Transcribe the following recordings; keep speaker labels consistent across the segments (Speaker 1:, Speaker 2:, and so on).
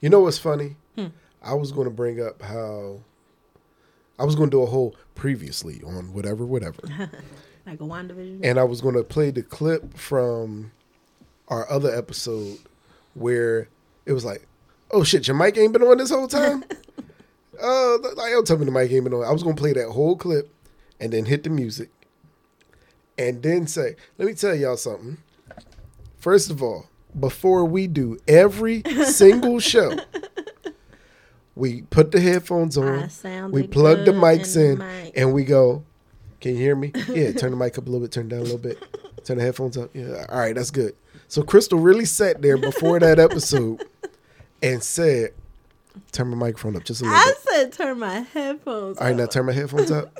Speaker 1: You know what's funny? I was going to bring up how I was going to do a whole previously on whatever, whatever.
Speaker 2: Like a WandaVision.
Speaker 1: and I was going to play the clip from our other episode where it was like, "Oh shit, your mic ain't been on this whole time." uh, like, don't tell me the mic ain't been on. I was going to play that whole clip and then hit the music, and then say, "Let me tell y'all something." First of all, before we do every single show. We put the headphones on. We
Speaker 2: sounded
Speaker 1: plug the
Speaker 2: good
Speaker 1: mics
Speaker 2: in
Speaker 1: in,
Speaker 2: the mic.
Speaker 1: and we go. Can you hear me? Yeah, turn the mic up a little bit, turn it down a little bit, turn the headphones up. Yeah, all right, that's good. So Crystal really sat there before that episode and said, "Turn my microphone up just a little
Speaker 2: I
Speaker 1: bit."
Speaker 2: said turn my headphones.
Speaker 1: All right, now
Speaker 2: up.
Speaker 1: turn my headphones up.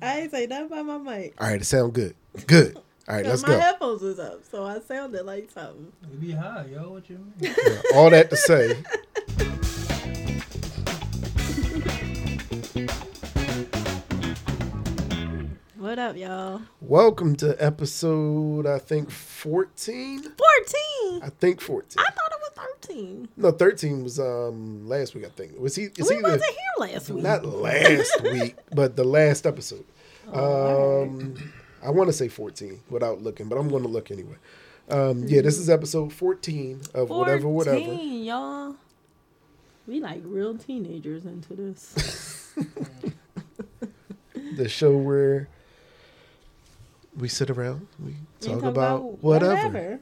Speaker 2: I ain't say nothing about my mic.
Speaker 1: All right, it sound good. Good. All right, let's
Speaker 2: 'Cause my
Speaker 1: go.
Speaker 2: headphones was up, so I sounded like something.
Speaker 3: You be high, yo. What you mean?
Speaker 1: Yeah, all that to say,
Speaker 2: What up, y'all?
Speaker 1: welcome to episode I think fourteen.
Speaker 2: Fourteen.
Speaker 1: I think fourteen.
Speaker 2: I thought it was thirteen.
Speaker 1: No, thirteen was um last week. I think was he? Is
Speaker 2: we
Speaker 1: he
Speaker 2: wasn't here last week.
Speaker 1: not last week, but the last episode. Um, I want to say 14 without looking, but I'm going to look anyway. Um, yeah, this is episode 14 of whatever, whatever.
Speaker 2: Fourteen, y'all. We like real teenagers into this.
Speaker 1: The show where we sit around, we talk,
Speaker 2: And
Speaker 1: about, whatever.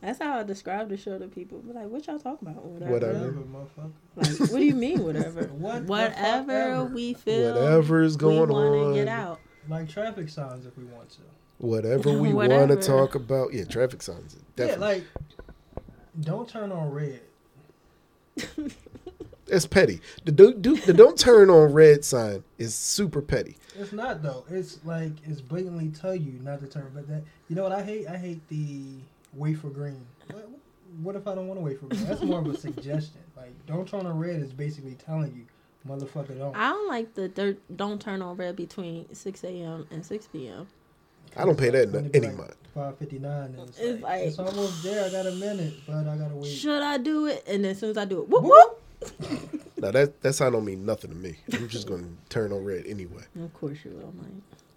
Speaker 2: That's how I describe the show to people. Be like, what y'all talking about? Whatever.
Speaker 1: Whatever.
Speaker 3: motherfucker.
Speaker 2: Like, what do you mean, whatever?
Speaker 3: What the
Speaker 2: whatever
Speaker 3: fuck ever.
Speaker 2: we feel.
Speaker 1: Whatever's going
Speaker 2: we wanna
Speaker 1: on.
Speaker 2: Get out.
Speaker 3: Like traffic signs, if we want to.
Speaker 1: Whatever we want
Speaker 2: Whatever.
Speaker 1: to talk about. Yeah, traffic signs. Definitely.
Speaker 3: Yeah, like don't turn on red.
Speaker 1: That's petty. The, do, do, the don't turn on red sign is super petty.
Speaker 3: It's not though. It's like it's blatantly tell you not to turn. But that you know what I hate? I hate the wait for green. What, what if I don't want to wait for green? That's more of a suggestion. Like don't turn on red is basically telling you, motherfucker, don't.
Speaker 2: I don't like the dirt, don't turn on red between 6 a.m. and 6 p.m.
Speaker 1: I don't pay that
Speaker 3: When
Speaker 1: no-
Speaker 3: it be
Speaker 1: any
Speaker 3: like
Speaker 1: mind.
Speaker 3: Five fifty nine. It's,
Speaker 2: It's
Speaker 3: it's
Speaker 2: like-
Speaker 3: like it's almost there. I got a minute, but I gotta wait.
Speaker 2: Should I do it? And as soon as I do it, whoop whoop.
Speaker 1: Now, that, that sign don't mean nothing to me. I'm just going to turn on red anyway.
Speaker 2: Of course you will, Mike.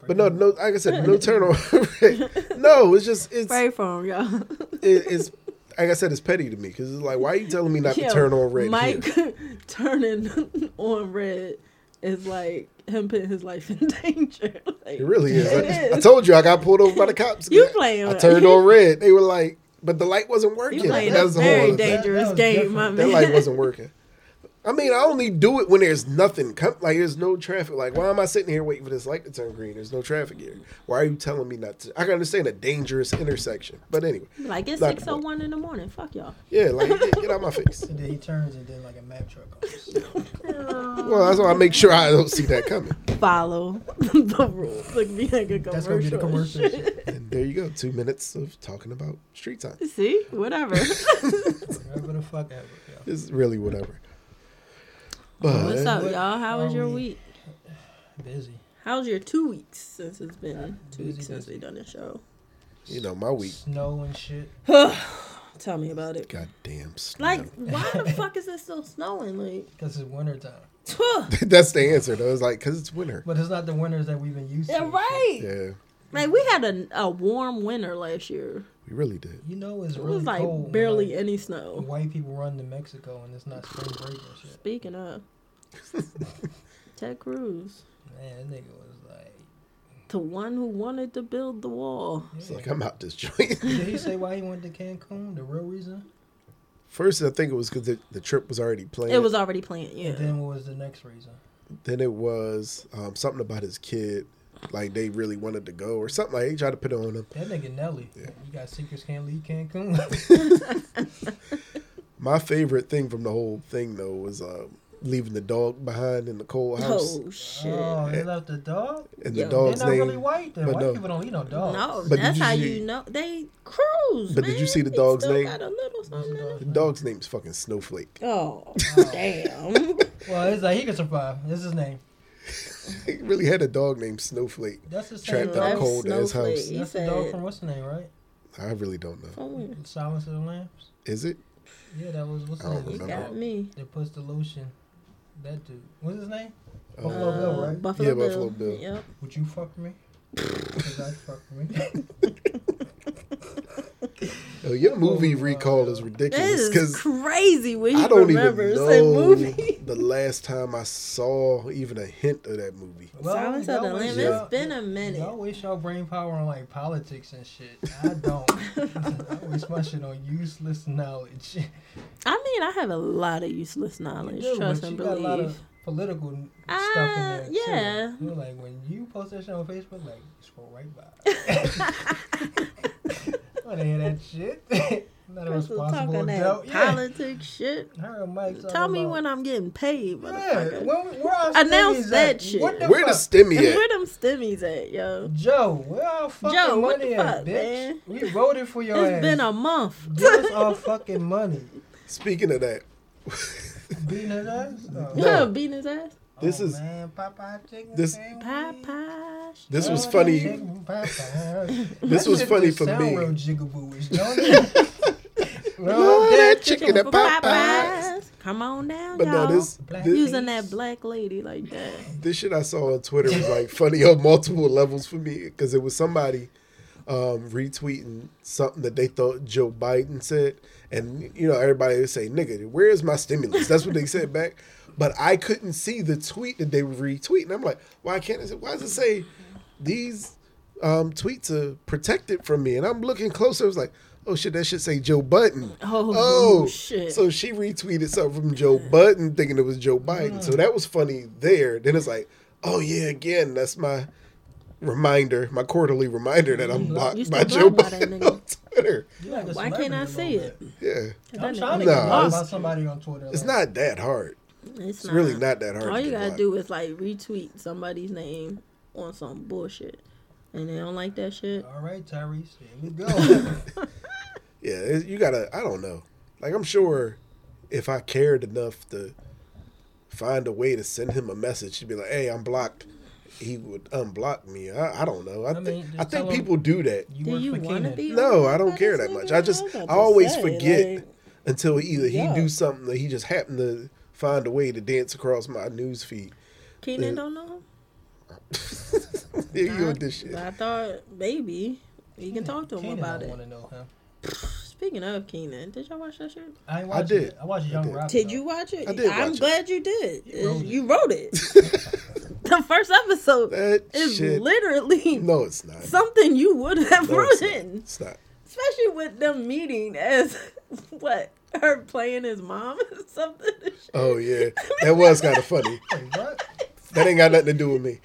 Speaker 1: But no, no, like I said, no turn on. no, it's just it's
Speaker 2: Pray for him, y'all.
Speaker 1: it, it's like I said, it's petty to me because it's like, why are you telling me not
Speaker 2: Yo,
Speaker 1: to turn on red?
Speaker 2: Mike
Speaker 1: here?
Speaker 2: turning on red is like him putting his life in danger. Like,
Speaker 1: it really is.
Speaker 2: It
Speaker 1: I, I
Speaker 2: is.
Speaker 1: told you I got pulled over by the cops.
Speaker 2: You
Speaker 1: again.
Speaker 2: playing
Speaker 1: I
Speaker 2: with-
Speaker 1: turned on red. They were like, but the light wasn't
Speaker 2: you
Speaker 1: working.
Speaker 2: playing a
Speaker 1: That's the
Speaker 2: very
Speaker 1: whole. other-
Speaker 2: dangerous
Speaker 3: That- that was
Speaker 2: game, my
Speaker 3: different.
Speaker 1: That
Speaker 2: man.
Speaker 1: light wasn't working. I mean, I only do it when there's nothing. Come, like there's no traffic. Like, why am I sitting here waiting for this light to turn green? There's no traffic here. Why are you telling me not to? I can understand a dangerous intersection, but anyway,
Speaker 2: like it's
Speaker 1: Not the
Speaker 2: six oh one in the morning. Fuck y'all.
Speaker 1: yeah, like get, get out my face.
Speaker 3: And then he turns, and then like a map truck comes.
Speaker 1: Well, that's why I make sure I don't see that coming.
Speaker 2: Follow the rules. Look behind a
Speaker 3: That's gonna be the
Speaker 2: commercial.
Speaker 3: commercial. and shit.
Speaker 1: And there you go, two minutes of talking about street time.
Speaker 2: See, whatever.
Speaker 3: Whatever the fuck ever. Yeah.
Speaker 1: It's really whatever. But
Speaker 2: What's up,
Speaker 3: What
Speaker 2: y'all? How was
Speaker 3: are
Speaker 2: your
Speaker 3: we-
Speaker 2: week?
Speaker 3: Busy.
Speaker 2: How's your two weeks since it's been two
Speaker 3: Busy,
Speaker 2: weeks since
Speaker 3: busy.
Speaker 2: we done the show?
Speaker 1: you know, my week.
Speaker 3: Snow and shit.
Speaker 2: Tell me about it.
Speaker 1: Goddamn snow.
Speaker 2: Like, why the fuck is it still snowing? Like,
Speaker 3: Cause it's winter time.
Speaker 1: that's the answer though. It's like because it's winter.
Speaker 3: But it's not the winters that we've been used to.
Speaker 2: yeah,
Speaker 3: and
Speaker 2: right.
Speaker 1: Yeah,
Speaker 2: Like we had a, a warm winter last year.
Speaker 1: we really did.
Speaker 3: shit. You know it's
Speaker 2: It
Speaker 3: really
Speaker 2: was like
Speaker 3: cold. when,
Speaker 2: barely
Speaker 3: like,
Speaker 2: any snow.
Speaker 3: White people run to Mexico and it's not spring break and shit.
Speaker 2: Speaking of Ted Cruz,
Speaker 3: Man, that nigga was like.
Speaker 2: the one who wanted to build the wall.
Speaker 1: It's
Speaker 3: yeah.
Speaker 1: like I'm out this joint.
Speaker 3: Did he say why he went to Cancun? The real reason?
Speaker 1: First, I think it was because the, the trip was already planned.
Speaker 2: It was already planned, yeah.
Speaker 3: And then what was the next reason?
Speaker 1: Then it was um, something about his kid, like they really wanted to go or something. Like they tried to put it on him.
Speaker 3: That nigga Nelly. You got secrets can't leave Cancun.
Speaker 1: My favorite thing from the whole thing though was um, leaving the dog behind in the cold house,
Speaker 2: oh shit!
Speaker 3: oh, they left the dog.
Speaker 1: and
Speaker 2: Yo.
Speaker 1: the
Speaker 3: They're
Speaker 1: dog's
Speaker 3: not
Speaker 1: name.
Speaker 3: really white. Then
Speaker 1: but
Speaker 3: white
Speaker 1: no.
Speaker 3: people don't eat no dogs.
Speaker 2: no,
Speaker 1: Oh. But did
Speaker 2: that's
Speaker 1: you
Speaker 2: how
Speaker 1: see-
Speaker 2: you know they cruise.
Speaker 1: But did you
Speaker 2: man.
Speaker 1: see the
Speaker 2: He
Speaker 1: dog's
Speaker 2: still
Speaker 1: name?
Speaker 2: Got a little something in it.
Speaker 1: The dog's name's fucking Snowflake.
Speaker 2: Oh damn!
Speaker 3: Well, it's like he could survive. That's his name.
Speaker 1: He really had a dog named Snowflake.
Speaker 3: That's his
Speaker 1: Trapped
Speaker 3: name.
Speaker 1: out
Speaker 2: Left
Speaker 1: cold at his house.
Speaker 2: Snowflake, He
Speaker 3: That's the dog
Speaker 2: said,
Speaker 3: from what's the name, right?
Speaker 1: I really don't know.
Speaker 2: "Oh,
Speaker 3: Silence of the Lambs.
Speaker 1: Is it?
Speaker 3: Yeah, that was what's
Speaker 1: I
Speaker 3: his
Speaker 1: don't
Speaker 3: name?
Speaker 2: You
Speaker 1: remember.
Speaker 2: got me.
Speaker 3: That puts the lotion. That dude. What's his name?
Speaker 1: Uh,
Speaker 3: Buffalo Bill,
Speaker 2: Uh,
Speaker 3: right?
Speaker 2: Buffalo
Speaker 1: Yeah,
Speaker 2: Bill.
Speaker 1: Buffalo Bill.
Speaker 2: Yep.
Speaker 3: Would you fuck me? Because I fuck me.
Speaker 1: yo, your movie
Speaker 3: Oh, wow.
Speaker 1: recall is
Speaker 2: That
Speaker 1: ridiculous
Speaker 2: is
Speaker 1: because
Speaker 2: crazy when he
Speaker 1: I don't even
Speaker 2: remembers that
Speaker 1: know
Speaker 2: movie.
Speaker 1: the last time I saw even a hint of that movie.
Speaker 2: Silence of the
Speaker 3: y'all
Speaker 2: Lambs.
Speaker 3: waste y'all-
Speaker 2: It's been a minute.
Speaker 3: Y'all waste y'all brain power on like politics and shit. I don't. I waste my shit on useless knowledge.
Speaker 2: I mean, I have a lot of useless knowledge.
Speaker 3: do,
Speaker 2: trust
Speaker 3: but
Speaker 2: and
Speaker 3: you got a lot of
Speaker 2: believe.
Speaker 3: political n-
Speaker 2: Uh,
Speaker 3: stuff in there. too.
Speaker 2: yeah.
Speaker 3: You know, like when you post that shit on Facebook, like you scroll right by. I don't hear that shit. Not a
Speaker 2: Crystal
Speaker 3: responsible
Speaker 2: talking
Speaker 3: adult.
Speaker 2: that
Speaker 3: Yeah.
Speaker 2: politics shit.
Speaker 3: Her and Mike
Speaker 2: Tell
Speaker 3: talking
Speaker 2: me
Speaker 3: about,
Speaker 2: when I'm getting paid,
Speaker 3: Yeah,
Speaker 2: motherfucker.
Speaker 3: when, where our
Speaker 2: Announce
Speaker 3: stimmies
Speaker 2: that
Speaker 3: at?
Speaker 2: shit.
Speaker 3: What the
Speaker 1: Where the
Speaker 3: fuck?
Speaker 1: stimmy at?
Speaker 2: Where them stimmies at, yo?
Speaker 3: Joe, where our fucking
Speaker 2: Joe,
Speaker 3: money
Speaker 2: what the
Speaker 3: at,
Speaker 2: fuck,
Speaker 3: bitch?
Speaker 2: man?
Speaker 3: We voted for your ass.
Speaker 2: It's been a month.
Speaker 3: Give us our fucking money.
Speaker 1: Speaking of that,
Speaker 3: Beating his ass? Oh,
Speaker 1: No.
Speaker 2: Yeah, beating his ass.
Speaker 1: This
Speaker 3: oh,
Speaker 1: is-
Speaker 3: man, Popeye chicken
Speaker 1: this-
Speaker 3: sandwich.
Speaker 2: Papa.
Speaker 1: this was
Speaker 3: Popeye
Speaker 1: funny.
Speaker 3: chicken, Popeye.
Speaker 1: This
Speaker 3: That
Speaker 1: was
Speaker 3: shit
Speaker 1: funny
Speaker 3: just
Speaker 1: for
Speaker 3: sound
Speaker 1: me.
Speaker 3: Real jigaboo-ish, don't it?
Speaker 1: Lord,
Speaker 3: that
Speaker 1: that chicken at Popeyes.
Speaker 2: Popeyes. Come on down,
Speaker 1: But
Speaker 2: y'all.
Speaker 1: no, this
Speaker 3: Black
Speaker 1: this,
Speaker 2: Using that black lady like that.
Speaker 1: this shit I saw on Twitter was like funny on multiple levels for me because it was somebody um, retweeting something that they thought Joe Biden said, and you know everybody would say, "Nigga, where's my stimulus?" That's what they said back. But I couldn't see the tweet that they were retweeting. I'm like, why can't I say? Why does it say these um, tweets are protected from me? And I'm looking closer. I was like, oh shit, that should say Joe Button.
Speaker 2: Oh, shit.
Speaker 1: So she retweeted something from Joe Button thinking it was Joe Biden. So that was funny there. Then it's like, oh yeah, again, that's my reminder, my quarterly reminder that I'm
Speaker 2: You
Speaker 1: blocked
Speaker 2: still
Speaker 1: by Joe
Speaker 2: blocked by that
Speaker 1: Biden
Speaker 2: nigga.
Speaker 1: on Twitter.
Speaker 3: You like a
Speaker 2: Why can't I see
Speaker 3: celebrity a
Speaker 2: it?
Speaker 3: little
Speaker 1: Yeah.
Speaker 3: bit.
Speaker 2: 'Cause
Speaker 3: I'm
Speaker 2: that
Speaker 3: trying to
Speaker 2: nigga
Speaker 3: get
Speaker 1: Nah,
Speaker 3: nah,
Speaker 1: it's-
Speaker 3: about somebody on Twitter.
Speaker 1: It's
Speaker 3: like,
Speaker 1: not that hard.
Speaker 2: It's,
Speaker 1: It's really not that hard.
Speaker 2: All
Speaker 1: to
Speaker 2: you
Speaker 1: get
Speaker 2: gotta
Speaker 1: blocked.
Speaker 2: do is like retweet somebody's name on some bullshit, and they don't like that shit.
Speaker 3: All right, Tyrese, here we go.
Speaker 1: Yeah, it, you gotta. I don't know. Like I'm sure, if I cared enough to find a way to send him a message, he'd be like, "Hey, I'm blocked." He would unblock me. I, I don't know. I,
Speaker 3: I
Speaker 1: think
Speaker 3: mean, just
Speaker 1: I think
Speaker 3: tell him-
Speaker 1: people do that
Speaker 3: You
Speaker 2: Do
Speaker 3: work
Speaker 2: you
Speaker 3: for
Speaker 2: want to
Speaker 3: Kenan.
Speaker 2: be?
Speaker 1: No,
Speaker 2: on
Speaker 1: I don't
Speaker 2: that
Speaker 1: care that
Speaker 2: nigga?
Speaker 1: much. I just-
Speaker 2: was about
Speaker 1: I
Speaker 2: to
Speaker 1: always forget.
Speaker 2: like,
Speaker 1: until either
Speaker 2: Yeah.
Speaker 1: he do something that he just happened to find a way to dance across my news feed.
Speaker 2: Keenan
Speaker 1: Uh,
Speaker 2: don't know. him?
Speaker 1: Here you go
Speaker 2: I-
Speaker 1: with this shit.
Speaker 2: I thought maybe you can talk to him
Speaker 3: Kenan
Speaker 2: about
Speaker 3: don't
Speaker 2: it.
Speaker 3: wanna know him.
Speaker 2: Speaking of Keenan, did y'all watch that shit?
Speaker 3: I, ain't watched
Speaker 1: did.
Speaker 3: It. I watched Young
Speaker 1: did.
Speaker 3: Rock.
Speaker 2: Did
Speaker 3: though.
Speaker 2: you watch it?
Speaker 1: I did
Speaker 2: I'm
Speaker 1: watch it.
Speaker 2: glad you did. Uh,
Speaker 3: You
Speaker 2: You wrote
Speaker 3: wrote it.
Speaker 2: it. the first episode
Speaker 1: that
Speaker 2: is
Speaker 1: shit.
Speaker 2: literally
Speaker 1: no, it's not.
Speaker 2: something you would have
Speaker 1: No, it's not.
Speaker 2: written.
Speaker 1: It's not.
Speaker 2: especially with them meeting as what her playing his mom or something.
Speaker 1: Oh yeah, that was kind of funny.
Speaker 3: Wait, what?
Speaker 1: That ain't got nothing to do with me.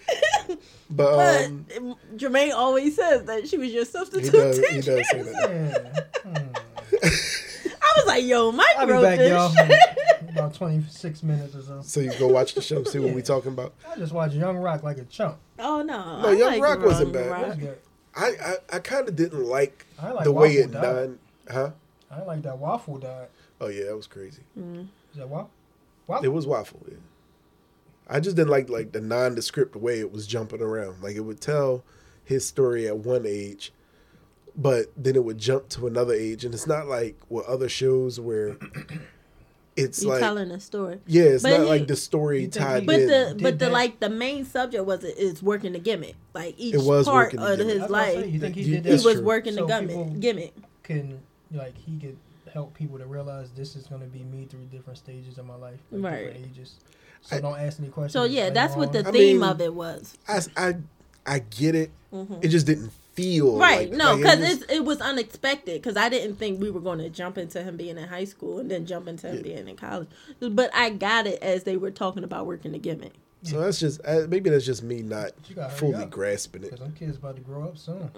Speaker 1: But
Speaker 2: But
Speaker 1: um,
Speaker 2: Jermaine always says that she was your substitute
Speaker 1: he does.
Speaker 2: teacher.
Speaker 1: He does say that.
Speaker 3: Yeah. Hmm.
Speaker 2: I was like, yo, Mike
Speaker 3: I'll be
Speaker 2: wrote
Speaker 3: back,
Speaker 2: this
Speaker 3: y'all.
Speaker 2: shit.
Speaker 3: in About 26 minutes or so.
Speaker 1: So you go watch the show, see what we
Speaker 3: Yeah.
Speaker 1: talking about.
Speaker 3: I just watched Young Rock like a chump.
Speaker 2: Oh no,
Speaker 1: No,
Speaker 2: I
Speaker 1: Young
Speaker 2: like
Speaker 1: Rock wasn't
Speaker 2: Young
Speaker 1: bad.
Speaker 3: That was
Speaker 2: Rock.
Speaker 3: good.
Speaker 1: I I, I kind of didn't like
Speaker 3: I like
Speaker 1: the way
Speaker 3: Waffle
Speaker 1: it
Speaker 3: Dog.
Speaker 1: done. Huh?
Speaker 3: I like that waffle dog.
Speaker 1: Oh yeah, that was crazy.
Speaker 2: Mm.
Speaker 3: Is that waffle?
Speaker 1: It was waffle. Yeah. I just didn't like like the nondescript way it was jumping around. Like it would tell his story at one age, but then it would jump to another age, and it's not like what other shows where it's
Speaker 2: You
Speaker 1: like
Speaker 2: telling a story.
Speaker 1: yeah, it's
Speaker 2: but
Speaker 1: not
Speaker 2: he-
Speaker 1: like the story
Speaker 3: You think
Speaker 1: tied
Speaker 3: he-
Speaker 2: But
Speaker 1: in.
Speaker 2: the
Speaker 3: Did
Speaker 2: but the
Speaker 3: that-
Speaker 2: like the main subject was it is working the gimmick. Like each
Speaker 1: It was
Speaker 2: part
Speaker 1: working the
Speaker 2: of
Speaker 1: gimmick.
Speaker 2: his
Speaker 3: That's what I'm saying.
Speaker 2: life,
Speaker 3: You think he
Speaker 1: You-
Speaker 3: did
Speaker 2: he
Speaker 1: That's
Speaker 3: that?
Speaker 2: was
Speaker 1: true.
Speaker 2: working the
Speaker 3: So
Speaker 2: gimmick.
Speaker 3: people-
Speaker 2: gimmick.
Speaker 3: Can like he could help people to realize this is going to be me through different stages of my life, like
Speaker 2: Right.
Speaker 3: different ages. So
Speaker 1: I-
Speaker 3: don't ask any questions.
Speaker 2: So yeah,
Speaker 3: later
Speaker 2: that's what the
Speaker 3: on.
Speaker 1: I
Speaker 2: theme
Speaker 1: mean-
Speaker 2: of it was.
Speaker 1: I, I I get it.
Speaker 2: hmm
Speaker 1: It just didn't feel
Speaker 2: Right,
Speaker 1: like-
Speaker 2: no,
Speaker 1: like, it
Speaker 2: because
Speaker 1: was-
Speaker 2: it, it was unexpected. Because I didn't think we were going to jump into him being in high school and then jump into him
Speaker 1: Yeah.
Speaker 2: being in college. But I got it as they were talking about working the gimmick.
Speaker 1: so that's just uh, maybe that's just me not
Speaker 3: You gotta hurry
Speaker 1: fully
Speaker 3: up.
Speaker 1: grasping it.
Speaker 3: Cause them kids about to grow up soon,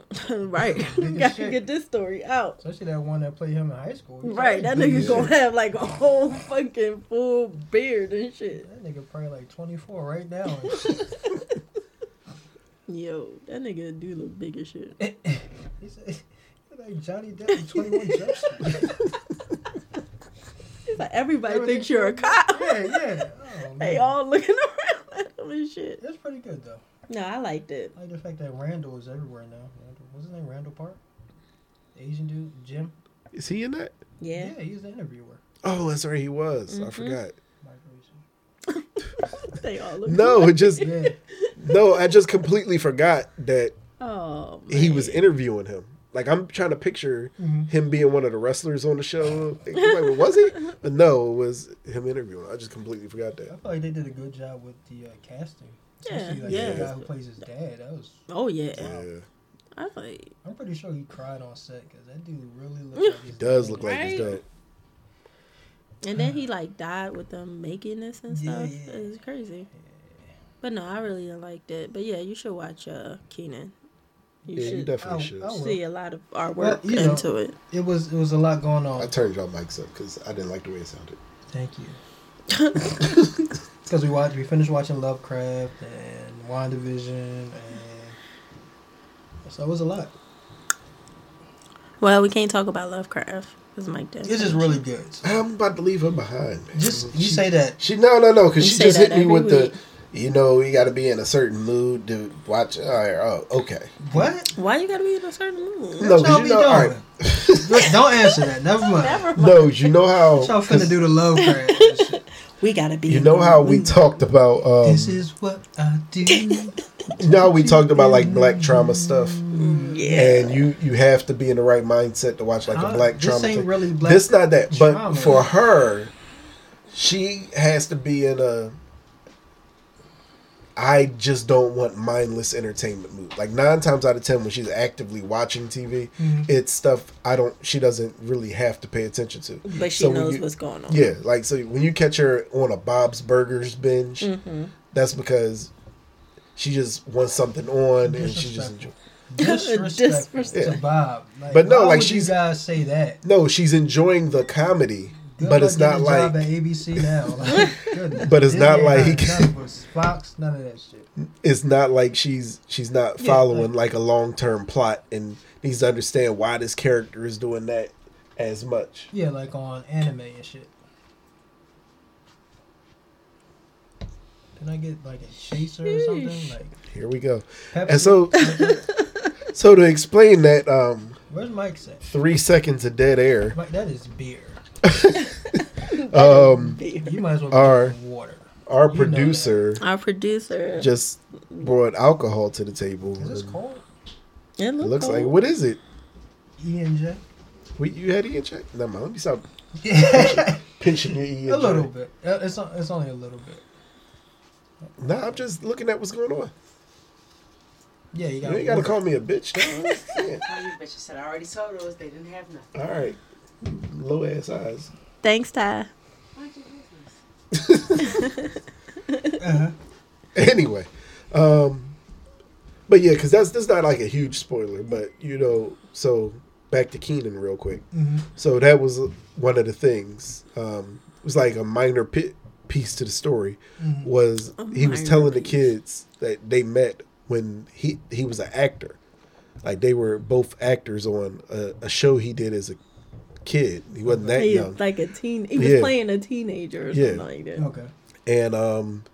Speaker 2: right,
Speaker 3: Big as
Speaker 2: gotta
Speaker 3: shit.
Speaker 2: get this story out.
Speaker 3: especially that one that played him in high school. He's
Speaker 2: Right, that
Speaker 3: like,
Speaker 1: big
Speaker 2: nigga's
Speaker 1: as
Speaker 2: gonna
Speaker 1: shit.
Speaker 2: have like a whole fucking full beard and shit.
Speaker 3: That nigga probably like 24 right now.
Speaker 2: Yo, that nigga do look big as shit.
Speaker 3: he said, he like Johnny Depp in 21 Jump Street.
Speaker 2: It's like everybody thinks you're a cop.
Speaker 3: Yeah, yeah. Oh,
Speaker 2: They
Speaker 3: man.
Speaker 2: all looking around at him and shit.
Speaker 3: That's pretty good though.
Speaker 2: No, I liked it.
Speaker 3: I like the fact that Randall is everywhere now. Randall, what's his name? Randall Park, The Asian dude, Jim.
Speaker 1: Is he in that?
Speaker 2: Yeah.
Speaker 3: Yeah, he was the interviewer.
Speaker 1: Oh, that's right, he was. I
Speaker 2: Mhm.
Speaker 1: forgot.
Speaker 3: Mike Rachel.
Speaker 2: they all look.
Speaker 1: No, it
Speaker 2: alike.
Speaker 1: just
Speaker 3: Yeah,
Speaker 1: no, I just completely forgot that
Speaker 2: Oh.
Speaker 1: he was
Speaker 2: man.
Speaker 1: interviewing him. Like I'm trying to picture
Speaker 2: Mm-hmm.
Speaker 3: Mhm.
Speaker 1: him being one of the wrestlers on the show. Like, well, was he? But no, it was him interviewing. I just completely forgot
Speaker 3: I
Speaker 1: that.
Speaker 3: feel like they did a good job with the uh, casting. Especially like
Speaker 2: Yeah,
Speaker 3: the
Speaker 1: yeah.
Speaker 3: guy who plays his dad. That was.
Speaker 2: Oh yeah.
Speaker 1: Yeah,
Speaker 2: I was like,
Speaker 3: I'm pretty sure he cried on set because that dude really looks. Like
Speaker 1: he does look like he's
Speaker 2: Right?
Speaker 1: dope.
Speaker 2: and then he like died with them making this and
Speaker 3: Yeah,
Speaker 2: stuff.
Speaker 3: yeah.
Speaker 2: It's crazy. But no, I really didn't like that. But yeah, you should watch uh Keenan. You
Speaker 1: Yeah, you
Speaker 2: should
Speaker 1: definitely
Speaker 3: I-
Speaker 1: should.
Speaker 3: I would-
Speaker 2: see a lot of our
Speaker 3: Oh, Well,
Speaker 2: work
Speaker 3: you know-
Speaker 2: into it.
Speaker 3: It was it was a lot going
Speaker 1: I
Speaker 3: on.
Speaker 1: turned y'all mics up because I didn't like the way it sounded.
Speaker 3: Thank you. Because we watched, we finished watching Lovecraft and WandaVision, and so it was a lot.
Speaker 2: well, we can't talk about Lovecraft because Mike did.
Speaker 3: It's just really good.
Speaker 1: I'm about to leave her behind. Man.
Speaker 3: Just
Speaker 1: She-
Speaker 3: you say that.
Speaker 1: She no no no because
Speaker 2: You
Speaker 1: she
Speaker 2: say
Speaker 1: just
Speaker 2: that
Speaker 1: hit me
Speaker 2: every
Speaker 1: with
Speaker 2: week.
Speaker 1: the, you know, you got to be in a certain mood to watch. All right, oh okay.
Speaker 3: What?
Speaker 2: Why you gotta be in a certain mood?
Speaker 1: No,
Speaker 3: What y'all
Speaker 1: 'cause you
Speaker 3: be
Speaker 1: know, all right.
Speaker 3: doing? Don't answer that. Never mind.
Speaker 2: Never mind.
Speaker 1: No, you know how
Speaker 3: What y'all finna do to Lovecraft? and shit?
Speaker 2: We gotta be.
Speaker 1: you
Speaker 2: in
Speaker 1: know
Speaker 2: the
Speaker 1: how we
Speaker 2: mood.
Speaker 1: talked about um,
Speaker 3: this is what I do.
Speaker 1: you know how we talked about like black trauma stuff.
Speaker 2: Yeah.
Speaker 1: and you you have to be in the right mindset to watch like
Speaker 3: Huh?
Speaker 1: a black
Speaker 3: This
Speaker 1: trauma.
Speaker 3: ain't
Speaker 1: thing.
Speaker 3: really black
Speaker 1: This not that,
Speaker 3: trauma.
Speaker 1: but for her, she has to be in a. I just don't want mindless entertainment mood. Like nine times out of ten, when she's actively watching TV,
Speaker 3: Mhm.
Speaker 1: it's stuff I don't. She doesn't really have to pay attention to.
Speaker 2: but she
Speaker 1: so when
Speaker 2: knows
Speaker 1: you-
Speaker 2: what's going on.
Speaker 1: Yeah, like so when you catch her on a Bob's Burgers binge,
Speaker 2: Mm-hmm.
Speaker 1: that's because she just wants something on and she just
Speaker 3: Disrespectful.
Speaker 1: enjoys.
Speaker 3: Disrespectful
Speaker 2: Disrespectful.
Speaker 3: to Bob. Like,
Speaker 1: But no,
Speaker 3: why
Speaker 1: like,
Speaker 3: would
Speaker 1: she's-
Speaker 3: you guys say that.
Speaker 1: No, she's enjoying the comedy,
Speaker 3: Good
Speaker 1: but
Speaker 3: luck
Speaker 1: it's not
Speaker 3: getting a
Speaker 1: like
Speaker 3: job at ABC now. Like, goodness.
Speaker 1: But it's
Speaker 3: Disney
Speaker 1: not
Speaker 3: ain't
Speaker 1: like-
Speaker 3: got none of us. Fox, none of that shit.
Speaker 1: it's not like she's she's not
Speaker 3: Yeah,
Speaker 1: following like a long term plot and needs to understand why this character is doing that as much.
Speaker 3: Yeah, like on anime and shit. Did I get like a chaser or something?
Speaker 2: Sheesh.
Speaker 3: Like
Speaker 1: Here we go.
Speaker 3: Pepsi?
Speaker 1: And so so to explain that um
Speaker 3: where's Mike's at?
Speaker 1: three seconds of dead air
Speaker 3: Mike, that is beer.
Speaker 1: um
Speaker 3: You might as well
Speaker 1: Our-
Speaker 3: be drinking water.
Speaker 1: our
Speaker 3: You know
Speaker 1: producer
Speaker 2: Our producer.
Speaker 1: just brought alcohol to the table.
Speaker 3: Is this
Speaker 1: and
Speaker 3: cold?
Speaker 2: it
Speaker 1: It
Speaker 2: look
Speaker 1: looks like
Speaker 2: cool.
Speaker 1: what is it?
Speaker 3: E and J.
Speaker 1: We you had E and check? No, let me stop
Speaker 3: Yeah,
Speaker 1: pinching your E
Speaker 3: a
Speaker 1: and
Speaker 3: little
Speaker 1: J.
Speaker 3: bit. Uh, It's on- it's only a little bit.
Speaker 1: No, I'm just looking at what's going on.
Speaker 3: Yeah, you
Speaker 1: You
Speaker 3: got.
Speaker 1: ain't gotta call me a bitch. dog. Yeah.
Speaker 4: Oh, you bitches said I already told those they didn't have nothing.
Speaker 1: All right. Low ass eyes.
Speaker 2: Thanks, Ty.
Speaker 4: Mind your business.
Speaker 3: uh
Speaker 1: Anyway, um, but yeah, because that's that's not like a huge spoiler, but you know, so back to Keenan real quick. So that was one of the things. Um, it was like a minor pi piece to the story was
Speaker 2: A
Speaker 1: he was
Speaker 2: minor
Speaker 1: telling the
Speaker 2: piece.
Speaker 1: kids that they met when he he was an actor, like they were both actors on a, a show he did as a kid. He wasn't that
Speaker 2: He
Speaker 1: young.
Speaker 2: was like a teen. He was
Speaker 1: Yeah.
Speaker 2: playing a teenager or
Speaker 1: Yeah. Oh,
Speaker 2: something like that.
Speaker 3: Okay.
Speaker 1: and um,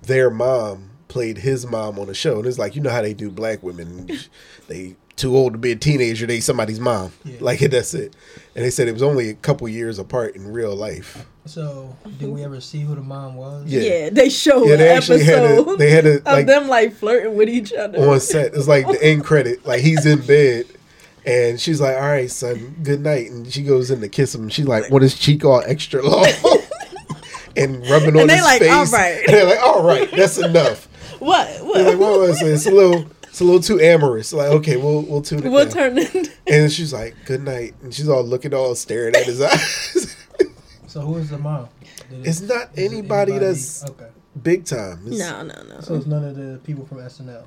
Speaker 1: their mom played his mom on the show, and it's like you know how they do black women, they too old to be a teenager, they somebody's mom,
Speaker 3: Yeah.
Speaker 1: like that's it. And they said it was only a couple years apart in real life.
Speaker 3: So, did we ever see who the mom was?
Speaker 1: Yeah.
Speaker 2: Yeah. they show
Speaker 1: yeah, they
Speaker 2: an
Speaker 1: actually had a,
Speaker 2: episode
Speaker 1: they had a
Speaker 2: of
Speaker 1: like
Speaker 2: them like flirting with each other.
Speaker 1: on set. It's like the end credit, like he's in bed. And she's like, "All right, son, good night." And she goes in to kiss him. She's like, "What is cheek all extra long?" and rubbing on
Speaker 2: they
Speaker 1: his
Speaker 2: like,
Speaker 1: face.
Speaker 2: "All right."
Speaker 1: And they're like, "All right, that's enough."
Speaker 2: What? What?
Speaker 1: They're like, what was it? It's a little, it's a little too amorous. Like, okay, we'll we'll tune it.
Speaker 2: we'll
Speaker 1: down.
Speaker 2: turn it.
Speaker 1: And she's like, good night. And she's all looking, all staring at his eyes.
Speaker 3: So, who is the mom? Did
Speaker 1: it's not
Speaker 3: is it
Speaker 1: anybody that's
Speaker 3: okay.
Speaker 1: big time. It's,
Speaker 2: No, no, no.
Speaker 3: So it's none of the people from SNL.
Speaker 1: no,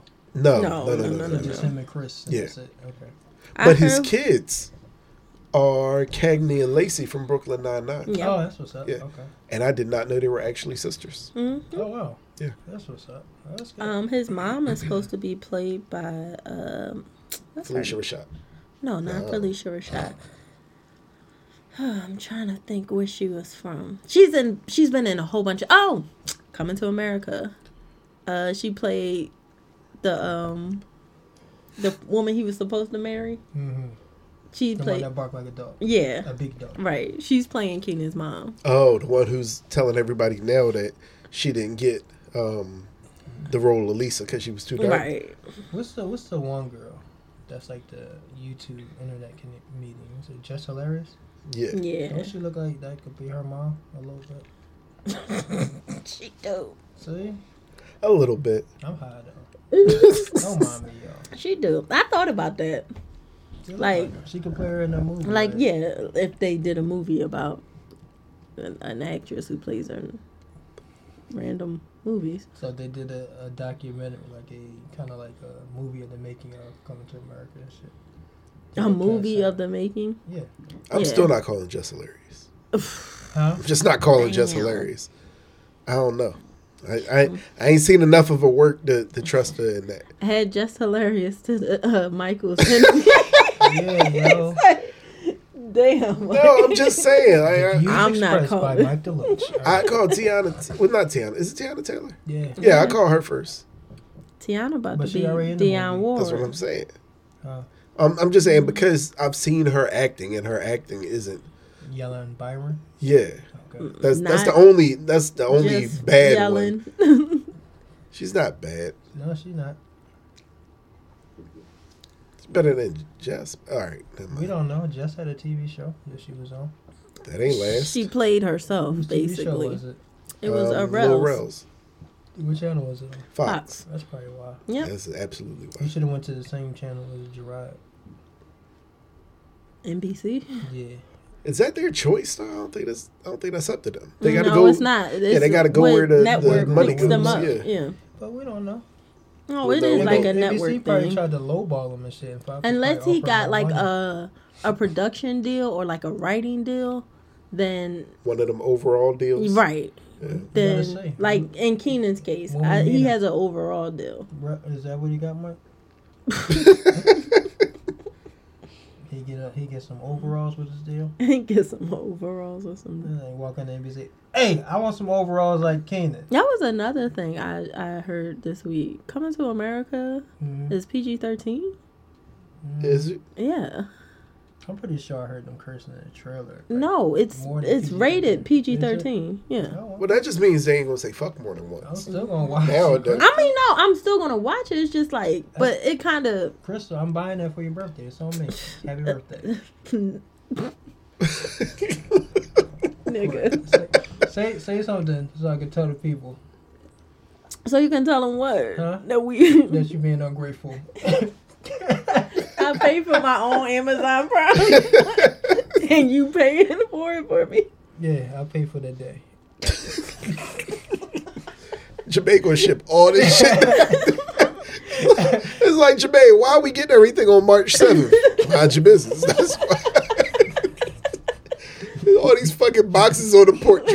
Speaker 1: no,
Speaker 2: No,
Speaker 1: no, no,
Speaker 2: no,
Speaker 1: no,
Speaker 2: no,
Speaker 1: no.
Speaker 2: no.
Speaker 3: Just him and Chris. and
Speaker 1: Yeah.
Speaker 3: That's it. Okay.
Speaker 2: I
Speaker 1: But his
Speaker 2: heard-
Speaker 1: kids are Cagney and Lacey from Brooklyn Nine Nine,
Speaker 2: Yeah.
Speaker 3: Oh, that's what's up.
Speaker 1: Yeah.
Speaker 3: Okay.
Speaker 1: and I did not know they were actually sisters.
Speaker 2: Mhm.
Speaker 3: Oh wow.
Speaker 1: Yeah.
Speaker 3: That's what's up. Oh, that's good.
Speaker 2: Um, his mom is supposed to be played by um, what's her
Speaker 1: Felicia Rashad.
Speaker 2: No, not
Speaker 1: No.
Speaker 2: Felicia Rashad. I'm trying to think where she was from. She's in. She's been in a whole bunch of. Oh, Coming to America. Uh, she played the um, the woman he was supposed to marry.
Speaker 3: mm-hmm.
Speaker 2: She
Speaker 3: The one
Speaker 2: played.
Speaker 3: that barked like a dog,
Speaker 2: Yeah.
Speaker 3: a big dog.
Speaker 2: Right. She's playing Keenan's mom.
Speaker 1: Oh, the one who's telling everybody now that she didn't get um, the role of Lisa because she was too dark.
Speaker 2: Right.
Speaker 3: What's the What's the one girl that's like the YouTube internet conne- meeting? Is it just hilarious?
Speaker 1: Yeah.
Speaker 2: Yeah.
Speaker 3: Don't she look like that could be her mom a little bit?
Speaker 2: She dope.
Speaker 3: See,
Speaker 1: a little bit.
Speaker 3: I'm high though. Don't mind me, y'all.
Speaker 2: She dope. I thought about that.
Speaker 3: She look
Speaker 2: Like-
Speaker 3: her. she could play her in a movie.
Speaker 2: Like, yeah, if they did a movie about an, an actress who plays her in random movies.
Speaker 3: So they did a, a documentary, like a kind of like a movie of the making of Coming to America and shit.
Speaker 2: A movie of the making.
Speaker 3: Yeah.
Speaker 1: I'm
Speaker 2: Yeah.
Speaker 1: still not calling Jess hilarious.
Speaker 3: Huh?
Speaker 1: I'm just not calling Jess
Speaker 2: Damn.
Speaker 1: hilarious. I don't know. I, I I ain't seen enough of her work to, to trust her in that.
Speaker 2: Had just hilarious to the, uh, Michael's.
Speaker 3: Oh. Yeah, bro.
Speaker 2: Damn.
Speaker 1: No, I'm just saying. Like,
Speaker 3: Views
Speaker 2: I'm not
Speaker 3: expressed by
Speaker 2: calling.
Speaker 3: Mike DeLoach.
Speaker 1: I, I call Tiana. Well, not Tiana. Is it Tiana Taylor?
Speaker 3: yeah.
Speaker 1: Yeah, I
Speaker 2: Mm-hmm.
Speaker 1: call her first.
Speaker 2: Tiana about
Speaker 3: But
Speaker 2: to
Speaker 3: she
Speaker 2: be
Speaker 3: already in the
Speaker 2: Dionne
Speaker 3: movie.
Speaker 1: That's what I'm
Speaker 2: Warren.
Speaker 1: saying.
Speaker 3: Uh,
Speaker 1: I'm, I'm just saying because I've seen her acting and her acting isn't.
Speaker 3: yelling Byron.
Speaker 1: Yeah,
Speaker 3: Okay.
Speaker 1: that's that's the
Speaker 2: Not
Speaker 1: only that's the only
Speaker 2: Just
Speaker 1: bad one.
Speaker 2: yelling.
Speaker 1: She's not bad.
Speaker 3: No, she not.
Speaker 1: It's better than Jess. All right, never
Speaker 3: We
Speaker 1: mind.
Speaker 3: don't know. Jess had a TV show that she was on.
Speaker 1: that ain't last.
Speaker 2: she played herself,
Speaker 3: Whose TV show
Speaker 2: basically.
Speaker 3: was it?
Speaker 2: It was
Speaker 1: Um,
Speaker 2: a
Speaker 1: Lil
Speaker 2: Rels.
Speaker 1: Rel's.
Speaker 3: Which channel was it on?
Speaker 1: Fox.
Speaker 3: That's probably why.
Speaker 2: Yep.
Speaker 1: That's absolutely
Speaker 3: You
Speaker 1: why.
Speaker 3: should have went to the same channel as Gerard.
Speaker 2: NBC.
Speaker 3: Yeah.
Speaker 1: Is that their choice? though? I don't think that's. I don't think that's up to them. They gotta
Speaker 2: no,
Speaker 1: go.
Speaker 2: it's not. It's
Speaker 1: they gotta go
Speaker 2: what
Speaker 1: where the- the
Speaker 2: network
Speaker 3: money
Speaker 2: picks them
Speaker 3: goes,
Speaker 2: up.
Speaker 1: yeah.
Speaker 2: Yeah.
Speaker 3: But we don't know.
Speaker 2: No,
Speaker 1: Well,
Speaker 2: Oh, it
Speaker 1: no,
Speaker 2: is
Speaker 1: they
Speaker 2: like
Speaker 1: go-
Speaker 2: a
Speaker 1: NBC
Speaker 2: network
Speaker 3: probably
Speaker 2: thing.
Speaker 3: tried to lowball him and shit. and Fox
Speaker 2: Unless
Speaker 3: probably
Speaker 2: he
Speaker 3: offered
Speaker 2: got
Speaker 3: him
Speaker 2: like
Speaker 3: money.
Speaker 2: a a production deal or like a writing deal, then
Speaker 1: One of them overall deals.
Speaker 2: right.
Speaker 1: Yeah.
Speaker 3: say.
Speaker 2: Then like in Keenan's case,
Speaker 3: Well,
Speaker 2: I, he
Speaker 3: Nina-
Speaker 2: has an overall deal.
Speaker 3: Bruh, Is that what he got, Mike? He get a, he get some overalls with his deal.
Speaker 2: Get some overalls or something.
Speaker 3: And they walk in there and be say, "Hey, I want some overalls like Keenan."
Speaker 2: That was another thing I, I heard this week. Coming to America
Speaker 3: Mhm.
Speaker 2: is PG thirteen.
Speaker 3: Mhm.
Speaker 1: Is it?
Speaker 2: Yeah.
Speaker 3: I'm pretty sure I heard them cursing in the trailer.
Speaker 2: No, it's
Speaker 3: More than
Speaker 2: it's
Speaker 3: PG-13.
Speaker 2: rated PG
Speaker 3: Is
Speaker 2: thirteen. Yeah.
Speaker 3: Oh,
Speaker 1: Well, that just means they ain't gonna say fuck more than
Speaker 3: I'm
Speaker 1: once.
Speaker 3: still gonna watch.
Speaker 1: Now it
Speaker 3: it.
Speaker 1: does.
Speaker 2: I mean, no, I'm still gonna watch it. It's just like, but it kind of
Speaker 3: Crystal, I'm buying that for your birthday. It's on me. Happy birthday.
Speaker 2: nigga.
Speaker 3: Say, say say something so I can tell the people
Speaker 2: So you can tell them what
Speaker 3: Huh?
Speaker 2: that we.
Speaker 3: that you're being ungrateful.
Speaker 2: I pay for my own Amazon Prime, and you paying for it for me.
Speaker 3: yeah, I'll pay for that day.
Speaker 1: Jamaica will ship all this shit. it's like Jamaica. Why are we getting everything on March seventh? Mind your business. That's why. all these fucking boxes on the porch,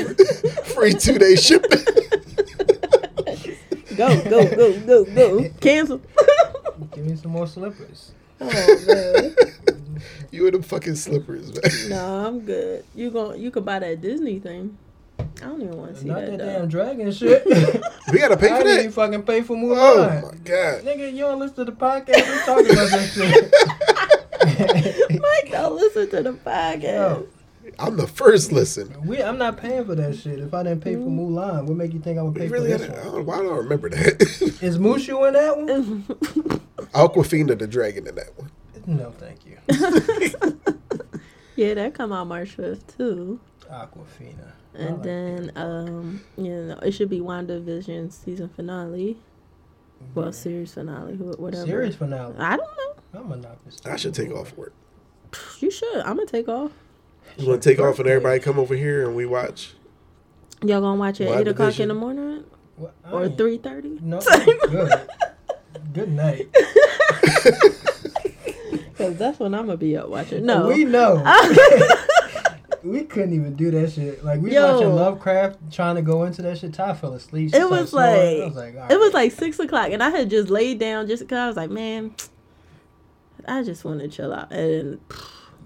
Speaker 1: free two day shipping.
Speaker 2: Go, go, go, go, go. Cancel.
Speaker 3: Give me some more slippers.
Speaker 2: oh man,
Speaker 1: you in the fucking slippers, man.
Speaker 2: no, I'm good. You gon' you can buy that Disney thing. I don't even want to see
Speaker 3: Not
Speaker 2: that.
Speaker 3: that
Speaker 2: though.
Speaker 3: damn dragon shit. I
Speaker 1: We gotta pay for
Speaker 3: didn't even
Speaker 1: that.
Speaker 3: fucking pay for Mulan.
Speaker 1: Oh my god.
Speaker 3: Nigga, you don't listen to the podcast. We talking about that shit.
Speaker 2: Mike, don't listen to the podcast.
Speaker 3: Yo,
Speaker 1: I'm the first listen.
Speaker 3: we, I'm not paying for that shit. If I didn't pay for Mulan, what make you think I would pay
Speaker 1: You really
Speaker 3: for
Speaker 1: had
Speaker 3: this
Speaker 1: I
Speaker 3: one?
Speaker 1: don't, why do I remember that?
Speaker 3: Is Mushu in that one?
Speaker 1: Aquafina the dragon in that one.
Speaker 3: No, thank you.
Speaker 2: Oh. yeah, that come out March fifth too.
Speaker 3: Aquafina. I
Speaker 2: And
Speaker 3: like
Speaker 2: then, um, you know, it should be WandaVision season finale. Well, series finale, wh-
Speaker 3: that.
Speaker 2: whatever.
Speaker 3: Serious finale.
Speaker 2: I don't know.
Speaker 3: I'm gonna knock this.
Speaker 1: I should take off work.
Speaker 2: You should. I'm gonna take off.
Speaker 1: You want to take off and everybody come over here and we watch?
Speaker 2: Y'all gonna watch at eight o'clock in the
Speaker 1: WandaVision.
Speaker 2: morning
Speaker 3: What? I
Speaker 2: or
Speaker 3: ain't-
Speaker 2: three thirty?
Speaker 3: No, good. Good night.
Speaker 2: Cause that's when I'm gonna be up watching. No,
Speaker 3: We know. we couldn't even do that shit. Like we
Speaker 2: Yo.
Speaker 3: watching Lovecraft, trying to go into that shit. Ty fell asleep. She
Speaker 2: It
Speaker 3: started
Speaker 2: was
Speaker 3: snoring. I
Speaker 2: like-
Speaker 3: was like, all
Speaker 2: it was
Speaker 3: right.
Speaker 2: like six o'clock, and I had just laid down just because I was like, man, I just want to chill out, and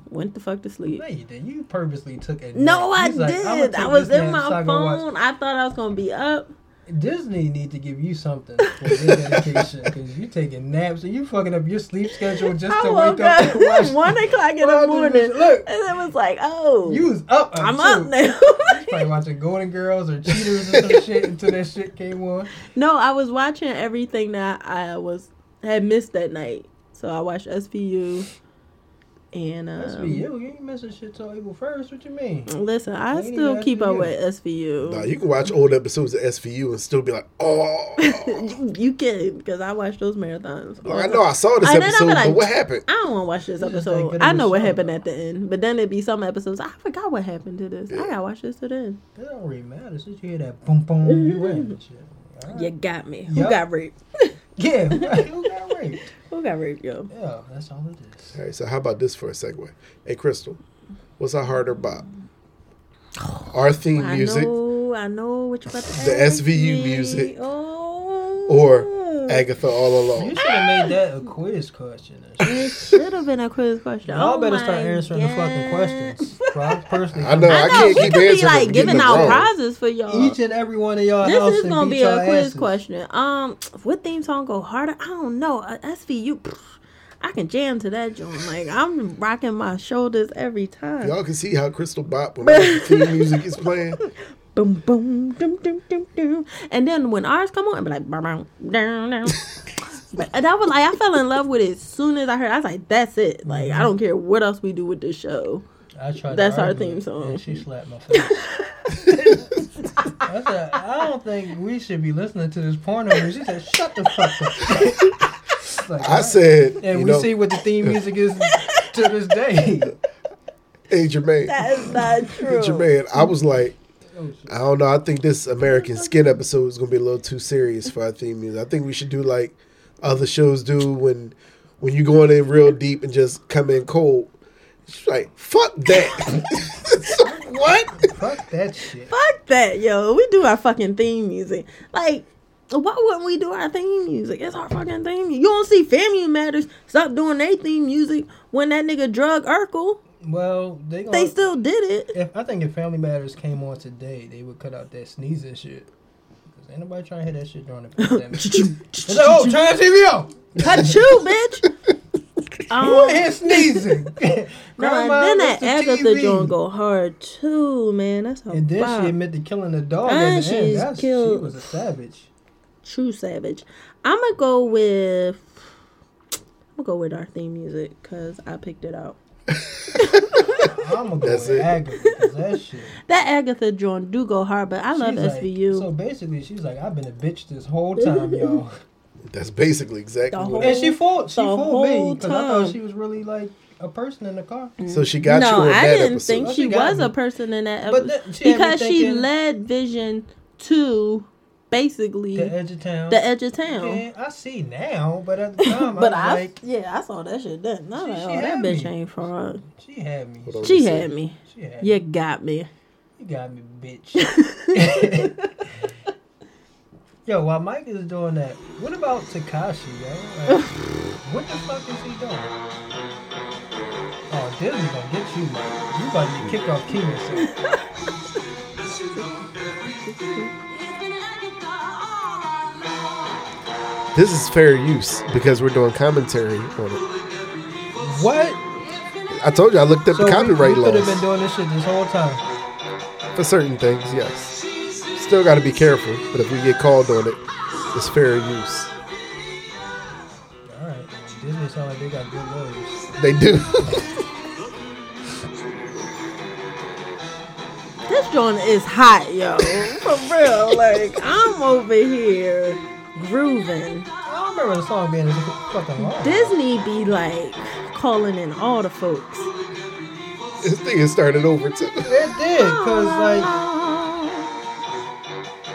Speaker 2: went the fuck to sleep.
Speaker 3: No, you did. You purposely took a.
Speaker 2: No,
Speaker 3: nap.
Speaker 2: I
Speaker 3: You was like, "I'ma
Speaker 2: did.
Speaker 3: take
Speaker 2: I was
Speaker 3: this
Speaker 2: in
Speaker 3: nap
Speaker 2: my
Speaker 3: so I can watch-"
Speaker 2: phone. I thought I was gonna be up.
Speaker 3: Disney need to give you something for your dedication because you taking naps and you fucking up your sleep schedule just
Speaker 2: I
Speaker 3: to
Speaker 2: woke
Speaker 3: wake up and watch
Speaker 2: up one o'clock in the
Speaker 3: Roger
Speaker 2: morning,
Speaker 3: Goodell. Look.
Speaker 2: and it was like, oh,
Speaker 3: You was up.
Speaker 2: I'm
Speaker 3: until-
Speaker 2: up now.
Speaker 3: Probably watching Golden Girls or Cheaters or some shit until that shit came on.
Speaker 2: no, I was watching everything that I was had missed that night. So I watched SVU, and um,
Speaker 3: That's me. You you ain't missing shit till April first. What you mean?
Speaker 2: listen, I
Speaker 3: Ain't even
Speaker 2: still keep up
Speaker 3: SVU.
Speaker 2: with SVU.
Speaker 1: Nah, you can watch old episodes of SVU and still be like, oh.
Speaker 2: you, you kidding? Because I watch those marathons. all
Speaker 1: Like, I
Speaker 2: the
Speaker 1: know I saw this
Speaker 2: And then I'll
Speaker 1: episode,
Speaker 2: be like-
Speaker 1: but what happened?
Speaker 2: I don't want to watch this
Speaker 3: You just ain't
Speaker 2: episode.
Speaker 3: good at
Speaker 2: I know
Speaker 3: this
Speaker 2: what
Speaker 3: show,
Speaker 2: happened
Speaker 3: though.
Speaker 2: at the end, but then it'd be some episodes. I forgot what happened to this. I
Speaker 1: Yeah.
Speaker 2: gotta watch this to the end.
Speaker 3: It don't really matter. Since you hear that boom boom, you win. Shit. All right.
Speaker 2: You got me. Who
Speaker 3: Yup.
Speaker 2: got raped?
Speaker 3: Yeah. who got- who got raped?
Speaker 2: Who got raped, yo?
Speaker 3: Yeah, that's all it is.
Speaker 1: All right, so how about this for a segue? Hey, Crystal, what's a harder bop? Our theme
Speaker 2: I
Speaker 1: music
Speaker 2: know, I know what you're about to
Speaker 1: The
Speaker 2: ask
Speaker 1: SVU
Speaker 2: me.
Speaker 1: music.
Speaker 2: Oh.
Speaker 1: or Agatha All
Speaker 3: You
Speaker 1: Alone?
Speaker 3: should have made that a quiz question. or something.
Speaker 2: It should have been a quiz question.
Speaker 3: Y'all
Speaker 2: oh
Speaker 3: better
Speaker 2: my
Speaker 3: start answering
Speaker 2: God.
Speaker 3: the fucking questions. Bro, I personally,
Speaker 1: I know,
Speaker 2: I
Speaker 1: I
Speaker 2: know.
Speaker 1: can't
Speaker 2: we
Speaker 1: keep
Speaker 2: could be
Speaker 1: answering them,
Speaker 2: like
Speaker 1: getting
Speaker 2: giving
Speaker 1: them
Speaker 2: out
Speaker 1: wrong.
Speaker 2: prizes for y'all.
Speaker 3: each and every one of y'all.
Speaker 2: this
Speaker 3: house
Speaker 2: is
Speaker 3: and
Speaker 2: gonna
Speaker 3: beat
Speaker 2: be a
Speaker 3: y'all
Speaker 2: quiz
Speaker 3: asses.
Speaker 2: question. Um, what theme song go harder? I don't know. Uh, A SVU. pff, I can jam to that joint. Like I'm rocking my shoulders every time.
Speaker 1: Y'all can see how Crystal bop when our theme music is playing.
Speaker 2: Boom, boom, dum, dum, dum, dum. And then when ours come on, i be like, bow, bow, down, down. But uh, that was like I fell in love with it as soon as I heard. it. I was like, "That's it! Like I don't care what else we do with this show."
Speaker 3: I tried. to
Speaker 2: That's our
Speaker 3: argue
Speaker 2: theme
Speaker 3: it,
Speaker 2: song.
Speaker 3: And she slapped my face. I said, I don't think we should be listening to this porno. And she said, Shut the fuck up. Like,
Speaker 1: I
Speaker 3: "Alright."
Speaker 1: said,
Speaker 3: and
Speaker 1: you
Speaker 3: we
Speaker 1: know,
Speaker 3: see what the theme music is to this day.
Speaker 1: hey, Jermaine,
Speaker 2: That is not true.
Speaker 1: Jermaine, I was like,
Speaker 3: Oh, shit.
Speaker 1: I don't know. I think this American Skin episode is gonna be a little too serious for our theme music. I think we should do like other shows do when when you going in real deep and just come in cold. She's like, fuck that. It's like, what?
Speaker 3: Fuck that shit.
Speaker 2: Fuck that, yo. We do our fucking theme music. Like, why wouldn't we do our theme music? It's our fucking theme. mu- You don't see Family Matters stop doing their theme music when that nigga drug Urkel.
Speaker 3: Well, they gonna,
Speaker 2: They still did it.
Speaker 3: If I think if Family Matters came on today, they would cut out that sneezing shit. Cause ain't nobody trying to hear that shit during the pandemic. it's like, oh, turn the TV off.
Speaker 2: Cut you, bitch.
Speaker 3: Who
Speaker 2: Um,
Speaker 3: in here sneezing?
Speaker 2: nah,
Speaker 3: Grandma,
Speaker 2: then that
Speaker 3: what's the
Speaker 2: Agatha
Speaker 3: TV?
Speaker 2: joint go hard too, man. That's a
Speaker 3: And then
Speaker 2: bop.
Speaker 3: she admitted to killing the dog.
Speaker 2: And
Speaker 3: at the end.
Speaker 2: she's
Speaker 3: That's,
Speaker 2: killed-
Speaker 3: She was a savage.
Speaker 2: true savage. I'm gonna go with. I'm gonna go with our theme music because I picked it out.
Speaker 3: I'm gonna go
Speaker 1: That's
Speaker 3: with
Speaker 1: it.
Speaker 3: Agatha because that shit.
Speaker 2: That Agatha joint do go hard, but I love
Speaker 3: She's like-
Speaker 2: SVU.
Speaker 3: so basically, she's like, I've been a bitch this whole time, y'all.
Speaker 1: That's basically exactly
Speaker 2: The
Speaker 1: what
Speaker 2: whole-
Speaker 1: it
Speaker 3: And she fooled. She
Speaker 2: The
Speaker 3: fooled me
Speaker 2: whole
Speaker 3: because I thought
Speaker 2: time.
Speaker 3: she was really like a person in the car.
Speaker 1: So she got you
Speaker 2: no,
Speaker 1: on
Speaker 2: I
Speaker 1: that
Speaker 2: didn't
Speaker 1: episode.
Speaker 2: think
Speaker 3: Well,
Speaker 2: she
Speaker 3: she got
Speaker 2: was
Speaker 3: me.
Speaker 2: a person in that
Speaker 3: But
Speaker 2: episode
Speaker 3: that- she had me
Speaker 2: because she
Speaker 3: thinking-
Speaker 2: led Vision to basically
Speaker 3: The
Speaker 2: the edge,
Speaker 3: edge of town.
Speaker 2: of town.
Speaker 3: And I see now, but at the time,
Speaker 2: But
Speaker 3: I
Speaker 2: I,
Speaker 3: was like,
Speaker 2: yeah, I saw that shit then. I was
Speaker 3: She-
Speaker 2: like,
Speaker 3: she
Speaker 2: oh, that
Speaker 3: had
Speaker 2: bitch
Speaker 3: me.
Speaker 2: ain't fraud.
Speaker 3: she had me.
Speaker 1: Hold on, let
Speaker 2: She
Speaker 1: me see.
Speaker 2: had me.
Speaker 3: She had me.
Speaker 2: You got me.
Speaker 3: You got me, bitch. yo, while Mike is doing that, what about Takashi, yo? Like, what the fuck is he doing? Oh, Disney gonna get you, Mike. You about to get kicked off King or something.
Speaker 1: This is fair use because we're doing commentary on it.
Speaker 3: What?
Speaker 1: I told you I looked up the copyright
Speaker 3: we, we could have been
Speaker 1: laws
Speaker 3: doing this shit this whole time.
Speaker 1: for certain things. Yes, still got to be careful. But if we get called on it, it's fair use.
Speaker 3: All right. Disney sound like they got good lawyers.
Speaker 1: They do.
Speaker 2: This joint is hot, yo. For real. Like, I'm over here grooving.
Speaker 3: I don't remember the song being this fucking long.
Speaker 2: Disney be like calling in all the folks.
Speaker 1: this thing is starting over too.
Speaker 3: It did, cause like.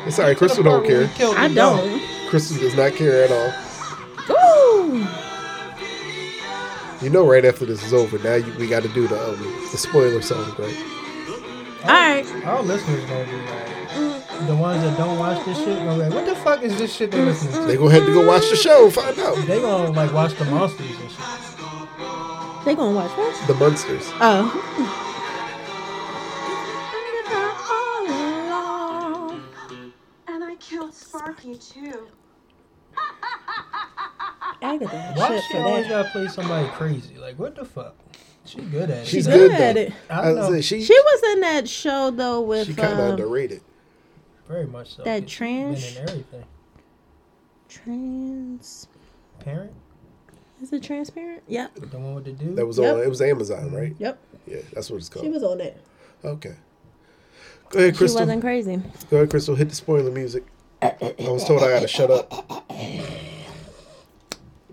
Speaker 1: It's all right. Crystal don't care.
Speaker 3: Killed
Speaker 2: I
Speaker 3: the dog.
Speaker 2: don't.
Speaker 1: Crystal does not care at all.
Speaker 2: Ooh.
Speaker 1: You know, right after this is over, now you, we got to do the um, the spoiler song, right?
Speaker 2: All right.
Speaker 3: Our listeners gonna be like, the ones that don't watch this shit gonna be like, what the fuck is this shit they listening to?
Speaker 1: They gonna have to go watch the show, and find out
Speaker 3: They gonna like watch the monsters and shit.
Speaker 2: They gonna watch this?
Speaker 1: the monsters.
Speaker 2: Oh.
Speaker 4: And I killed Sparky too.
Speaker 2: Agatha,
Speaker 3: Why
Speaker 2: shit
Speaker 3: she
Speaker 2: for
Speaker 3: always
Speaker 2: that.
Speaker 3: gotta play somebody crazy? Like what the fuck? She good at it.
Speaker 1: She's
Speaker 2: She's
Speaker 1: good,
Speaker 2: good at
Speaker 1: though.
Speaker 2: it.
Speaker 3: I
Speaker 1: I
Speaker 3: know.
Speaker 1: said she
Speaker 2: She was in that show though
Speaker 1: she
Speaker 2: with
Speaker 1: kind of
Speaker 2: um,
Speaker 1: underrated.
Speaker 3: Very much so.
Speaker 2: That
Speaker 3: 'cause she's been
Speaker 2: trash-
Speaker 3: in everything.
Speaker 2: trans.
Speaker 3: Parent,
Speaker 2: Is it transparent? Yep.
Speaker 3: the one with the dude.
Speaker 1: That was
Speaker 2: Yep.
Speaker 1: on. It was Amazon, right?
Speaker 2: Yep.
Speaker 1: Yeah, that's what it's
Speaker 2: She
Speaker 1: called.
Speaker 2: was on it.
Speaker 1: okay. Go ahead, Crystal.
Speaker 2: She wasn't crazy.
Speaker 1: Go ahead, Crystal. Hit the spoiler music. I was told I gotta shut up.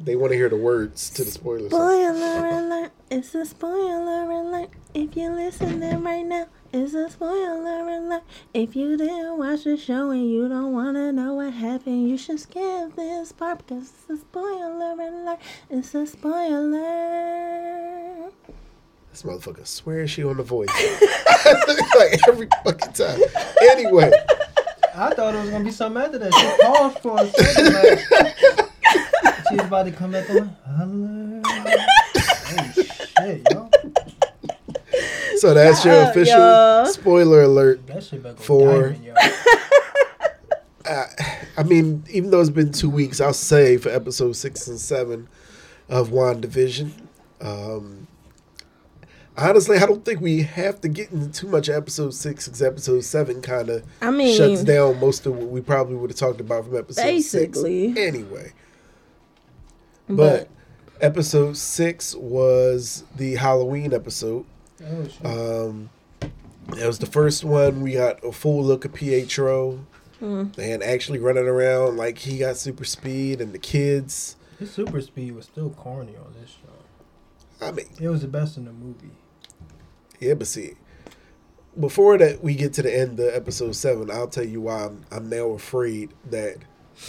Speaker 1: They want to hear the words to the spoilers.
Speaker 2: Spoiler alert! It's a spoiler alert. If you're listening right now, it's a spoiler alert. If you didn't watch the show and you don't want to know what happened, you should skip this part because it's a spoiler alert. It's a spoiler.
Speaker 1: This motherfucker swears she on the voice. like every fucking time. Anyway,
Speaker 3: I thought it was gonna be something after that. She paused for a second. Like, she was about to come at the line. Holler. Oh shit, yo.
Speaker 1: so that's your
Speaker 2: Uh,
Speaker 1: official
Speaker 2: yeah.
Speaker 1: spoiler alert.
Speaker 3: That shit back
Speaker 1: Four.
Speaker 3: Four. Diamond, yo.
Speaker 1: Uh, I mean, even though it's been two weeks, I'll say for episode six and seven of WandaVision. Um, honestly, I don't think we have to get into too much of episode six because episode seven kind of
Speaker 2: I mean,
Speaker 1: shuts down most of what we probably would have talked about from episode
Speaker 2: Basically.
Speaker 1: six anyway. But, episode six was the Halloween episode.
Speaker 3: Oh shit.
Speaker 1: Um, that was the first one. We got a full look of Pietro
Speaker 2: Mm.
Speaker 1: and actually running around like he got super speed and the kids.
Speaker 3: His super speed was still corny on this show.
Speaker 1: I mean,
Speaker 3: It was the best in the movie.
Speaker 1: yeah, but see, before that, we get to the end of episode seven. I'll tell you why I'm, I'm now afraid that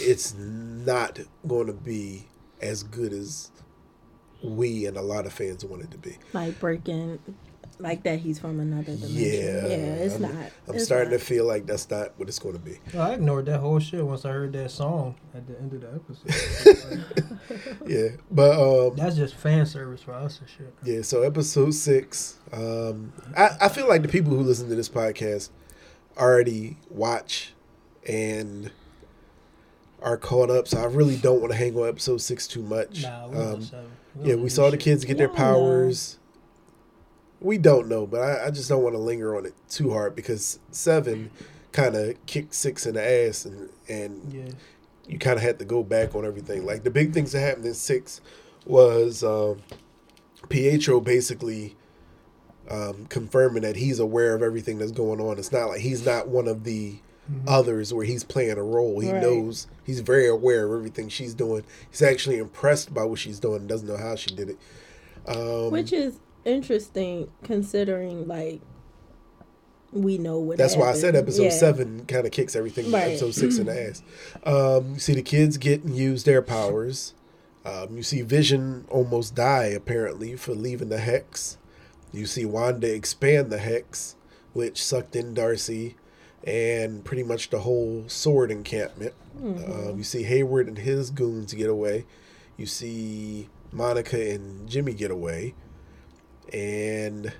Speaker 1: it's not going to be as good as we and a lot of fans want it to be.
Speaker 2: like breaking, like that he's from another dimension.
Speaker 1: Yeah,
Speaker 2: Yeah, it's
Speaker 1: I'm-
Speaker 2: not.
Speaker 1: I'm
Speaker 2: It's
Speaker 1: starting
Speaker 2: not.
Speaker 1: to feel like that's not what it's going to be.
Speaker 3: Yo, I ignored that whole shit once I heard that song at the end of the episode.
Speaker 1: Yeah, but um,
Speaker 3: That's just fan service for us and shit.
Speaker 1: Yeah, so episode six. Um, I, I feel like the people who listen to this podcast already watch and are caught up, so I really don't want to hang on episode six too much.
Speaker 3: Nah, we
Speaker 1: um,
Speaker 3: was seven.
Speaker 1: yeah, we saw the kids get their
Speaker 2: Y'all know.
Speaker 1: powers. We don't know, but I, I just don't want to linger on it too hard because seven kind of kicked six in the ass, and and
Speaker 3: Yeah,
Speaker 1: you kind of had to go back on everything. Like the big things that happened in six was um, Pietro basically um, confirming that he's aware of everything that's going on. It's not like he's not one of the others where he's playing a role. He
Speaker 2: Right.
Speaker 1: knows he's very aware of everything she's doing. He's actually impressed by what she's doing. and Doesn't know how she did it. Um,
Speaker 2: Which is interesting considering like we know what
Speaker 1: That's why I
Speaker 2: happened.
Speaker 1: said episode
Speaker 2: Yeah.
Speaker 1: seven kind of kicks everything. but
Speaker 2: Right.
Speaker 1: Episode six in the ass. Um, you see the kids get and use their powers. Um, you see Vision almost die apparently for leaving the hex. You see Wanda expand the hex, which sucked in Darcy and pretty much the whole sword encampment.
Speaker 2: Mm.
Speaker 1: Um, you see Hayward and his goons get away. You see Monica and Jimmy get away, and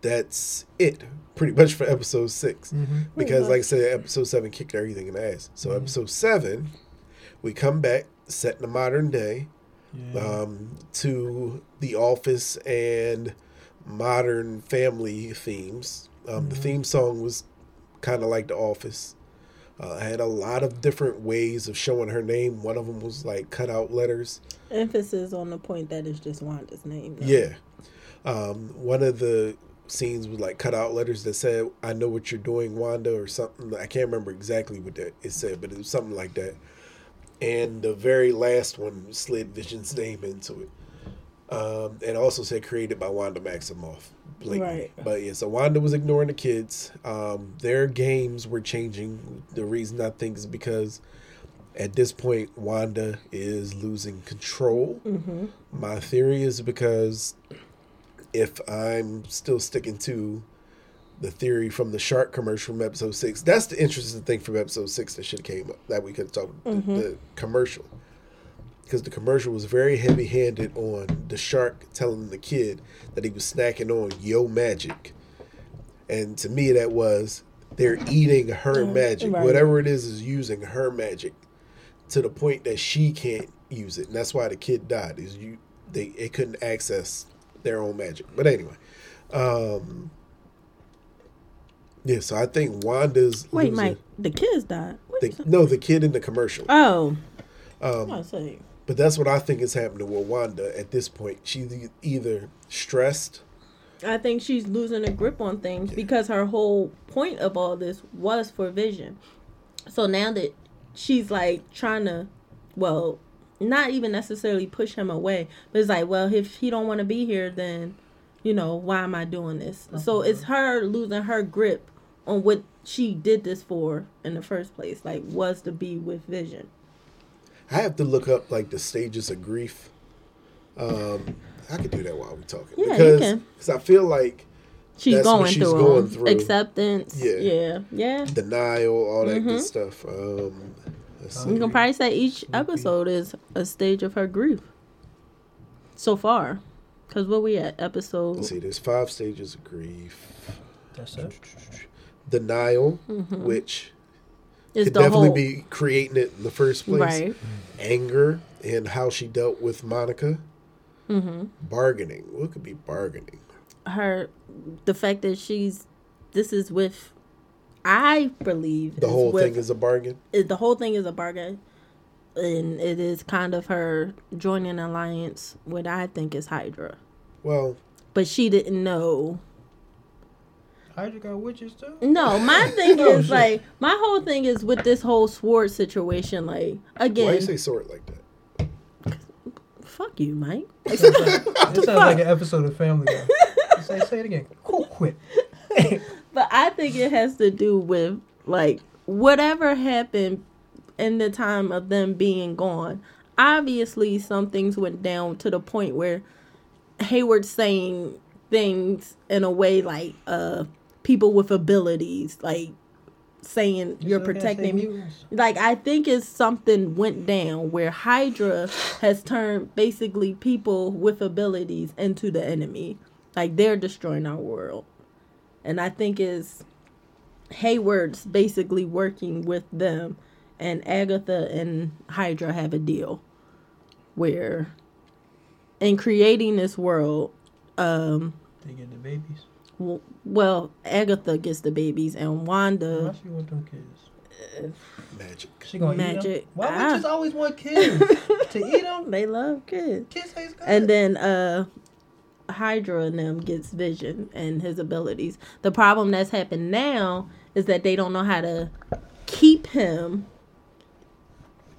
Speaker 1: that's it pretty much for episode 6
Speaker 3: mm-hmm.
Speaker 1: because like i said episode 7 kicked everything in the ass so episode 7 we come back set in the modern day
Speaker 3: yeah.
Speaker 1: um, to the office and modern family themes um, the theme song was kind of like the office uh, had a lot of different ways of showing her name one of them was like cutout letters
Speaker 2: emphasis on the point that it's just Wanda's name. though.
Speaker 1: yeah. Um, one of the scenes was like cut out letters that said, I know what you're doing, Wanda, or something. I can't remember exactly what that it said, but it was something like that. And the very last one slid Vision's name into it. Um, and also said created by Wanda Maximoff. Blatantly.
Speaker 2: Right.
Speaker 1: But yeah, so Wanda was ignoring the kids. Um, their games were changing. The reason I think is because at this point, Wanda is losing control. My theory is because if I'm still sticking to the theory from the shark commercial from episode six, that's the interesting thing from episode six that should have came up that we could talk the, the commercial because the commercial was very heavy handed on the shark telling the kid that he was snacking on yo magic, and to me that was they're eating her magic.
Speaker 2: right.
Speaker 1: Whatever it is, is using her magic to the point that she can't use it, and that's why the kid died. Is you they it couldn't access their own magic. But anyway, um, yeah. So I think Wanda's
Speaker 2: Wait,
Speaker 1: losing-
Speaker 2: Mike, the kids died. What you
Speaker 1: The,
Speaker 2: say?
Speaker 1: no, the kid in the commercial.
Speaker 2: oh,
Speaker 1: Um,
Speaker 2: I say
Speaker 1: but that's what I think is happening with Wanda at this point. She's e- either stressed.
Speaker 2: I think she's losing a grip on things because her whole point of all this was for Vision. So now that she's like trying to, well, not even necessarily push him away, but it's like, well, if he don't want to be here, then you know why am I doing this?
Speaker 1: Oh,
Speaker 2: So it's her losing her grip on what she did this for in the first place, like was to be with Vision.
Speaker 1: I have to look up like the stages of grief. Um, I could do that while I'm talking
Speaker 2: Yeah, you
Speaker 1: because
Speaker 2: can.
Speaker 1: cause I feel like
Speaker 2: She's
Speaker 1: That's what
Speaker 2: going
Speaker 1: she's
Speaker 2: through,
Speaker 1: going
Speaker 2: them.
Speaker 1: through.
Speaker 2: acceptance.
Speaker 1: Yeah.
Speaker 2: yeah, yeah.
Speaker 1: denial, all that
Speaker 2: Mm-hmm.
Speaker 1: good stuff. Um, let's
Speaker 2: You
Speaker 1: see.
Speaker 2: can probably say each episode is a stage of her grief. So far, because what we at episode
Speaker 1: Let's see. There's five stages of grief.
Speaker 3: That's it.
Speaker 1: Denial, which
Speaker 2: Mm-hmm. is
Speaker 1: could
Speaker 2: the
Speaker 1: definitely
Speaker 2: whole
Speaker 1: be creating it in the first place.
Speaker 2: right.
Speaker 1: Anger and how she dealt with Monica.
Speaker 2: Mm-hmm.
Speaker 1: Bargaining. What could be bargaining?
Speaker 2: Her the fact that she's this is with I believe
Speaker 1: The
Speaker 2: is
Speaker 1: whole
Speaker 2: with,
Speaker 1: thing is a bargain.
Speaker 2: is- the whole thing is a bargain, and it is kind of her joining an alliance what I think is Hydra,
Speaker 1: Well,
Speaker 2: but she didn't know
Speaker 3: Hydra got witches too.
Speaker 2: No, my thing
Speaker 3: Oh,
Speaker 2: is
Speaker 3: shit.
Speaker 2: like my whole thing is with this whole sword situation. Like
Speaker 1: why
Speaker 2: again,
Speaker 1: you say sword like that?
Speaker 2: fuck you, Mike.
Speaker 3: It sounds like, it sounds
Speaker 2: fuck?
Speaker 3: like an episode of Family Guy. say, say it again. Cool, quit.
Speaker 2: But I think it has to do with like whatever happened in the time of them being gone. Obviously, some things went down to the point where Hayward's saying things in a way like uh people with abilities, like saying you're
Speaker 3: Still can't say
Speaker 2: protecting me.
Speaker 3: mutants.
Speaker 2: like I think it's something went down where Hydra has turned basically people with abilities into the enemy. Like they're destroying our world. And I think it's Hayward's basically working with them and Agatha and Hydra have a deal where in creating this world, um
Speaker 3: They get the babies.
Speaker 2: w- well, Agatha gets the babies and
Speaker 3: Why
Speaker 2: Wanda
Speaker 3: she want them kids?
Speaker 1: Magic.
Speaker 3: She gonna eat
Speaker 2: Magic.
Speaker 3: them. Why
Speaker 2: Ah.
Speaker 3: witches always want kids to eat them?
Speaker 2: they love kids.
Speaker 3: Kids taste good.
Speaker 2: And then uh Hydra and them gets vision and his abilities. The problem that's happened now is that they don't know how to keep him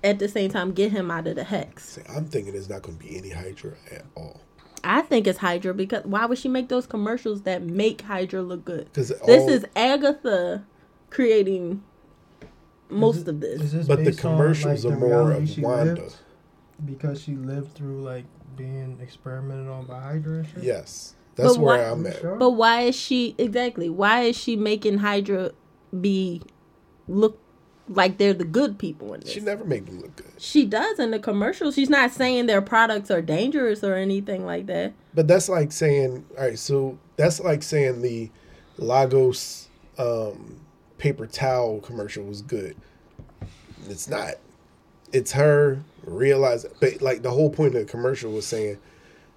Speaker 2: at the same time get him out of the hex.
Speaker 1: See, I'm thinking there's not going to be any Hydra at all.
Speaker 2: I think it's Hydra because why would she make those commercials that make Hydra look good?
Speaker 1: Because
Speaker 2: This is Agatha creating most of
Speaker 3: Is
Speaker 2: this.
Speaker 3: this
Speaker 1: But the
Speaker 3: based on,
Speaker 1: commercials are more
Speaker 3: reality
Speaker 1: of
Speaker 3: she
Speaker 1: Wanda.
Speaker 3: lived? Because she lived through like being experimented on by Hydra. And shit?
Speaker 1: yes. That's
Speaker 2: But
Speaker 1: where
Speaker 2: why-
Speaker 1: I'm at.
Speaker 3: Sure.
Speaker 2: But why is she exactly? Why is she making Hydra be look like they're the good people in this?
Speaker 1: She never made them look good.
Speaker 2: She does in the commercial. She's not saying their products are dangerous or anything like that.
Speaker 1: But that's like saying, all right, so that's like saying the Lagos um, paper towel commercial was good. It's not. It's her realizing, but like the whole point of the commercial was saying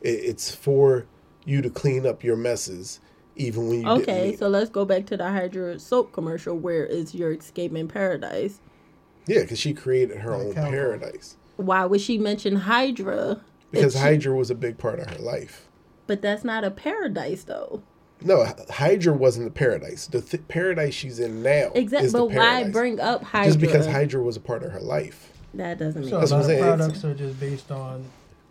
Speaker 1: it, it's for you to clean up your messes, even when you didn't
Speaker 2: Okay,
Speaker 1: mean
Speaker 2: so let's go back to the Hydra soap commercial where is your escaping paradise?
Speaker 1: it. yeah, because she created her
Speaker 3: Like
Speaker 1: own
Speaker 3: how-
Speaker 1: paradise
Speaker 2: Why would she mention Hydra? if
Speaker 1: because
Speaker 2: she-
Speaker 1: Hydra was a big part of her life.
Speaker 2: but that's not a paradise though.
Speaker 1: No, Hy- Hydra wasn't the paradise. The th- paradise she's in now
Speaker 2: Exactly.
Speaker 1: is the
Speaker 2: But why
Speaker 1: paradise.
Speaker 2: bring up Hydra?
Speaker 1: just because Hydra was a part of her life.
Speaker 2: that doesn't make
Speaker 3: So a
Speaker 1: That's
Speaker 2: sense.
Speaker 1: what I'm
Speaker 3: lot of
Speaker 1: saying. It's-
Speaker 3: products are just based on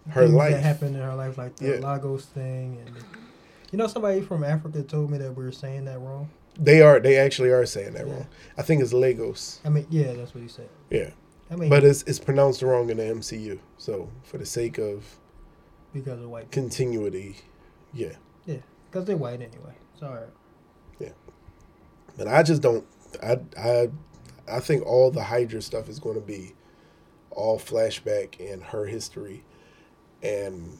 Speaker 1: Her
Speaker 3: things
Speaker 1: life.
Speaker 3: that happened in her life, like the
Speaker 1: Yeah.
Speaker 3: Lagos thing, and you know somebody from Africa told me that we were saying that wrong.
Speaker 1: They are. They actually are saying that wrong. I think it's Lagos.
Speaker 3: I mean, yeah, that's what he said.
Speaker 1: Yeah,
Speaker 3: I mean,
Speaker 1: but it's it's pronounced wrong in the MCU. So for the sake of
Speaker 3: because of white,
Speaker 1: continuity, yeah.
Speaker 3: because they're white anyway. Sorry,
Speaker 1: But I just don't. I I I think all the Hydra stuff is going to be all flashback and her history, and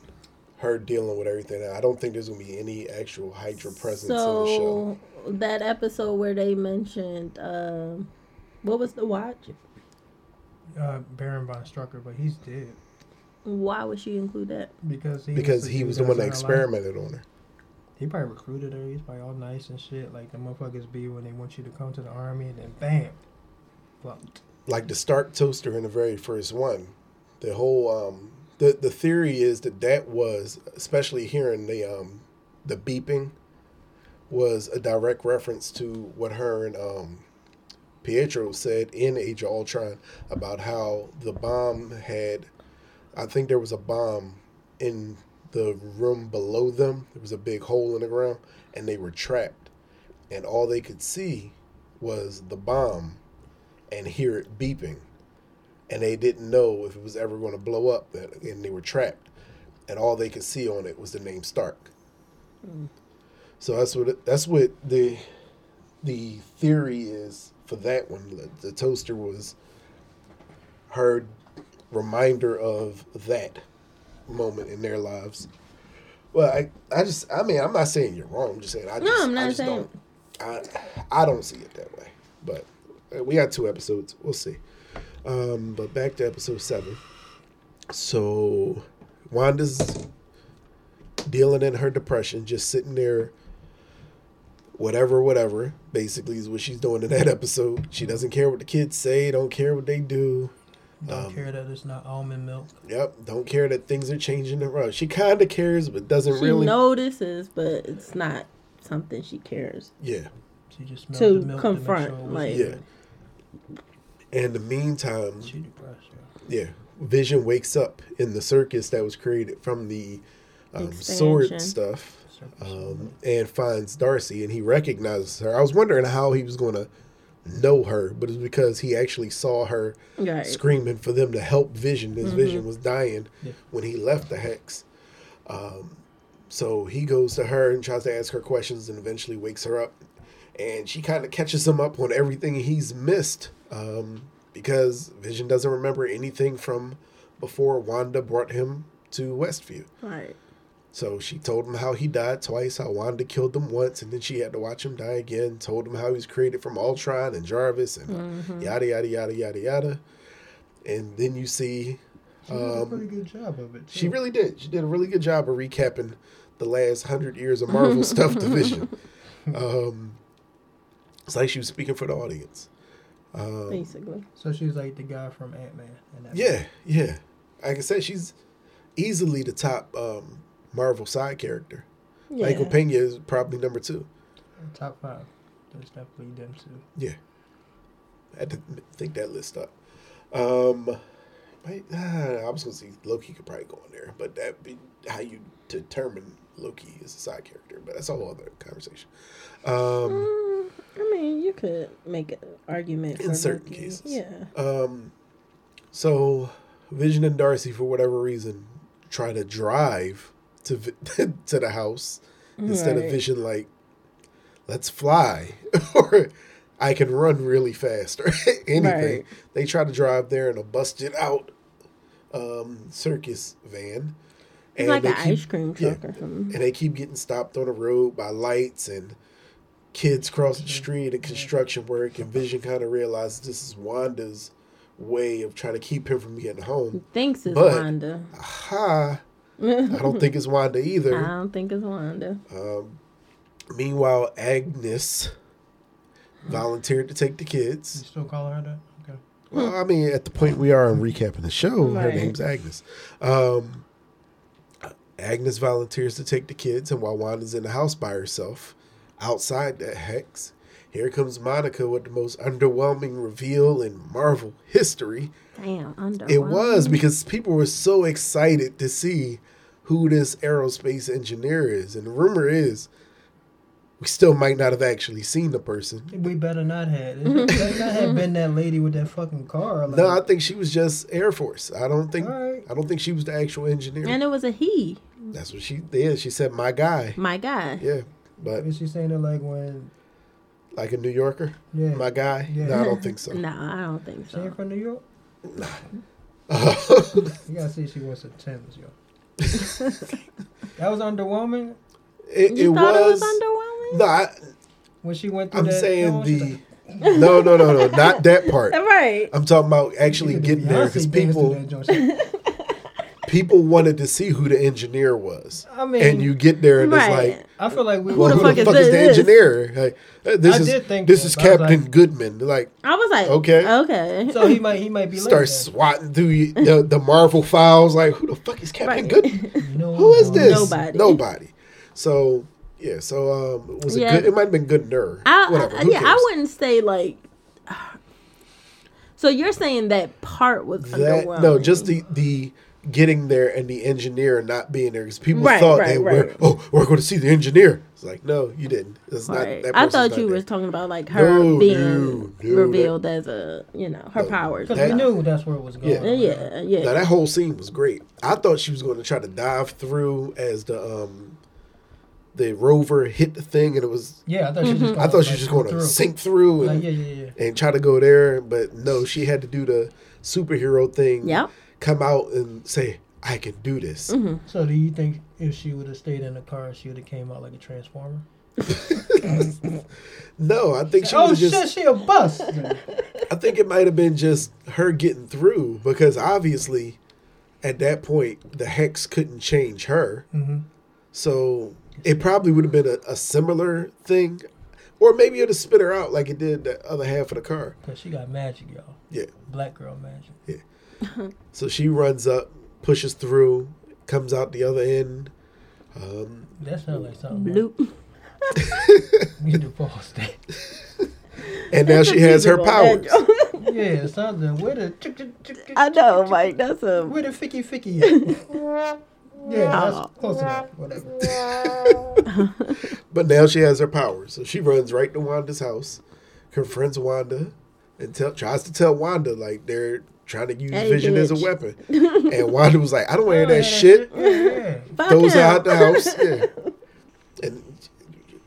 Speaker 1: her dealing with everything. I don't think there's gonna be any actual Hydra presence in the show.
Speaker 2: So that episode where they mentioned um, what was the watch?
Speaker 3: Uh, Baron von Strucker, but he's dead
Speaker 2: Why would she include that?
Speaker 3: because he
Speaker 1: Because he was the one that
Speaker 3: that's in her life.
Speaker 1: experimented on her.
Speaker 3: He probably recruited her. He's probably all nice and shit. Like the motherfuckers be when they want you to come to the army, and then bam, fucked.
Speaker 1: Like the Stark toaster in the very first one. The whole um the the theory is that that was especially hearing the um the beeping was a direct reference to what her and um Pietro said in Age of Ultron about how the bomb had I think there was a bomb in the room below them. There was a big hole in the ground and they were trapped. And all they could see was the bomb and hear it beeping. And they didn't know if it was ever going to blow up that- and they were trapped. And all they could see on it was the name Stark. So that's what it- that's what the the theory is for that one. The- The toaster was her reminder of that moment in their lives. Well, I, I just I mean I'm not saying you're wrong. I'm just saying I
Speaker 2: No,
Speaker 1: just,
Speaker 2: I'm not
Speaker 1: I just
Speaker 2: saying-
Speaker 1: don't I I don't see it that way. But uh, we got two episodes. We'll see. Um, but back to episode seven. So Wanda's dealing in her depression, just sitting there, whatever, whatever. Basically, is what she's doing in that episode. She doesn't care what the kids say, don't care what they do.
Speaker 3: Don't
Speaker 1: Um,
Speaker 3: care that it's not almond milk.
Speaker 1: Yep, don't care that things are changing around. She kind of cares, but doesn't
Speaker 2: She
Speaker 1: really.
Speaker 2: notices, but it's not something she cares.
Speaker 1: Yeah.
Speaker 3: She just smelled
Speaker 2: To
Speaker 3: the milk to
Speaker 2: confront,
Speaker 3: make sure it was
Speaker 2: like-
Speaker 1: Yeah. In the meantime,
Speaker 3: She depressed. yeah.
Speaker 1: yeah, Vision wakes up in the circus that was created from the um, sword
Speaker 2: Expansion.
Speaker 1: stuff.
Speaker 3: Circus.
Speaker 1: um, and finds Darcy, and he recognizes her. I was wondering how he was going to know her, but it's because he actually saw her
Speaker 2: Right.
Speaker 1: screaming for them to help Vision. His Vision was dying
Speaker 3: Yeah.
Speaker 1: when he left the hex. Um, so he goes to her and tries to ask her questions, and eventually wakes her up. And she kind of catches him up on everything he's missed um, because Vision doesn't remember anything from before Wanda brought him to Westview.
Speaker 2: Right.
Speaker 1: So she told him how he died twice, how Wanda killed him once, and then she had to watch him die again. Told him how he was created from Ultron and Jarvis and yada yada yada yada yada. And then you see,
Speaker 3: She did a
Speaker 1: um,
Speaker 3: pretty good job of it.
Speaker 1: she
Speaker 3: too.
Speaker 1: really did. She did a really good job of recapping the last hundred years of Marvel stuff division. Um, it's like she was speaking for the audience. Um,
Speaker 2: Basically.
Speaker 3: So she was like the guy from Ant Man.
Speaker 1: yeah, yeah. Like I said, she's easily the top um, Marvel side character.
Speaker 2: Yeah.
Speaker 1: Michael Pena is probably number two.
Speaker 3: Top five. There's definitely them two.
Speaker 1: I had to think that list up. Um, might, ah, I was gonna say Loki could probably go in there, but that be how you determine Loki is a side character. But that's a whole other conversation. Um,
Speaker 2: Mm, I mean, you could make an argument
Speaker 1: In
Speaker 2: for
Speaker 1: certain
Speaker 2: Loki.
Speaker 1: cases.
Speaker 2: Yeah.
Speaker 1: um, so Vision and Darcy, for whatever reason, try to drive to Vi- to the house instead of
Speaker 2: Right.
Speaker 1: Vision like, let's fly or. I can run really fast or anything.
Speaker 2: Right.
Speaker 1: They try to drive there in a busted out um, circus van,
Speaker 2: It's like
Speaker 1: they
Speaker 2: an
Speaker 1: keep,
Speaker 2: ice cream
Speaker 1: yeah.
Speaker 2: truck or something.
Speaker 1: and they keep getting stopped on the road by lights and kids cross the street and construction work. And Vision kind of realizes this is Wanda's way of trying to keep him from getting home.
Speaker 2: Thinks it's
Speaker 1: But-
Speaker 2: Wanda.
Speaker 1: Aha! I
Speaker 2: I
Speaker 1: don't think it's Wanda either.
Speaker 2: don't think it's Wanda.
Speaker 1: Um, meanwhile, Agnes volunteered to take the
Speaker 3: You
Speaker 1: kids.
Speaker 3: still call her that? Okay.
Speaker 1: Well, I mean, at the point we are in recapping the show, her
Speaker 2: Right.
Speaker 1: name's Agnes. Um, Agnes volunteers to take the kids, and while Wanda's in the house by herself, outside that hex, here comes Monica with the most underwhelming reveal in Marvel history.
Speaker 2: Damn, under
Speaker 1: It was because people were so excited to see who this aerospace engineer is. And the rumor is we still might not have actually seen the person.
Speaker 3: We better not have. It better not have been that lady with that fucking car. Like,
Speaker 1: No, I think she was just Air Force. I don't think
Speaker 3: Alright.
Speaker 1: I don't think she was the actual engineer.
Speaker 2: And it was a he.
Speaker 1: That's what she did. She said my guy.
Speaker 2: My guy.
Speaker 1: Yeah. But
Speaker 3: Is she saying it like when?
Speaker 1: like a New Yorker,
Speaker 3: Yeah.
Speaker 1: my guy?
Speaker 3: Yeah.
Speaker 1: No, I don't think so.
Speaker 2: No, I don't think
Speaker 3: she ain't
Speaker 2: so.
Speaker 3: from New York. You gotta see she wants a Tim's, yo. That was underwhelming
Speaker 1: It, it
Speaker 2: You thought
Speaker 1: was.
Speaker 2: it was underwhelming?
Speaker 1: no, I,
Speaker 3: when she went through
Speaker 1: I'm
Speaker 3: that.
Speaker 1: saying
Speaker 3: film, she's
Speaker 1: the.
Speaker 3: like,
Speaker 1: No, no, no, no, not that part.
Speaker 2: Right.
Speaker 1: I'm talking about actually
Speaker 3: "Look at
Speaker 1: getting there because
Speaker 3: Beyonce danced through
Speaker 1: people
Speaker 3: that joint." She's like,
Speaker 1: people wanted to see who the engineer was,
Speaker 3: I mean,
Speaker 1: and you get there and
Speaker 2: Right.
Speaker 1: it's like,
Speaker 3: I feel like we.
Speaker 1: well,
Speaker 2: the
Speaker 1: who the fuck,
Speaker 2: fuck
Speaker 1: is,
Speaker 2: is
Speaker 1: the
Speaker 2: this?
Speaker 1: engineer? Like, uh, this
Speaker 3: I
Speaker 1: is
Speaker 3: did think
Speaker 1: this
Speaker 3: that,
Speaker 1: is
Speaker 3: but I was
Speaker 1: Captain
Speaker 3: like-
Speaker 1: Goodman. Like,
Speaker 2: I was like,
Speaker 1: Okay.
Speaker 2: okay.
Speaker 3: So he might he might be
Speaker 1: start
Speaker 3: like,
Speaker 1: swatting through you- the, the Marvel files. Like, who the fuck is Captain
Speaker 2: Right.
Speaker 1: Goodman?
Speaker 3: no,
Speaker 1: Who is this?
Speaker 2: Nobody.
Speaker 1: Nobody. So yeah. So um, was it
Speaker 2: Yeah.
Speaker 1: good? It might have been good. Ner.
Speaker 2: I,
Speaker 1: Whatever.
Speaker 2: I,
Speaker 1: who
Speaker 2: yeah,
Speaker 1: cares?
Speaker 2: I wouldn't say like. So you're saying that part was
Speaker 1: That
Speaker 2: underwhelming?
Speaker 1: no, just the the getting there and the engineer not being there because people
Speaker 2: Right,
Speaker 1: thought
Speaker 2: right,
Speaker 1: they
Speaker 2: right.
Speaker 1: were. Oh, we're going to see the engineer. It's like no, you didn't. It's not.
Speaker 2: Right.
Speaker 1: That
Speaker 2: I
Speaker 1: person's
Speaker 2: thought
Speaker 1: not
Speaker 2: you
Speaker 1: there.
Speaker 2: was talking about like her
Speaker 1: No,
Speaker 2: being
Speaker 1: no, no,
Speaker 2: revealed as a you know her
Speaker 1: No.
Speaker 2: powers.
Speaker 3: Because
Speaker 1: That-
Speaker 3: we knew that's where it was going.
Speaker 1: Yeah.
Speaker 2: Yeah, yeah.
Speaker 1: Now that whole scene was great. I thought she was going to try to dive through as the um the rover hit the thing, and it was.
Speaker 3: Yeah, I thought she was just. Gonna,
Speaker 1: I thought she
Speaker 3: like,
Speaker 1: was just
Speaker 3: go
Speaker 1: going to
Speaker 3: through.
Speaker 1: sink through
Speaker 3: Like,
Speaker 1: and,
Speaker 3: yeah, yeah, yeah.
Speaker 1: and try to go there, but no, she had to do the superhero thing.
Speaker 2: Yep.
Speaker 1: Come out and say, "I can do this."
Speaker 3: So do you think if she would have stayed in the car, she would have came out like a transformer?
Speaker 1: No, I think she
Speaker 3: oh
Speaker 1: was
Speaker 3: shit,
Speaker 1: just.
Speaker 3: she a bust.
Speaker 1: I think it might have been just her getting through because obviously, at that point, the hex couldn't change her.
Speaker 3: Mhm.
Speaker 1: So it probably would have been a, a similar thing, or maybe it'd have spit her out like it did the other half of the car.
Speaker 3: Cause she got magic, y'all.
Speaker 1: Yeah.
Speaker 3: Black girl magic.
Speaker 1: So she runs up, pushes through, comes out the other end. Um,
Speaker 3: That sounds like something. Blue.
Speaker 2: Bloop.
Speaker 3: We need to pause that.
Speaker 1: and now she has her
Speaker 2: People, that
Speaker 1: powers.
Speaker 2: joke.
Speaker 3: Yeah, something. Where the chick, chick, chick, chick,
Speaker 2: I know, like that's a
Speaker 3: where the ficky ficky at? yeah,
Speaker 2: Oh.
Speaker 3: that's close enough. Whatever.
Speaker 1: But now she has her powers. So she runs right to Wanda's house, confronts Wanda, and tell, tries to tell Wanda, like, they're trying to use
Speaker 2: Hey,
Speaker 1: vision as a
Speaker 2: bitch.
Speaker 1: weapon. and Wanda was like, I don't want to hear
Speaker 3: Yeah,
Speaker 1: that shit.
Speaker 3: Yeah.
Speaker 2: fuck
Speaker 1: Throws her
Speaker 2: him.
Speaker 1: out the house. Yeah.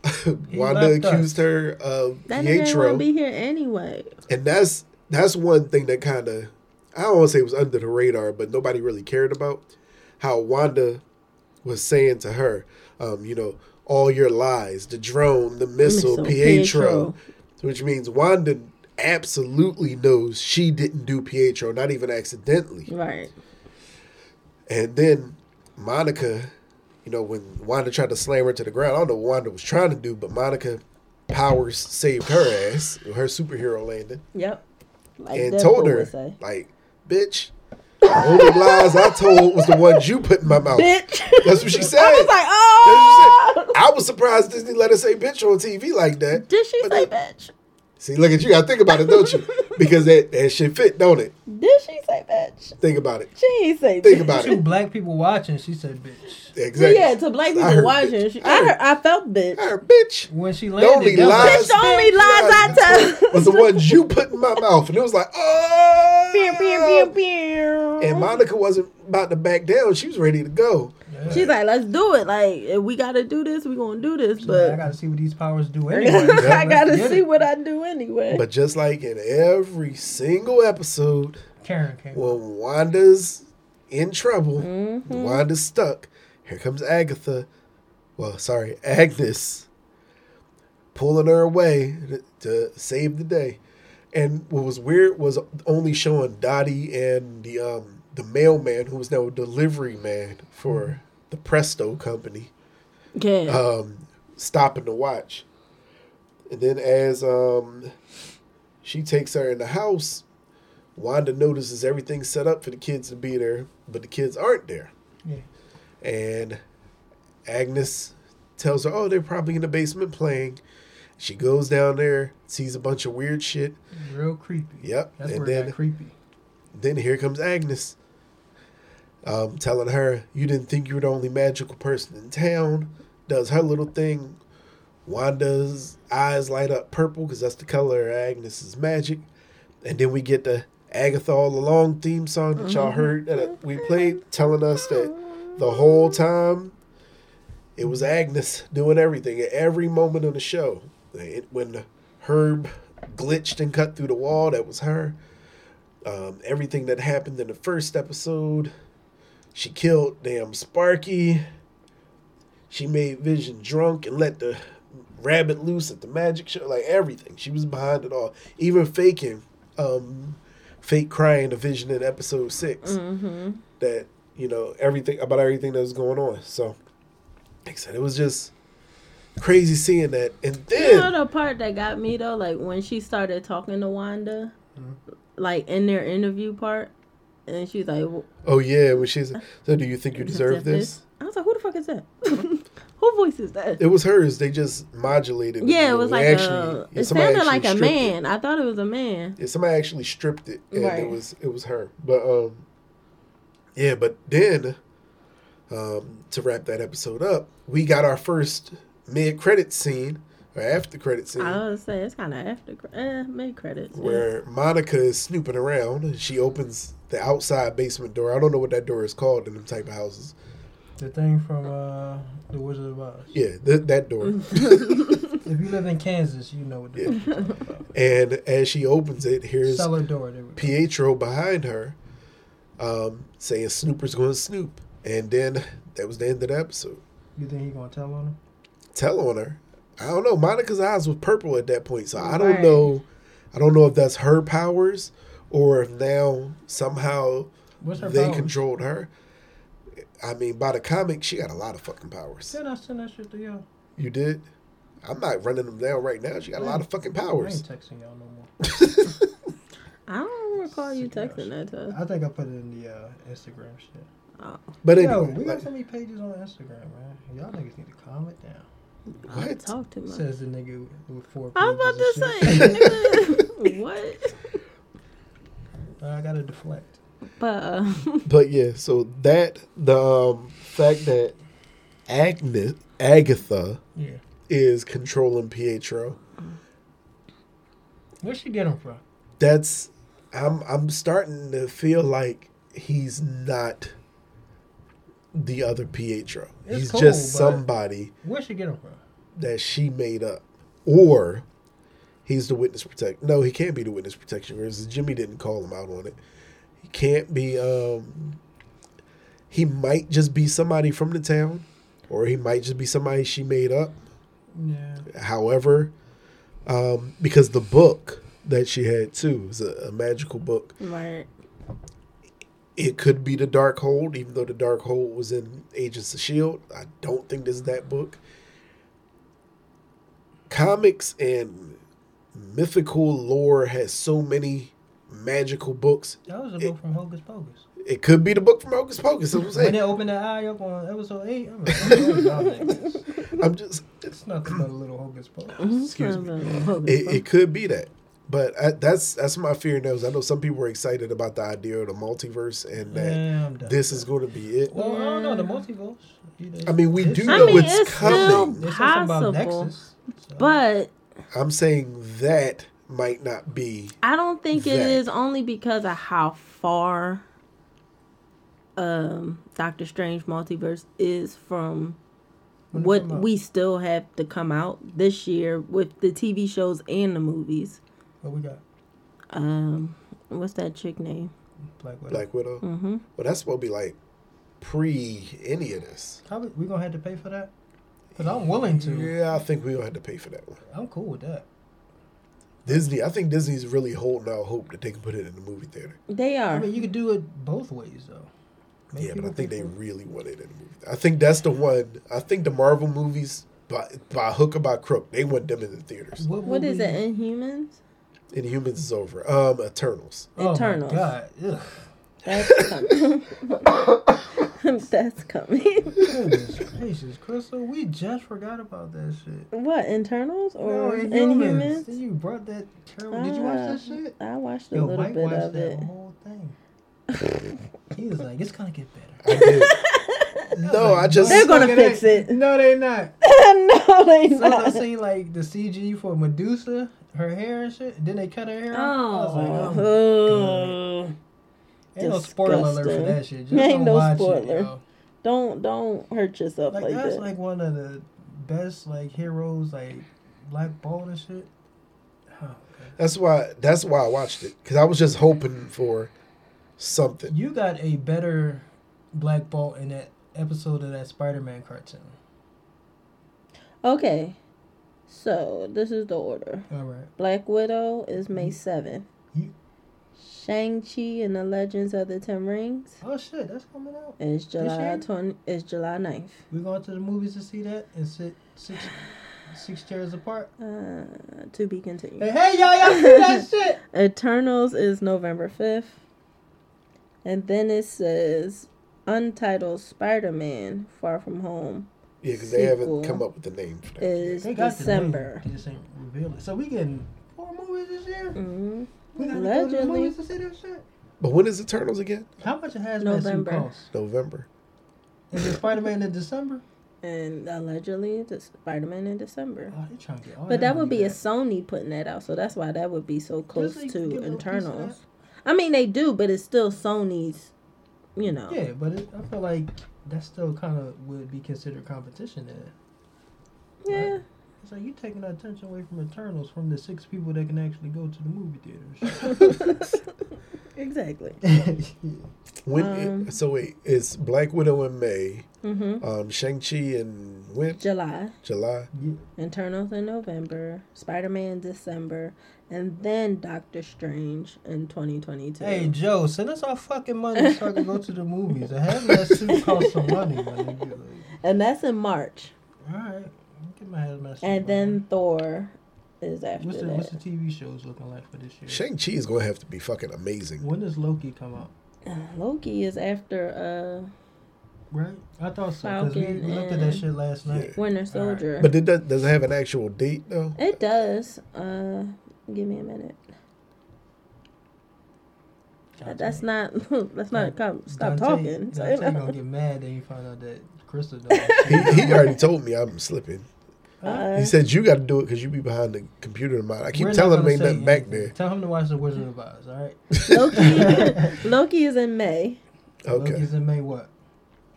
Speaker 1: And
Speaker 3: He
Speaker 1: Wanda
Speaker 3: left us.
Speaker 1: accused her of
Speaker 2: That nigga
Speaker 1: Pietro.
Speaker 2: won't be here anyway.
Speaker 1: and that's that's one thing that kind of I don't want to say it was under the radar, but nobody really cared about how Wanda was saying to her, um, you know, all your lies, the drone, the missile,
Speaker 2: Missile,
Speaker 1: Pietro,
Speaker 2: Pietro.
Speaker 1: which means Wanda absolutely knows she didn't do Pietro, not even accidentally.
Speaker 2: Right.
Speaker 1: And then Monica, you know, when Wanda tried to slam her to the ground, I don't know what Wanda was trying to do, but Monica powers saved her ass, her superhero landing
Speaker 2: Yep. Like
Speaker 1: and
Speaker 2: Deadpool
Speaker 1: told
Speaker 2: would
Speaker 1: her,
Speaker 2: say.
Speaker 1: like, bitch, the only lies I told was the ones you put in my mouth.
Speaker 2: bitch.
Speaker 1: That's what she said.
Speaker 2: I was like,
Speaker 1: That's what
Speaker 2: oh.
Speaker 1: she said. I was surprised Disney let her say bitch on TV like that.
Speaker 2: Did she
Speaker 1: But
Speaker 2: say
Speaker 1: that-
Speaker 2: bitch?
Speaker 1: See, look at you. I think about it, don't you? Because that, that shit fit, don't it?
Speaker 2: Did she say bitch?
Speaker 1: Think about it.
Speaker 2: She ain't say.
Speaker 1: Think
Speaker 2: bitch.
Speaker 1: about
Speaker 3: Two
Speaker 1: it.
Speaker 3: black people watching, she said bitch.
Speaker 1: Exactly.
Speaker 2: Yeah, to black people
Speaker 1: heard
Speaker 2: watching,
Speaker 1: bitch.
Speaker 2: she,
Speaker 1: I
Speaker 2: I,
Speaker 1: heard-
Speaker 2: heard, I felt bitch.
Speaker 1: Her bitch
Speaker 3: When she
Speaker 1: The only
Speaker 3: landed, that was-
Speaker 1: lies-
Speaker 2: Bitch, the only lies I tell.
Speaker 1: was the ones you put in my mouth. And it was like, oh.
Speaker 2: Pew, pew, pew, pew.
Speaker 1: And Monica wasn't about to back down. She was ready to go.
Speaker 3: Yeah.
Speaker 2: She's like, let's do it. Like, if we gotta do this, we gonna do this.
Speaker 3: But I
Speaker 2: But
Speaker 3: gotta see what these powers do anyway.
Speaker 2: I
Speaker 1: let's
Speaker 2: gotta
Speaker 3: get
Speaker 2: see
Speaker 3: it.
Speaker 2: what I do anyway.
Speaker 1: But just like in every single episode,
Speaker 3: Karen came.
Speaker 1: when Wanda's in trouble,
Speaker 2: Mhm.
Speaker 1: Wanda's stuck. Here comes Agatha. Well, sorry, Agnes pulling her away to, to save the day. And what was weird was only showing Dottie and the um the mailman who was now a delivery man for the Presto company
Speaker 2: yeah.
Speaker 1: um, stopping to watch. And then as um, she takes her in the house, Wanda notices everything's set up for the kids to be there, but the kids aren't there.
Speaker 3: Yeah.
Speaker 1: And Agnes tells her, "Oh, they're probably in the basement playing." She goes down there, sees a bunch of weird shit.
Speaker 3: Real creepy.
Speaker 1: Yep,
Speaker 3: That's
Speaker 1: and
Speaker 3: where it
Speaker 1: then-
Speaker 3: got creepy.
Speaker 1: Then here comes Agnes, um, telling her, "You didn't think you were the only magical person in town." Does her little thing. Wanda's eyes light up purple because that's the color of Agnes's magic, and then we get the Agatha All Along theme song that y'all heard that we played, telling us that the whole time it was Agnes doing everything at every moment of the show. It, when Herb glitched and cut through the wall, that was her um, everything that happened in the first episode. She killed damn Sparky. She made Vision drunk and let the rabbit loose at the magic show. Like everything, she was behind it all. Even faking, um, fake crying to Vision in episode 6
Speaker 2: Mm-hmm.
Speaker 1: That you know everything about everything that was going on. So, like I said, it was just crazy seeing that. And then
Speaker 2: You know the part that got me though, like when she started talking to Wanda,
Speaker 3: Mhm.
Speaker 2: Mm-hmm. like in their interview part, and she's like, "Well,
Speaker 1: Oh yeah, when she's so. Do you think you deserve this?
Speaker 2: I was like, "Who the fuck is that? Who voice is that?"
Speaker 1: It was hers. They just modulated.
Speaker 2: yeah, it was like
Speaker 1: Actually-
Speaker 2: a.
Speaker 1: yeah,
Speaker 2: It
Speaker 1: somebody
Speaker 2: sounded like a
Speaker 1: actually stripped it.
Speaker 2: man. I thought it was a man.
Speaker 1: Yeah, somebody actually stripped it, and
Speaker 2: Right.
Speaker 1: it was it was her. But um, yeah, but then, um, to wrap that episode up, we got our first mid credit scene or after credit scene.
Speaker 2: I was saying it's kind of after cre- eh, mid credits. yeah.
Speaker 1: where Monica is snooping around and she opens the outside basement door. I don't know what that door is called in them type of houses.
Speaker 3: The thing from uh, The Wizard of Oz.
Speaker 1: Yeah, th- that door.
Speaker 2: Mm.
Speaker 3: If you live in Kansas, you know what the fuck I'm talking about.
Speaker 1: and as she opens it, here's
Speaker 3: Cellar door. There we go.
Speaker 1: Pietro behind her, um, saying Snooper's going to snoop, and then that was the end of the episode.
Speaker 3: You think he gonna tell on him?
Speaker 1: Tell on her. I don't know. Monica's eyes was purple at that point, so I don't
Speaker 2: Right.
Speaker 1: know. I don't know if that's her powers or if now somehow
Speaker 3: What's her
Speaker 1: they
Speaker 3: power?
Speaker 1: controlled her. I mean, by the comic, she got a lot of fucking powers.
Speaker 3: Said I send that shit to y'all.
Speaker 1: You did. I'm not running them down right now. She got a lot of fucking
Speaker 3: I ain't
Speaker 1: powers.
Speaker 3: texting y'all no more.
Speaker 2: I don't recall you
Speaker 3: Sick ass.
Speaker 2: texting that to us.
Speaker 3: I think I put it in the uh, Instagram shit.
Speaker 1: But
Speaker 3: Yo,
Speaker 1: anyway,
Speaker 3: we got
Speaker 1: like,
Speaker 3: so many pages on Instagram, man. Y'all niggas need to calm it down.
Speaker 2: I don't
Speaker 1: what?
Speaker 2: talk too much.
Speaker 3: Says the nigga with four.
Speaker 2: I was about to
Speaker 3: pages and shit.
Speaker 2: say, nigga, what?
Speaker 3: I gotta deflect.
Speaker 2: But uh,
Speaker 1: But yeah, so that the um, fact that Agnes Agatha
Speaker 3: Yeah.
Speaker 1: is controlling Pietro.
Speaker 3: Where she get him from?
Speaker 1: That's I'm I'm starting to feel like he's not the other Pietro.
Speaker 3: It's
Speaker 1: he's
Speaker 3: cool,
Speaker 1: just
Speaker 3: but-
Speaker 1: somebody
Speaker 3: Where she get him from?
Speaker 1: that she made up, or he's the witness protect. No, he can't be the witness protection because Jimmy didn't call him out on it. He can't be. um He might just be somebody from the town, or he might just be somebody she made up.
Speaker 3: Yeah.
Speaker 1: However, um, because the book that she had too is a, a magical book.
Speaker 2: right,
Speaker 1: It could be the Dark Hold, even though the Dark Hold was in Agents of Shield. I don't think this is that book. Comics and mythical lore has so many magical books.
Speaker 3: That was a book from Hocus Pocus.
Speaker 1: It could be the book from Hocus Pocus. that's what
Speaker 3: When
Speaker 1: I'm
Speaker 3: they
Speaker 1: saying.
Speaker 3: opened that eye up on episode eight, I'm like, oh, y'all niggas.
Speaker 1: I'm just
Speaker 3: it's nothing but a little Hocus Pocus.
Speaker 1: Excuse me.
Speaker 2: me.
Speaker 1: it, it could be that. But I, that's that's my fear now. Is I know some people are excited about the idea of the multiverse and that
Speaker 3: Yeah, I'm done.
Speaker 1: this is going to be it.
Speaker 3: Well, I don't know the multiverse. You know,
Speaker 1: I mean, we
Speaker 3: they
Speaker 1: do
Speaker 3: said-
Speaker 2: I
Speaker 1: know
Speaker 2: mean,
Speaker 1: it's,
Speaker 2: it's still-
Speaker 1: coming.
Speaker 3: they said something about
Speaker 2: possible,
Speaker 3: Nexus, so-
Speaker 2: but
Speaker 1: I'm saying that might not be.
Speaker 2: I don't think it
Speaker 1: That.
Speaker 2: is only because of how far um Doctor Strange multiverse is from
Speaker 3: When it
Speaker 2: what
Speaker 3: come out.
Speaker 2: we still have to come out this year with the TV shows and the movies.
Speaker 3: what we got
Speaker 2: Um, what's that chick name?
Speaker 3: Black Widow.
Speaker 1: Black Widow.
Speaker 2: Mm-hmm.
Speaker 1: Well, that's what be like E pre any of this.
Speaker 3: How we, we gonna have to pay for that? Cause I'm willing to.
Speaker 1: Yeah, I think we gonna have to pay for that one.
Speaker 3: I'm cool with that.
Speaker 1: Disney. I think Disney's really holding out hope that they can put it in the movie theater.
Speaker 2: They
Speaker 3: I
Speaker 2: are.
Speaker 3: mean, you could do it both ways though. Make
Speaker 1: yeah, but I
Speaker 3: people
Speaker 1: think
Speaker 3: pay
Speaker 1: they
Speaker 3: for it.
Speaker 1: really want it in the movie. I think that's the one. I think the Marvel movies. By, by hook or by crook, they want them in the theaters.
Speaker 2: What is
Speaker 3: we-
Speaker 2: it? Inhumans.
Speaker 1: Inhumans is over. Um, Eternals.
Speaker 3: Oh my
Speaker 2: Eternals.
Speaker 3: God. Ugh.
Speaker 2: That's coming. That's coming.
Speaker 3: Goodness gracious, Crystal, we just forgot about that shit.
Speaker 2: What internals
Speaker 3: No,
Speaker 2: or
Speaker 3: Inhumans.
Speaker 2: Inhumans?
Speaker 3: You brought that terrible. Did you watch that
Speaker 2: Ah,
Speaker 3: shit?
Speaker 2: I watched a
Speaker 3: Yo,
Speaker 2: little
Speaker 3: Mike
Speaker 2: bit
Speaker 3: watched
Speaker 2: of
Speaker 3: that
Speaker 2: it.
Speaker 3: whole thing. he was like, "It's gonna get
Speaker 1: I
Speaker 3: better."
Speaker 1: did. no, I just.
Speaker 2: They're gonna
Speaker 3: Look at
Speaker 2: fix
Speaker 3: that.
Speaker 2: it.
Speaker 3: No, they're not.
Speaker 2: no, they
Speaker 3: Since I
Speaker 2: not.
Speaker 3: seen like the CG for Medusa, her hair and shit. Then they cut her hair. off. I was like, oh,
Speaker 2: Oh,
Speaker 3: ain't no spoiler alert for
Speaker 2: disgusting.
Speaker 3: that shit. Just
Speaker 2: Ain't
Speaker 3: don't
Speaker 2: no
Speaker 3: watch
Speaker 2: spoiler.
Speaker 3: It, yo.
Speaker 2: don't don't hurt yourself
Speaker 3: Like,
Speaker 2: like,
Speaker 3: that's
Speaker 2: that.
Speaker 3: like one of the best like heroes, like Black Bolt and shit. Oh,
Speaker 1: That's why. That's why I watched it because I was just hoping for something.
Speaker 3: You got a better Black Bolt in that episode of that Spider Man cartoon.
Speaker 2: Okay. So this is the order.
Speaker 3: All right.
Speaker 2: Black Widow is
Speaker 3: Mm-hmm.
Speaker 2: May 7th.
Speaker 3: You-
Speaker 2: Shang-Chi and the Legends of the Ten Rings
Speaker 3: Oh shit, that's coming out.
Speaker 2: is July
Speaker 3: year?
Speaker 2: 20, is July 9th.
Speaker 3: We going to the movies to see that and sit six six chairs apart.
Speaker 2: Uh, to be continued.
Speaker 3: Hey, hey y'all, y'all see that shit?
Speaker 2: Eternals is November 5th. And then it says Untitled Spider Man Far From Home
Speaker 1: Yeah, because they haven't
Speaker 2: Sequel. Uh,
Speaker 1: come up with the name for that.
Speaker 2: is
Speaker 3: They got the name,
Speaker 2: December.
Speaker 3: they Just ain't revealed it. So we getting four movies this year.
Speaker 2: Mhm.
Speaker 3: We got to go to the
Speaker 2: Allegedly.
Speaker 3: movies to see that shit.
Speaker 1: But when is Eternals again?
Speaker 3: How much a hazmat
Speaker 2: November.
Speaker 3: suit cost?
Speaker 1: November.
Speaker 3: Is it Spider Man in December?
Speaker 2: And allegedly the Spider Man in December.
Speaker 3: Oh, they trying to get all
Speaker 2: But that would
Speaker 3: money
Speaker 2: be a
Speaker 3: back.
Speaker 2: Sony putting that out, so that's why that would be so close
Speaker 3: they give a
Speaker 2: to
Speaker 3: little piece of
Speaker 2: internals. I mean, they do, but it's still Sony's, you know.
Speaker 3: Yeah, but it, I feel like that still kind of would be considered competition. Then
Speaker 2: Yeah.
Speaker 3: it's like you taking the attention away from Eternals from the six people that can actually go to the movie theaters.
Speaker 2: exactly.
Speaker 1: When?
Speaker 2: Um,
Speaker 1: it, so wait, it's Black Widow in May,
Speaker 2: Mm-hmm.
Speaker 1: um, Shang Chi in when?
Speaker 2: July,
Speaker 1: July.
Speaker 2: Internals in November, Spider Man in December, and then Doctor Strange in 2022.
Speaker 3: Hey Joe, send us our fucking money so I can go to the movies. I have that suit cost some money, my nigga. Like,
Speaker 2: And that's in March.
Speaker 3: all right, get my hazmat suit.
Speaker 2: And then Thor is after
Speaker 3: what's the
Speaker 2: that.
Speaker 3: what's the TV shows looking like for this year?
Speaker 1: Shang Chi is gonna have to be fucking amazing.
Speaker 3: When does Loki come out?
Speaker 2: Loki is after uh,
Speaker 3: Right? I thought so. Cause we,
Speaker 2: Falcon
Speaker 3: we looked at that
Speaker 2: and-
Speaker 3: shit last night.
Speaker 2: Winter Soldier.
Speaker 1: But it does, does it have an actual date though?
Speaker 2: It does. Uh, give me a minute. That's not. Let's not come. Stop talking. So, you
Speaker 3: Dante
Speaker 2: know.
Speaker 3: gonna get mad that you find out that Crystal. don't
Speaker 1: He,
Speaker 3: actually-
Speaker 1: he already told me I'm slipping.
Speaker 2: Uh,
Speaker 1: He said you got to do it because you be behind the computer and mine. I keep
Speaker 3: We're not
Speaker 1: telling him
Speaker 3: gonna
Speaker 1: ain't
Speaker 3: say
Speaker 1: nothing back
Speaker 3: anything.
Speaker 1: there.
Speaker 3: Tell him to watch The Wizard of Oz. All right.
Speaker 2: Loki. Loki is in May.
Speaker 1: Okay,
Speaker 3: Loki's in May. What?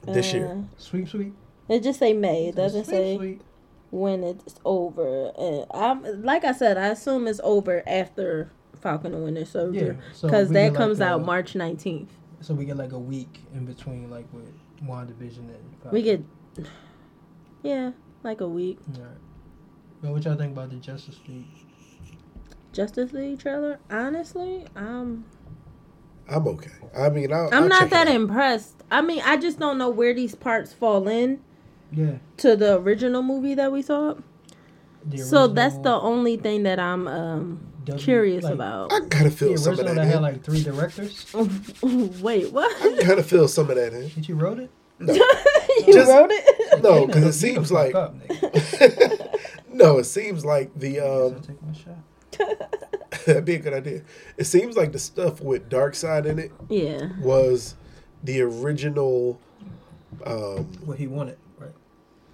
Speaker 1: this
Speaker 2: Uh,
Speaker 1: year.
Speaker 3: Sweep, sweep.
Speaker 2: It just say May. It doesn't
Speaker 3: Sweep,
Speaker 2: say
Speaker 3: sweep.
Speaker 2: when it's over. And I'm like I said, I assume it's over after Falcon and Winter
Speaker 3: Yeah.
Speaker 2: Soldier
Speaker 3: so
Speaker 2: because
Speaker 3: we
Speaker 2: that
Speaker 3: get like uh,
Speaker 2: comes
Speaker 3: a-
Speaker 2: out March nineteenth.
Speaker 3: So we get like a week in between, like with WandaVision and. Falcon.
Speaker 2: We get yeah, like a week.
Speaker 3: All right. But what y'all think about the Justice League?
Speaker 2: Justice League trailer. Honestly, um,
Speaker 1: I'm okay. I mean, I'll,
Speaker 2: I'm
Speaker 1: I'll
Speaker 2: not
Speaker 1: check
Speaker 2: that
Speaker 1: it out.
Speaker 2: impressed. I mean, I just don't know where these parts fall in
Speaker 3: Yeah.
Speaker 2: to the original movie that we saw.
Speaker 3: the
Speaker 2: So that's the
Speaker 3: original
Speaker 2: only thing that I'm um
Speaker 3: W-
Speaker 2: curious
Speaker 3: like,
Speaker 2: about.
Speaker 1: I can kind of
Speaker 3: The
Speaker 1: feel some of
Speaker 3: original
Speaker 1: that.
Speaker 3: that had
Speaker 1: in.
Speaker 3: like three directors.
Speaker 2: Wait,
Speaker 1: I
Speaker 2: what?
Speaker 1: kind of feel some of that in.
Speaker 3: Did you wrote it?
Speaker 2: you
Speaker 1: Just-
Speaker 2: wrote it?
Speaker 1: No,
Speaker 3: You know,
Speaker 1: because
Speaker 3: you
Speaker 1: it seems
Speaker 3: the fuck
Speaker 1: like um,
Speaker 3: up, nigga.
Speaker 1: no, it seems like the
Speaker 3: So
Speaker 1: um,
Speaker 3: take my shot.
Speaker 1: that'd be a good idea. It seems like the stuff with Dark Side in it
Speaker 2: yeah.
Speaker 1: was the original. Um,
Speaker 3: What he wanted, right?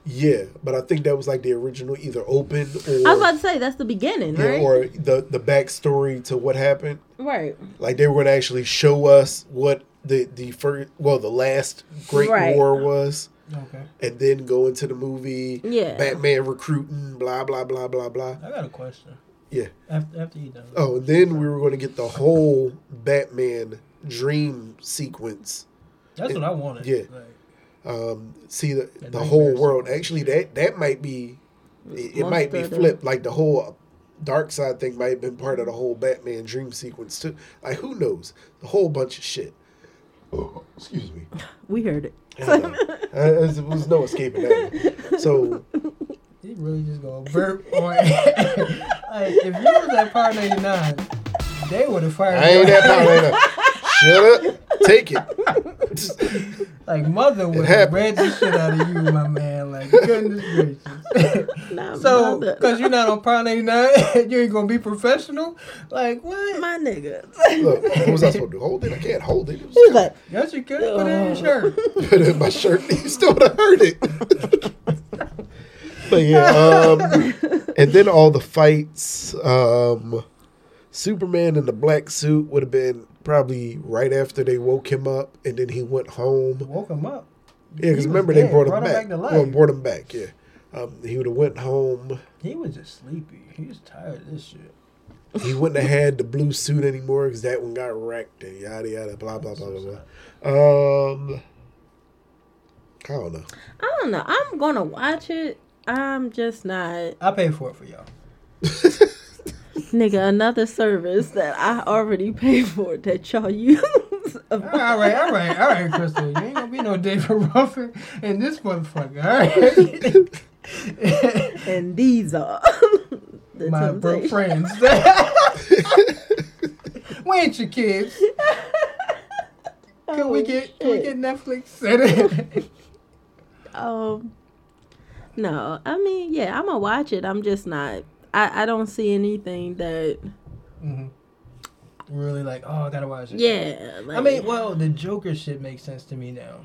Speaker 1: yeah, but I think that was like the original either open
Speaker 2: I was about
Speaker 1: or
Speaker 2: to say that's the beginning,
Speaker 1: yeah,
Speaker 2: right?
Speaker 1: or the the backstory to what happened.
Speaker 2: right.
Speaker 1: Like they were going to actually show us what the the first well the last Great
Speaker 2: Right.
Speaker 1: War was.
Speaker 3: Okay.
Speaker 1: And then go into the movie,
Speaker 2: Yeah.
Speaker 1: Batman recruiting, blah blah blah blah blah.
Speaker 3: I got a question.
Speaker 1: Yeah.
Speaker 3: After after you done.
Speaker 1: Oh, and then we were going to get the whole Batman dream sequence.
Speaker 3: That's what I wanted.
Speaker 1: yeah.
Speaker 3: Like,
Speaker 1: Um, see the
Speaker 3: That
Speaker 1: the
Speaker 3: nightmare
Speaker 1: whole world.
Speaker 3: sequence.
Speaker 1: Actually, that that might be it, it
Speaker 2: Most
Speaker 1: might be
Speaker 2: of the-
Speaker 1: flipped. Like the whole dark side thing might have been part of the whole Batman dream sequence too. Like who knows? The whole bunch of shit. Oh, excuse me.
Speaker 2: We heard it.
Speaker 1: I don't know. I- There was no escaping that. one. So
Speaker 3: he really just gonna burp on air. like if you was at Power 99, they would have fired
Speaker 1: I ain't
Speaker 3: you.
Speaker 1: that power. Shut up. Take it.
Speaker 3: Like mother would have
Speaker 1: happened.
Speaker 3: read the shit out of you, my man. Like goodness gracious.
Speaker 2: Nah,
Speaker 3: so,
Speaker 2: brother.
Speaker 3: because you're not on Power 99, you ain't gonna be professional. Like what?
Speaker 2: my nigga.
Speaker 1: Look, what was I supposed to do? Hold it? I can't hold it. It was
Speaker 2: He's like,
Speaker 3: Yes, you could put it in your shirt.
Speaker 1: put it in my shirt, you still would have heard it. but yeah, um, and then all the fights. Um, Superman in the black suit would have been probably right after they woke him up, and then he went home.
Speaker 3: Woke him up.
Speaker 1: Yeah, because
Speaker 3: He was
Speaker 1: remember they
Speaker 3: dead,
Speaker 1: brought him
Speaker 3: brought him
Speaker 1: back.
Speaker 3: back to
Speaker 1: well,
Speaker 3: life.
Speaker 1: brought him back. Yeah, um, he would have went home.
Speaker 3: He was just sleepy. He was tired of this shit.
Speaker 1: He wouldn't have had the blue suit anymore because that one got wrecked and yada yada blah blah blah blah. blah. Um, I don't know.
Speaker 2: I don't know. I'm gonna watch it. I'm just not,
Speaker 3: I paid for it for y'all.
Speaker 2: nigga. Another service that I already paid for that y'all use. all
Speaker 3: All right, all right, all right, Crystal. You ain't gonna be no David Ruffin and this motherfucker. All right.
Speaker 2: And these are the
Speaker 3: My broke
Speaker 2: temptations.
Speaker 3: friends. we ain't your kids. Can we
Speaker 2: Oh,
Speaker 3: get can we
Speaker 2: shit.
Speaker 3: get Netflix? Said
Speaker 2: Um, no, I mean, yeah, I'm gonna watch it. I'm just not. I I don't see anything that.
Speaker 3: hmm Really like, oh, I gotta watch it.
Speaker 2: Yeah, like,
Speaker 3: I mean, well, the Joker shit makes sense to me now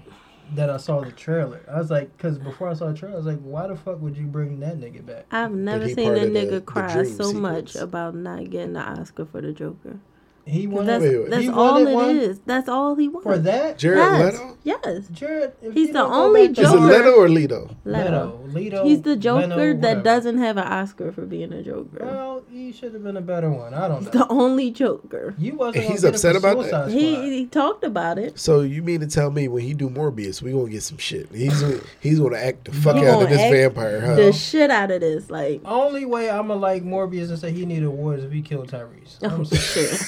Speaker 3: that I saw the trailer. I was like, because before I saw the trailer, I was like, why the fuck would you bring that nigga back?
Speaker 2: I've never
Speaker 1: he
Speaker 2: seen
Speaker 1: part
Speaker 2: a
Speaker 1: of the-
Speaker 2: nigga
Speaker 1: the
Speaker 2: cry so
Speaker 1: dream
Speaker 2: much
Speaker 1: sequence.
Speaker 2: about not getting an Oscar for the Joker.
Speaker 3: He
Speaker 2: 'Cause
Speaker 3: wanted
Speaker 2: That's,
Speaker 1: Wait, wait.
Speaker 2: that's
Speaker 3: He
Speaker 2: all it
Speaker 3: wanted
Speaker 2: is.
Speaker 3: one
Speaker 2: That's all he wants.
Speaker 3: for that.
Speaker 1: Jared
Speaker 2: yes.
Speaker 1: Leto?
Speaker 2: Yes.
Speaker 3: Jared, if
Speaker 2: He's
Speaker 3: you
Speaker 2: the
Speaker 3: don't go
Speaker 2: only
Speaker 3: back to-
Speaker 1: Is it
Speaker 2: Joker.
Speaker 1: Leto or Leto?
Speaker 2: Leto.
Speaker 3: Leto, Leto,
Speaker 2: He's the Joker
Speaker 3: Leno, whatever.
Speaker 2: that doesn't have an Oscar for being a
Speaker 1: Uh,
Speaker 2: Joker.
Speaker 3: Well, he should have been a better one. I don't
Speaker 2: He's
Speaker 3: know.
Speaker 2: the only Joker.
Speaker 3: you wasn't.
Speaker 1: He's
Speaker 3: gonna get
Speaker 1: upset
Speaker 3: it for
Speaker 1: about that?
Speaker 3: Suicide Squad.
Speaker 2: He, he talked about it.
Speaker 1: So you mean to tell me when he do Morbius, we gonna get some shit? He's gonna, he's gonna act the fuck
Speaker 2: He
Speaker 1: out
Speaker 2: gonna
Speaker 1: of this
Speaker 2: act
Speaker 1: vampire, huh?
Speaker 2: The shit out of this, like,
Speaker 3: Only way I'm gonna like Morbius and say he needed awards if he killed Tyrese.
Speaker 2: oh
Speaker 3: I'm sorry.
Speaker 2: shit,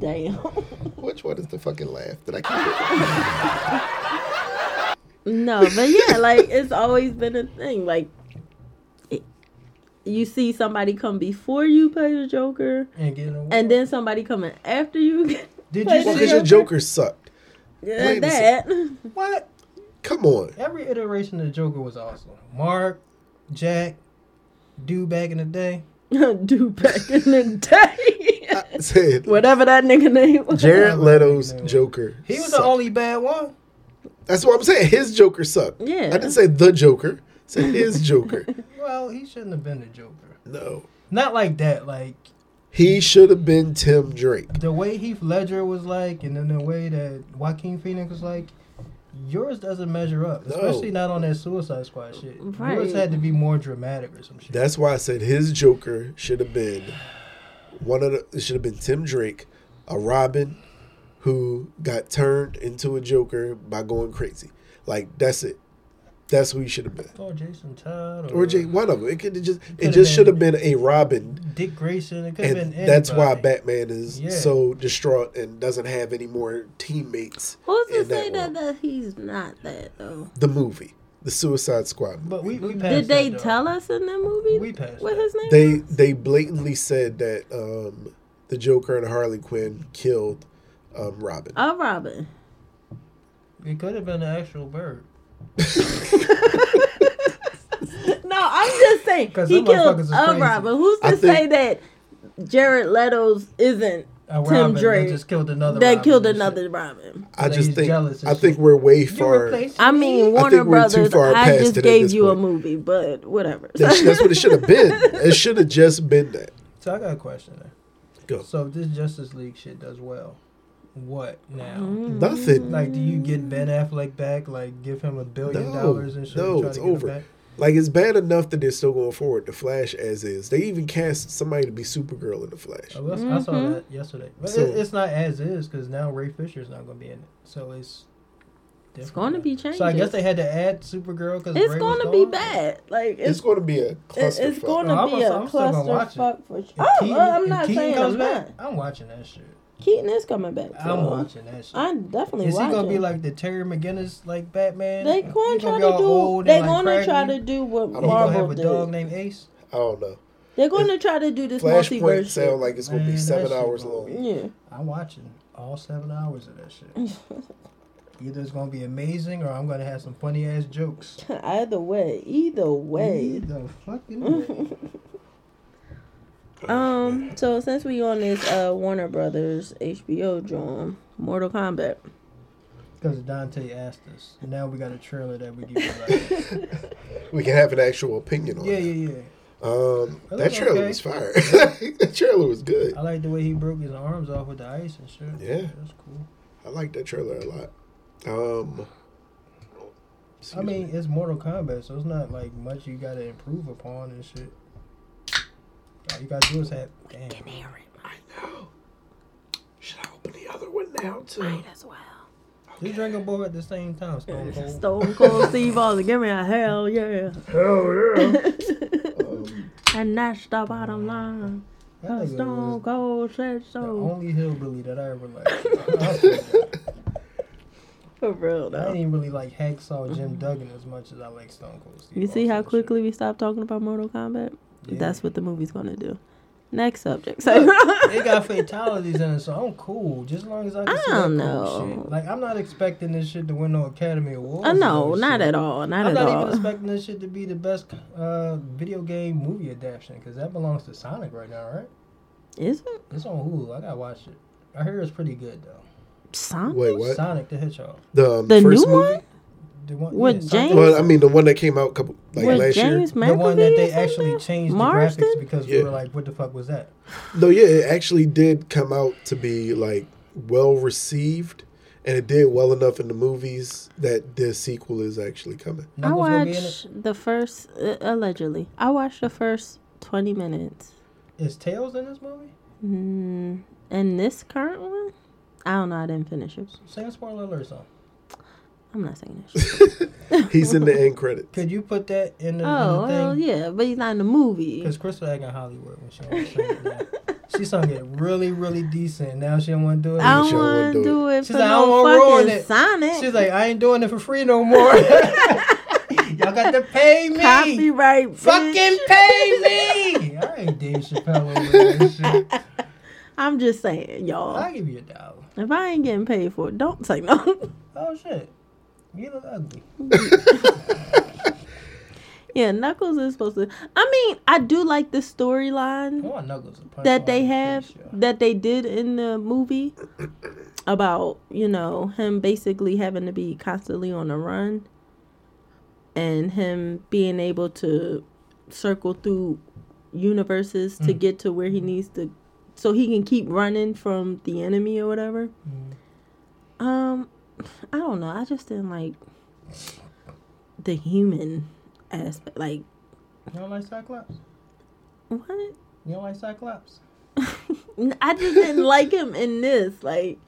Speaker 2: damn.
Speaker 1: Which one is the fucking laugh that I can't?
Speaker 2: No, but yeah, like it's always been a thing. Like it, you see somebody come before you play the Joker,
Speaker 3: and get an award.
Speaker 2: and then somebody coming after you.
Speaker 3: did
Speaker 2: play
Speaker 3: you
Speaker 1: Well,
Speaker 2: the
Speaker 3: see
Speaker 1: because your
Speaker 3: it?
Speaker 1: Joker sucked.
Speaker 2: Yeah,
Speaker 1: a
Speaker 2: that
Speaker 3: what?
Speaker 1: Come on,
Speaker 3: Every iteration of the Joker was awesome. Mark, Jack, dude back in the day.
Speaker 2: do back in the day,
Speaker 1: I said
Speaker 2: whatever that nigga name was.
Speaker 1: Jared Leto's Joker.
Speaker 3: He was the
Speaker 1: sucked.
Speaker 3: only bad one.
Speaker 1: That's what I'm saying. His Joker sucked.
Speaker 2: Yeah.
Speaker 1: I didn't say the Joker. I said his Joker.
Speaker 3: Well, he shouldn't have been the Joker.
Speaker 1: No,
Speaker 3: Not like that. Like
Speaker 1: he should have been Tim Drake.
Speaker 3: the way Heath Ledger was like, and then the way that Joaquin Phoenix was like. Yours doesn't measure up,
Speaker 1: No.
Speaker 3: especially not on that Suicide Squad shit.
Speaker 2: Right.
Speaker 3: Yours had to be more dramatic or some shit.
Speaker 1: That's why I said his Joker should have been one of the. It should have been Tim Drake, a Robin, who got turned into a Joker by going crazy. Like that's it. That's who he should have been.
Speaker 3: or Jason Todd,
Speaker 1: Or Jay, one of them. It could it just. It
Speaker 3: have
Speaker 1: just
Speaker 3: been-
Speaker 1: should have been a Robin
Speaker 3: Dick Grayson. It could have been
Speaker 1: and
Speaker 3: anybody.
Speaker 1: that's why Batman is
Speaker 3: Yeah.
Speaker 1: so distraught and doesn't have any more teammates.
Speaker 2: Who's to
Speaker 1: in
Speaker 2: say that,
Speaker 1: one.
Speaker 2: that he's not that though?
Speaker 1: the movie, the Suicide Squad?
Speaker 3: But we, we
Speaker 2: Did
Speaker 3: passed
Speaker 2: they
Speaker 3: that, though.
Speaker 2: tell us in that movie
Speaker 3: We passed
Speaker 2: what
Speaker 3: that.
Speaker 2: his name?
Speaker 1: They
Speaker 2: was?
Speaker 1: they blatantly said that um, the Joker and Harley Quinn killed um, Robin.
Speaker 2: Oh, Robin.
Speaker 3: It could have been an actual bird.
Speaker 2: No, I'm just saying
Speaker 3: 'Cause
Speaker 2: he
Speaker 3: them
Speaker 2: killed
Speaker 3: motherfuckers is
Speaker 2: a
Speaker 3: crazy.
Speaker 2: Robin. Who's to
Speaker 1: I think-
Speaker 2: say that Jared Leto's isn't
Speaker 3: A
Speaker 2: Tim
Speaker 3: robin
Speaker 2: Drake
Speaker 3: that just killed another.
Speaker 2: that
Speaker 3: robin
Speaker 2: killed
Speaker 3: and shit.
Speaker 2: another Robin?
Speaker 1: I
Speaker 3: Like,
Speaker 1: just
Speaker 3: he's
Speaker 1: think
Speaker 3: jealous and
Speaker 1: I think
Speaker 3: shit.
Speaker 1: we're way
Speaker 3: You
Speaker 1: far.
Speaker 3: replaced
Speaker 2: I
Speaker 3: me?
Speaker 2: mean,
Speaker 1: I
Speaker 2: Warner
Speaker 1: think we're too
Speaker 2: Brothers.
Speaker 1: far
Speaker 2: I
Speaker 1: past it
Speaker 2: just
Speaker 1: at
Speaker 2: gave
Speaker 1: this
Speaker 2: you
Speaker 1: point.
Speaker 2: a movie, but whatever.
Speaker 1: That's, that's what it should have been. It should have just been that.
Speaker 3: So I got a question. There.
Speaker 1: Go.
Speaker 3: So if this Justice League shit does well, what now?
Speaker 2: Mm-hmm.
Speaker 1: Nothing.
Speaker 3: Like, do you get Ben Affleck back? Like, give him a billion
Speaker 1: No.
Speaker 3: dollars and shit?
Speaker 1: No,
Speaker 3: and try
Speaker 1: it's
Speaker 3: to get him
Speaker 1: over.
Speaker 3: back?
Speaker 1: Like it's bad enough that they're still going forward. The Flash as is. They even cast somebody to be Supergirl in the Flash.
Speaker 3: I, was, Oh, I saw
Speaker 2: Mm-hmm.
Speaker 3: that yesterday. But
Speaker 1: So-
Speaker 3: it, it's not as is because now Ray Fisher's not going to be in it. So it's.
Speaker 2: It's
Speaker 3: different
Speaker 2: going to
Speaker 3: now.
Speaker 2: be
Speaker 3: So I guess
Speaker 2: changed.
Speaker 3: they had to add Supergirl because
Speaker 2: It's going to be bad. Like
Speaker 1: It's
Speaker 2: it's
Speaker 1: going to be a
Speaker 2: it's,
Speaker 1: clusterfuck.
Speaker 2: going
Speaker 3: No,
Speaker 2: to
Speaker 3: I'm
Speaker 2: be
Speaker 3: gonna-
Speaker 2: a
Speaker 3: I'm still gonna watch it.
Speaker 2: clusterfuck for sure.
Speaker 3: If
Speaker 2: Oh,
Speaker 3: Keaton-
Speaker 2: well, I'm
Speaker 3: if
Speaker 2: not
Speaker 3: Keaton
Speaker 2: saying
Speaker 3: comes
Speaker 2: I'm
Speaker 3: back,
Speaker 2: not.
Speaker 3: I'm watching that shit.
Speaker 2: Keaton is coming back.
Speaker 3: I'm
Speaker 2: so
Speaker 3: watching that shit.
Speaker 2: I'm definitely
Speaker 3: Is he
Speaker 2: watching.
Speaker 3: gonna be like the Terry McGinnis like Batman?
Speaker 2: they
Speaker 3: He
Speaker 2: going to try
Speaker 3: be
Speaker 2: to
Speaker 3: all
Speaker 2: do.
Speaker 3: old
Speaker 2: They
Speaker 3: and, like,
Speaker 2: going to try
Speaker 3: craggy?
Speaker 2: to do what
Speaker 1: I
Speaker 3: He gonna
Speaker 2: Marvel
Speaker 3: have a dog
Speaker 2: did.
Speaker 3: named Ace.
Speaker 1: I don't know.
Speaker 2: They're going to try to do this
Speaker 1: Flashpoint
Speaker 2: multiverse. shit.
Speaker 1: sound like it's going to
Speaker 3: Man,
Speaker 1: be
Speaker 3: that
Speaker 1: seven
Speaker 3: shit
Speaker 1: hours
Speaker 3: gonna
Speaker 1: long.
Speaker 3: be-
Speaker 2: Yeah.
Speaker 3: I'm watching all seven hours of that shit. Either it's gonna be amazing or I'm gonna have some funny ass jokes.
Speaker 2: Either way, either way.
Speaker 3: The fucking
Speaker 2: Um. So since we on this uh Warner Brothers HBO drama, Mortal Kombat.
Speaker 3: because Dante asked us. Now we got a trailer that we give you. Like,
Speaker 1: We can have an actual opinion on
Speaker 3: yeah,
Speaker 1: it.
Speaker 3: yeah, yeah.
Speaker 1: Um,
Speaker 3: It
Speaker 1: that
Speaker 3: looks
Speaker 1: trailer
Speaker 3: okay.
Speaker 1: was fire. that trailer was good.
Speaker 3: I like the way he broke his arms off with the ice and shit.
Speaker 1: Yeah.
Speaker 3: that's cool.
Speaker 1: I like that trailer a lot. Um,
Speaker 3: I mean, it's Mortal Kombat, so it's not like much you gotta improve upon and shit. All you gotta do is have damn.
Speaker 1: should I open the other one now too?
Speaker 2: as well.
Speaker 1: I
Speaker 3: Just drink them both at the same time, Stone Cold.
Speaker 2: Stone Cold Steve Austin, give me a hell yeah.
Speaker 1: Hell yeah. um,
Speaker 2: And that's the bottom line.
Speaker 3: That nigga
Speaker 2: 'cause
Speaker 3: was
Speaker 2: Stone Cold said
Speaker 3: the
Speaker 2: so.
Speaker 3: only hillbilly that I ever liked.
Speaker 2: For real
Speaker 3: I didn't
Speaker 2: though.
Speaker 3: even really like Hacksaw Jim Duggan as much as I like Stone Cold Steve
Speaker 2: You see
Speaker 3: Austin
Speaker 2: how
Speaker 3: and shit.
Speaker 2: quickly we stopped talking about Mortal Kombat?
Speaker 3: Yeah.
Speaker 2: That's what the movie's gonna do. Next subject.
Speaker 3: they got fatalities in it, so I'm cool. Just as long as I
Speaker 2: I
Speaker 3: can see that
Speaker 2: don't
Speaker 3: cool
Speaker 2: know.
Speaker 3: shit. Like I'm not expecting this shit to win no Academy Awards.
Speaker 2: Uh,
Speaker 3: and
Speaker 2: no,
Speaker 3: no
Speaker 2: not
Speaker 3: shit.
Speaker 2: at all. Not
Speaker 3: I'm
Speaker 2: at
Speaker 3: not
Speaker 2: all.
Speaker 3: even expecting this shit to be the best uh, video game movie adaptation because that belongs to Sonic right now, right?
Speaker 2: Is it
Speaker 3: It's on Hulu. I gotta watch it. I hear it's pretty good though.
Speaker 2: Sonic?
Speaker 1: wait, what?
Speaker 3: Sonic the Hedgehog.
Speaker 1: The, um,
Speaker 2: the
Speaker 1: first
Speaker 2: new
Speaker 1: movie?
Speaker 2: one
Speaker 3: The one,
Speaker 2: With
Speaker 3: Sonic-
Speaker 2: James-
Speaker 1: Well, I mean, the one that came out a couple like
Speaker 2: with
Speaker 1: last year.
Speaker 2: James
Speaker 3: the one that
Speaker 2: McAfee or
Speaker 3: they
Speaker 2: something?
Speaker 3: actually changed
Speaker 2: Marston?
Speaker 3: the graphics because
Speaker 1: Yeah.
Speaker 3: we were like, what the fuck was that?
Speaker 1: No, yeah, it actually did come out to be like well received, and it did well enough in the movies that the sequel is actually coming.
Speaker 2: I
Speaker 3: Knuckles gonna be in it?
Speaker 2: watched the first uh, allegedly. I watched the first twenty minutes.
Speaker 3: Is Tails in this movie?
Speaker 2: Mm, and this current one, I don't know. I didn't finish it.
Speaker 3: Same spoiler alert song.
Speaker 2: I'm not saying that. Shit.
Speaker 1: He's in the end credit.
Speaker 3: Could you put that in the,
Speaker 2: oh
Speaker 3: in the thing?
Speaker 2: well, yeah, but he's not in the movie.
Speaker 3: Because Crystal Egg in Hollywood when she was singing it. She sung it really, really decent. Now she don't want to do it.
Speaker 2: I
Speaker 1: She don't
Speaker 2: don't
Speaker 1: wanna
Speaker 2: want to
Speaker 1: do
Speaker 2: do it
Speaker 3: She's
Speaker 2: for
Speaker 3: like, I don't wanna
Speaker 2: no
Speaker 3: ruin
Speaker 2: fucking
Speaker 3: it.
Speaker 2: Sonic.
Speaker 3: She's like, I ain't doing it for free no more. Y'all got to pay me.
Speaker 2: copyright. bitch.
Speaker 3: Fucking pay me. I ain't Dave Chappelle over this shit.
Speaker 2: I'm just saying, y'all.
Speaker 3: I'll give you a dollar.
Speaker 2: If I ain't getting paid for it, don't say no.
Speaker 3: Oh, shit. You look ugly.
Speaker 2: yeah, Knuckles is supposed to. I mean, I do like the storyline.
Speaker 3: I want Knuckles to punch
Speaker 2: that they
Speaker 3: somebody in
Speaker 2: have
Speaker 3: the face,
Speaker 2: that they did in the movie about you know him basically having to be constantly on the run and him being able to circle through universes to get to where he needs to so he can keep running from the enemy or whatever um i don't know i just didn't like the human aspect like
Speaker 3: yeah. You don't like Cyclops?
Speaker 2: what
Speaker 3: You don't like Cyclops?
Speaker 2: i just didn't like him in this like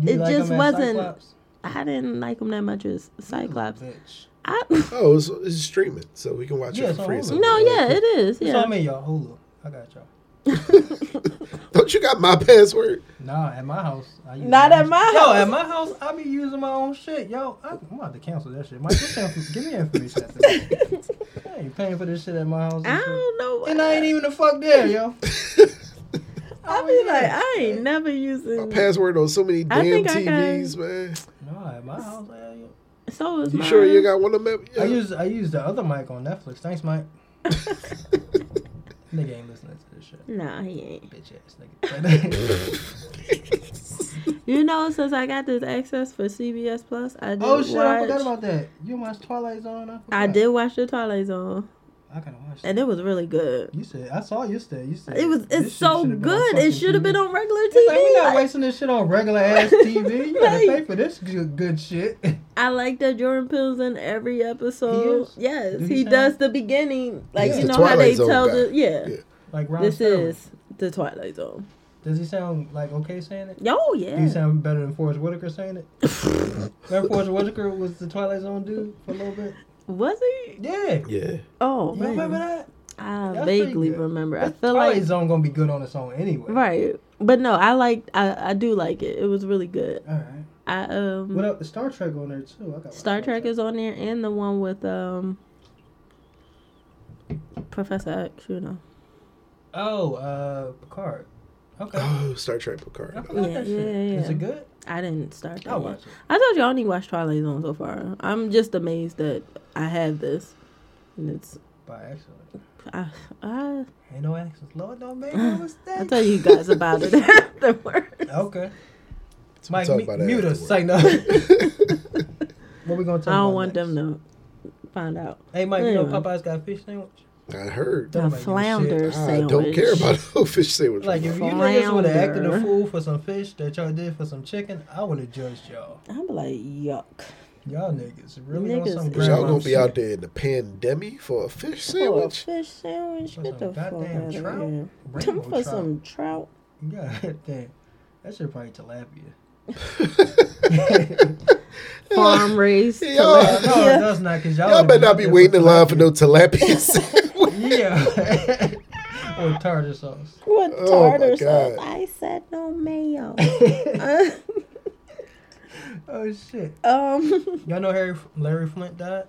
Speaker 3: You
Speaker 2: It
Speaker 3: like him
Speaker 2: just
Speaker 3: as
Speaker 2: wasn't-
Speaker 3: Cyclops?
Speaker 2: I didn't like him that much as Cyclops.
Speaker 3: Bitch.
Speaker 2: I
Speaker 1: Oh, it's, it's streaming, so we can watch
Speaker 3: Yeah,
Speaker 1: it
Speaker 3: it's
Speaker 1: for
Speaker 3: on
Speaker 1: free.
Speaker 3: Hulu.
Speaker 1: so-
Speaker 2: no, yeah, it is.
Speaker 3: That's all
Speaker 2: Yeah,
Speaker 3: I mean, y'all. Hulu. I got y'all.
Speaker 1: Don't you got my password?
Speaker 3: Nah, at my house. I use
Speaker 2: Not
Speaker 3: my
Speaker 2: at
Speaker 3: own-
Speaker 2: my
Speaker 3: Yo,
Speaker 2: house.
Speaker 3: at my house, I be using my own shit. Yo, I, I'm about to cancel that shit. Mike, just cancel, give me information after this. I ain't paying for this shit at my house.
Speaker 2: I
Speaker 3: And, shit.
Speaker 2: don't know. Why.
Speaker 3: and I ain't even the fuck there, yo.
Speaker 2: I be like, I ain't never
Speaker 1: My
Speaker 2: using.
Speaker 1: password on so many
Speaker 2: I
Speaker 1: damn
Speaker 2: think I got-
Speaker 1: TVs, man.
Speaker 3: Nah, at my house, I,
Speaker 2: So is
Speaker 1: You
Speaker 2: mine.
Speaker 1: sure you got one of them?
Speaker 3: I use I use the other mic on Netflix. Thanks, Mike. nigga ain't listening to this shit.
Speaker 2: Nah, he ain't.
Speaker 3: Bitch ass nigga.
Speaker 2: You know, since I got this access for CBS Plus, I did
Speaker 3: oh shit, I
Speaker 2: watch.
Speaker 3: forgot about that. You watch Twilight Zone? forgot.
Speaker 2: I did watch the Twilight Zone,
Speaker 3: I gotta watch that.
Speaker 2: and it was really good.
Speaker 3: You said I saw you said you said
Speaker 2: It was.
Speaker 3: this
Speaker 2: It's
Speaker 3: shit
Speaker 2: so
Speaker 3: should've been on
Speaker 2: good.
Speaker 3: fucking
Speaker 2: It should have
Speaker 3: TV.
Speaker 2: been on regular
Speaker 3: It's like we
Speaker 2: TV.
Speaker 3: not
Speaker 2: Like,
Speaker 3: wasting this shit on regular ass TV. You gotta
Speaker 2: Right.
Speaker 3: pay for this good, good shit.
Speaker 2: I like that Jordan Peele's in every episode.
Speaker 3: is?
Speaker 2: Yes,
Speaker 3: Do he
Speaker 2: he,
Speaker 3: sound-
Speaker 2: does the beginning. Like
Speaker 1: He's
Speaker 2: you
Speaker 1: the
Speaker 2: know how they
Speaker 1: Twilight Zone
Speaker 2: tell
Speaker 1: guy.
Speaker 2: the yeah.
Speaker 1: Yeah.
Speaker 3: Like Ron
Speaker 2: This
Speaker 3: Sterling.
Speaker 2: is the Twilight Zone.
Speaker 3: Does he sound like okay saying it?
Speaker 2: Oh
Speaker 3: Do you
Speaker 2: yeah.
Speaker 3: sound better than Forrest Whitaker saying it? Remember Forrest Whitaker was the Twilight Zone dude for a little bit.
Speaker 2: Was he?
Speaker 3: Yeah. You
Speaker 1: Yeah.
Speaker 2: Oh
Speaker 3: don't remember
Speaker 2: man,
Speaker 3: that?
Speaker 2: I
Speaker 3: That's pretty
Speaker 2: vaguely
Speaker 3: good.
Speaker 2: remember. I
Speaker 3: That
Speaker 2: feel
Speaker 3: Twilight
Speaker 2: like
Speaker 3: Zone gonna be good on its own anyway.
Speaker 2: right, but no, I like I I do like it. It was really good.
Speaker 3: All right.
Speaker 2: I um
Speaker 3: What up? The Star Trek on there too. I gotta watch
Speaker 2: Star Trek is on there and the one with um Professor X. You know.
Speaker 3: Oh, uh, Picard. Okay.
Speaker 1: Oh, Star Trek
Speaker 3: I
Speaker 1: Picard.
Speaker 3: forgot
Speaker 2: Yeah,
Speaker 3: that shit.
Speaker 2: yeah, yeah.
Speaker 3: Is it good?
Speaker 2: I didn't start that.
Speaker 3: I'll
Speaker 2: yet.
Speaker 3: watch it.
Speaker 2: I told you I only watched Twilight Zone so far. I'm just amazed that I have this, and it's
Speaker 3: By accident.
Speaker 2: I I,
Speaker 3: Ain't no accents. Lord, don't make no mistake.
Speaker 2: I tell you guys about it afterwards.
Speaker 3: Okay. Mike,
Speaker 1: talk
Speaker 3: mu-
Speaker 1: about that
Speaker 3: mute
Speaker 1: afterwards.
Speaker 3: us. Like, no. what
Speaker 2: I
Speaker 3: we gonna talk
Speaker 2: don't
Speaker 3: about
Speaker 2: want
Speaker 3: next?
Speaker 2: them to find out.
Speaker 3: Hey, Mike, you know
Speaker 2: Anyway.
Speaker 3: Popeye's got a fish sandwich.
Speaker 1: I heard.
Speaker 3: Don't
Speaker 2: A
Speaker 3: make me
Speaker 2: flounder
Speaker 3: shit.
Speaker 1: I
Speaker 2: sandwich.
Speaker 1: don't care about no fish sandwich.
Speaker 3: Like, if you
Speaker 2: Flounder.
Speaker 3: niggas would have acted a fool for some fish that y'all did for some chicken, I would have judged y'all.
Speaker 2: I'm like, yuck.
Speaker 3: Y'all niggas really on
Speaker 2: Niggas
Speaker 3: some
Speaker 2: is-
Speaker 1: Is y'all
Speaker 3: grandma
Speaker 1: gonna be
Speaker 3: shit.
Speaker 1: out there in the pandemic for a fish
Speaker 2: For Oh, a
Speaker 1: sandwich?
Speaker 2: fish sandwich,
Speaker 3: For
Speaker 2: get the
Speaker 3: some
Speaker 2: fuck out
Speaker 3: goddamn
Speaker 2: of
Speaker 3: trout?
Speaker 2: here.
Speaker 3: Rainbow
Speaker 2: for
Speaker 3: trout.
Speaker 2: some trout.
Speaker 3: God damn. That shit probably tilapia.
Speaker 2: farm raised. to
Speaker 1: Yo.
Speaker 2: live.
Speaker 3: No,
Speaker 2: Yeah.
Speaker 3: it does not. Cause y'all,
Speaker 1: Y'all
Speaker 3: would've
Speaker 1: better not
Speaker 3: out
Speaker 1: be
Speaker 3: there
Speaker 1: waiting in line for
Speaker 3: tilapia.
Speaker 1: no tilapias.
Speaker 3: Yeah. or tartar sauce.
Speaker 2: What
Speaker 1: Oh, my
Speaker 2: tartar sauce?
Speaker 1: God.
Speaker 2: I said no mayo.
Speaker 3: oh
Speaker 2: Uh,
Speaker 3: shit!
Speaker 2: um,
Speaker 3: Y'all know Harry Larry Flint died.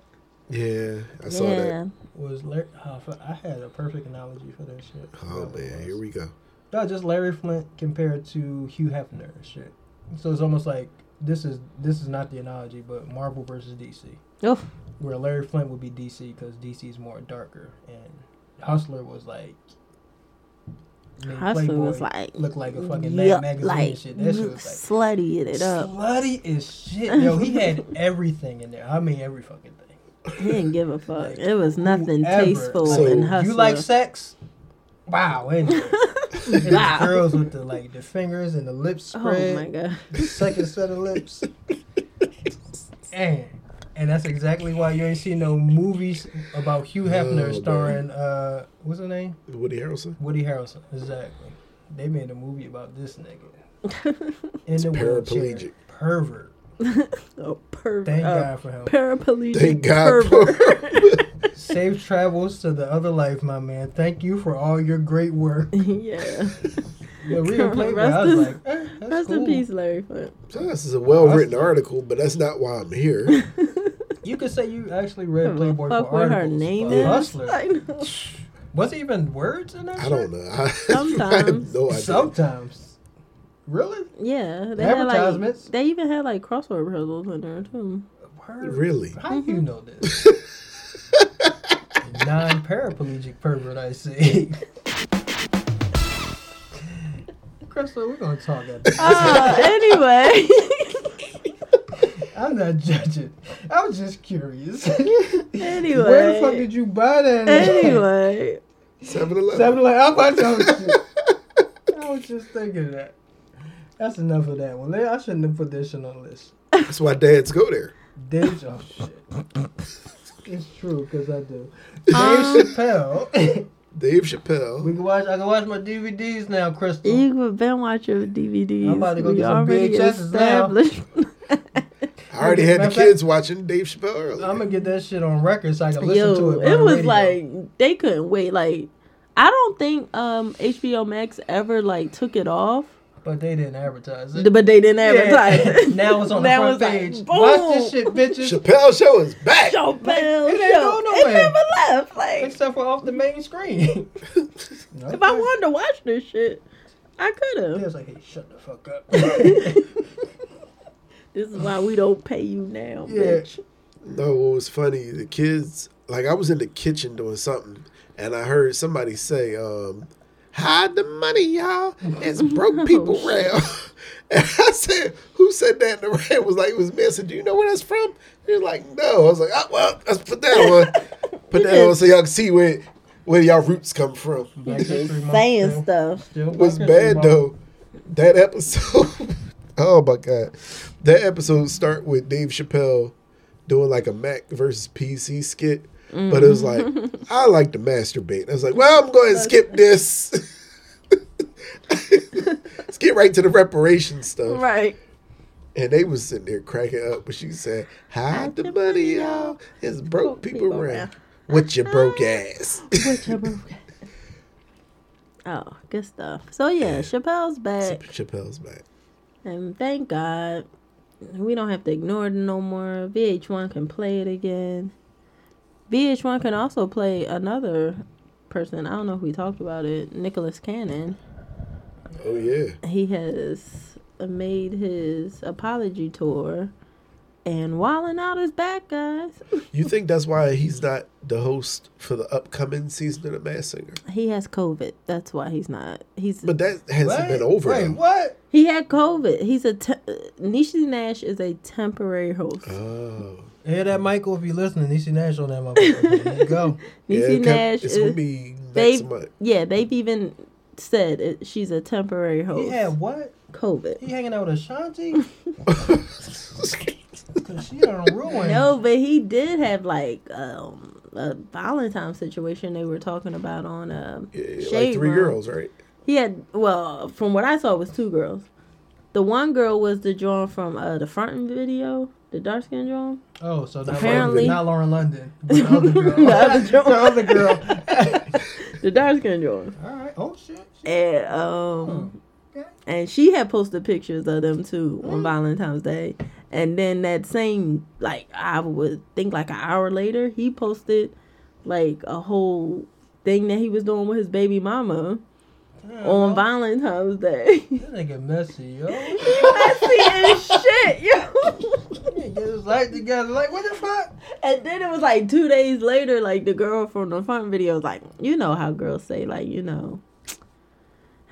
Speaker 1: yeah, I saw that.
Speaker 2: yeah.
Speaker 3: Was Larry? Oh, fu- I had a perfect analogy for that shit.
Speaker 1: Oh man, here we go.
Speaker 3: No, just Larry Flint compared to Hugh Hefner and shit. So it's almost like this is this is not the analogy, but Marvel versus DC,
Speaker 2: Oh,
Speaker 3: where Larry Flint would be DC because DC is more darker, and Hustler was like. made
Speaker 2: Hustler was
Speaker 3: Playboy
Speaker 2: like,
Speaker 3: look like a fucking
Speaker 2: yeah,
Speaker 3: Mad magazine
Speaker 2: like
Speaker 3: and shit. That shit was like
Speaker 2: slutty it up.
Speaker 3: Slutty as shit. Yo, he had everything in there. I mean, every fucking thing.
Speaker 2: He didn't give a fuck.
Speaker 3: Like,
Speaker 2: it was nothing
Speaker 3: whoever.
Speaker 2: tasteful
Speaker 1: So,
Speaker 2: and
Speaker 1: you
Speaker 2: hustler.
Speaker 3: You like sex? Wow, ain't it? And the
Speaker 2: Wow.
Speaker 3: girls with the like the fingers and the lips
Speaker 2: Oh my
Speaker 3: spread,
Speaker 2: god.
Speaker 3: the second set of lips. and and that's exactly why you ain't seen no movies about Hugh
Speaker 1: Oh,
Speaker 3: Hefner
Speaker 1: man.
Speaker 3: starring uh what's his name
Speaker 1: Woody Harrelson.
Speaker 3: Woody Harrelson. Exactly. They made a movie about this nigga in the
Speaker 1: paraplegic.
Speaker 3: wheelchair. Pervert.
Speaker 2: Oh, per-
Speaker 3: Thank
Speaker 2: uh,
Speaker 3: God for him.
Speaker 2: paraplegic.
Speaker 1: Thank God for.
Speaker 2: pervert.
Speaker 3: Safe travels to the other life, my man. Thank you for all your great work.
Speaker 2: yeah.
Speaker 3: Yeah, reading Playboy, I
Speaker 2: Rest
Speaker 3: was
Speaker 2: in-
Speaker 3: like, eh, that's
Speaker 2: Rest
Speaker 3: cool.
Speaker 2: in peace, Larry Flint.
Speaker 1: So this is a well-written article, but that's not why I'm here.
Speaker 3: You could say you actually
Speaker 2: Give
Speaker 3: read
Speaker 2: a
Speaker 3: Playboy
Speaker 2: fuck
Speaker 3: for
Speaker 2: what her
Speaker 3: articles,
Speaker 2: name
Speaker 3: but
Speaker 2: is.
Speaker 3: Hustler.
Speaker 2: I know.
Speaker 3: Was it even words in that?
Speaker 1: I don't
Speaker 3: shit?
Speaker 1: know. I, I have
Speaker 2: Sometimes.
Speaker 1: no idea.
Speaker 3: Sometimes. Really?
Speaker 2: Yeah, they had like
Speaker 3: Advertisements.
Speaker 2: they even had like crossword puzzles in there too.
Speaker 3: Word?
Speaker 1: Really?
Speaker 3: How do you
Speaker 2: Mm-hmm.
Speaker 3: know this? Non-paraplegic pervert, I say. Crystal, we're gonna talk after this.
Speaker 2: Uh, anyway,
Speaker 3: I'm not judging. I was just curious.
Speaker 2: anyway,
Speaker 3: Where the fuck did you buy that? at?
Speaker 2: anyway,
Speaker 1: Seven Eleven.
Speaker 3: Seven Eleven. I'm about to. I was just thinking that. That's enough of that one. Man, I shouldn't have put this shit on the list.
Speaker 1: That's why dads go there.
Speaker 3: Dave, oh shit. It's true because I do.
Speaker 2: Um,
Speaker 3: Dave Chappelle.
Speaker 1: Dave
Speaker 3: we
Speaker 1: Chappelle.
Speaker 3: can watch. I can watch my DVDs now, Crystal.
Speaker 2: you have been watching DVDs.
Speaker 3: I'm about to go
Speaker 2: We
Speaker 3: get some
Speaker 2: already
Speaker 3: VHSs now.
Speaker 2: established-
Speaker 1: I already had the kids watching Dave Chappelle
Speaker 3: I'm
Speaker 1: earlier.
Speaker 3: gonna get that shit on record so I can listen
Speaker 2: Yo,
Speaker 3: to it.
Speaker 2: it
Speaker 3: on
Speaker 2: was
Speaker 3: radio.
Speaker 2: like they couldn't wait. Like, I don't think um HBO Max ever like took it off,
Speaker 3: but they didn't advertise it.
Speaker 2: but they didn't advertise
Speaker 3: Yeah.
Speaker 2: it.
Speaker 3: now it's on the
Speaker 2: Now it's
Speaker 3: front
Speaker 2: like,
Speaker 3: page.
Speaker 2: boom.
Speaker 3: watch this shit, bitches.
Speaker 1: Chappelle show is back.
Speaker 2: Yo, Bell,
Speaker 3: it ain't
Speaker 2: yo,
Speaker 3: going
Speaker 2: it
Speaker 3: nowhere.
Speaker 2: never left. Like,
Speaker 3: Except for off the main screen.
Speaker 2: if I wanted to watch this shit, I could
Speaker 3: they
Speaker 2: have.
Speaker 3: was like, "Hey, shut the fuck up."
Speaker 2: This is why we don't pay you now,
Speaker 3: Yeah.
Speaker 2: bitch.
Speaker 1: No, what was funny? The kids, like I was in the kitchen doing something, and I heard somebody say, um, "Hide the money, y'all. It's broke people round." And I said, "Who said that?" And the rant was like, "It was me." I said, "Do you know where that's from?" He was like, "No." I was like, "Oh well, let's put that one, put that one, so y'all can see where where y'all roots come from."
Speaker 3: Black History
Speaker 2: Just
Speaker 3: Month
Speaker 2: saying
Speaker 3: still-
Speaker 2: stuff.
Speaker 3: still Black
Speaker 1: was
Speaker 3: History
Speaker 1: bad
Speaker 3: Month.
Speaker 1: though. That episode. oh my god, that episode start with Dave Chappelle doing like a Mac versus PC skit, but it was like I like to masturbate. I was like, well, I'm going to skip this. Let's get right to the reparation stuff.
Speaker 2: Right.
Speaker 1: And they was sitting there cracking up, but she said, "Hide the money, y'all. It's broke people
Speaker 2: people
Speaker 1: around Ah,
Speaker 2: around.
Speaker 1: with your broke ass."
Speaker 2: Oh, good stuff. So yeah, Chappelle's back,
Speaker 1: Chappelle's back.
Speaker 2: and thank God we don't have to ignore it no more. VH1 can play it again. VH1 can also play another person. I don't know if we talked about it. Nicholas Cannon.
Speaker 1: Oh yeah.
Speaker 2: He has made his apology tour, and Wallin' Out is back, guys.
Speaker 1: You think that's why he's not the host for the upcoming season of The Masked Singer?
Speaker 2: He has COVID. That's why he's not. He's
Speaker 1: But that hasn't
Speaker 3: What?
Speaker 1: been over.
Speaker 3: Wait,
Speaker 1: though.
Speaker 3: what?
Speaker 2: He had COVID. He's a te- Nishie Nash is a temporary host.
Speaker 1: Oh,
Speaker 3: Hear that, Michael? If you're listening, you see Nash on that motherfucker. There you go.
Speaker 1: yeah,
Speaker 2: Nishie
Speaker 1: it kept-
Speaker 2: Nash
Speaker 1: It's gonna
Speaker 2: is.
Speaker 1: be next
Speaker 2: They've
Speaker 1: month.
Speaker 2: yeah, they've even said it, she's a temporary
Speaker 3: He
Speaker 2: host.
Speaker 3: had what?
Speaker 2: COVID.
Speaker 3: He hanging out with Ashanti? Cause she done ruined.
Speaker 2: No, but he did have like um, a Valentine situation they were talking about on um
Speaker 1: Yeah, like
Speaker 2: Shade
Speaker 1: three
Speaker 2: Room.
Speaker 1: girls, right?
Speaker 2: He had well, from what I saw, it was two girls. The one girl was the joint from uh, the Frontin video, The dark skinned John?
Speaker 3: Oh, so not
Speaker 2: Apparently.
Speaker 3: Lauren, not Lauren London, but the other girl.
Speaker 2: The other girl.
Speaker 3: The other girl.
Speaker 2: The dark skinned John.
Speaker 3: All right. Oh shit. shit.
Speaker 2: And um
Speaker 3: Okay.
Speaker 2: and she had posted pictures of them too on Valentine's Day. And then that same like I would think like an hour later, he posted like a whole thing that he was doing with his baby mama
Speaker 3: Damn,
Speaker 2: on
Speaker 3: yo.
Speaker 2: Valentine's Day.
Speaker 3: This nigga messy, yo.
Speaker 2: you messy as shit, yo.
Speaker 3: Get his life together. Like what the fuck?
Speaker 2: And then it was like two days later, like the girl from the front video was like, you know how girls say, like, you know,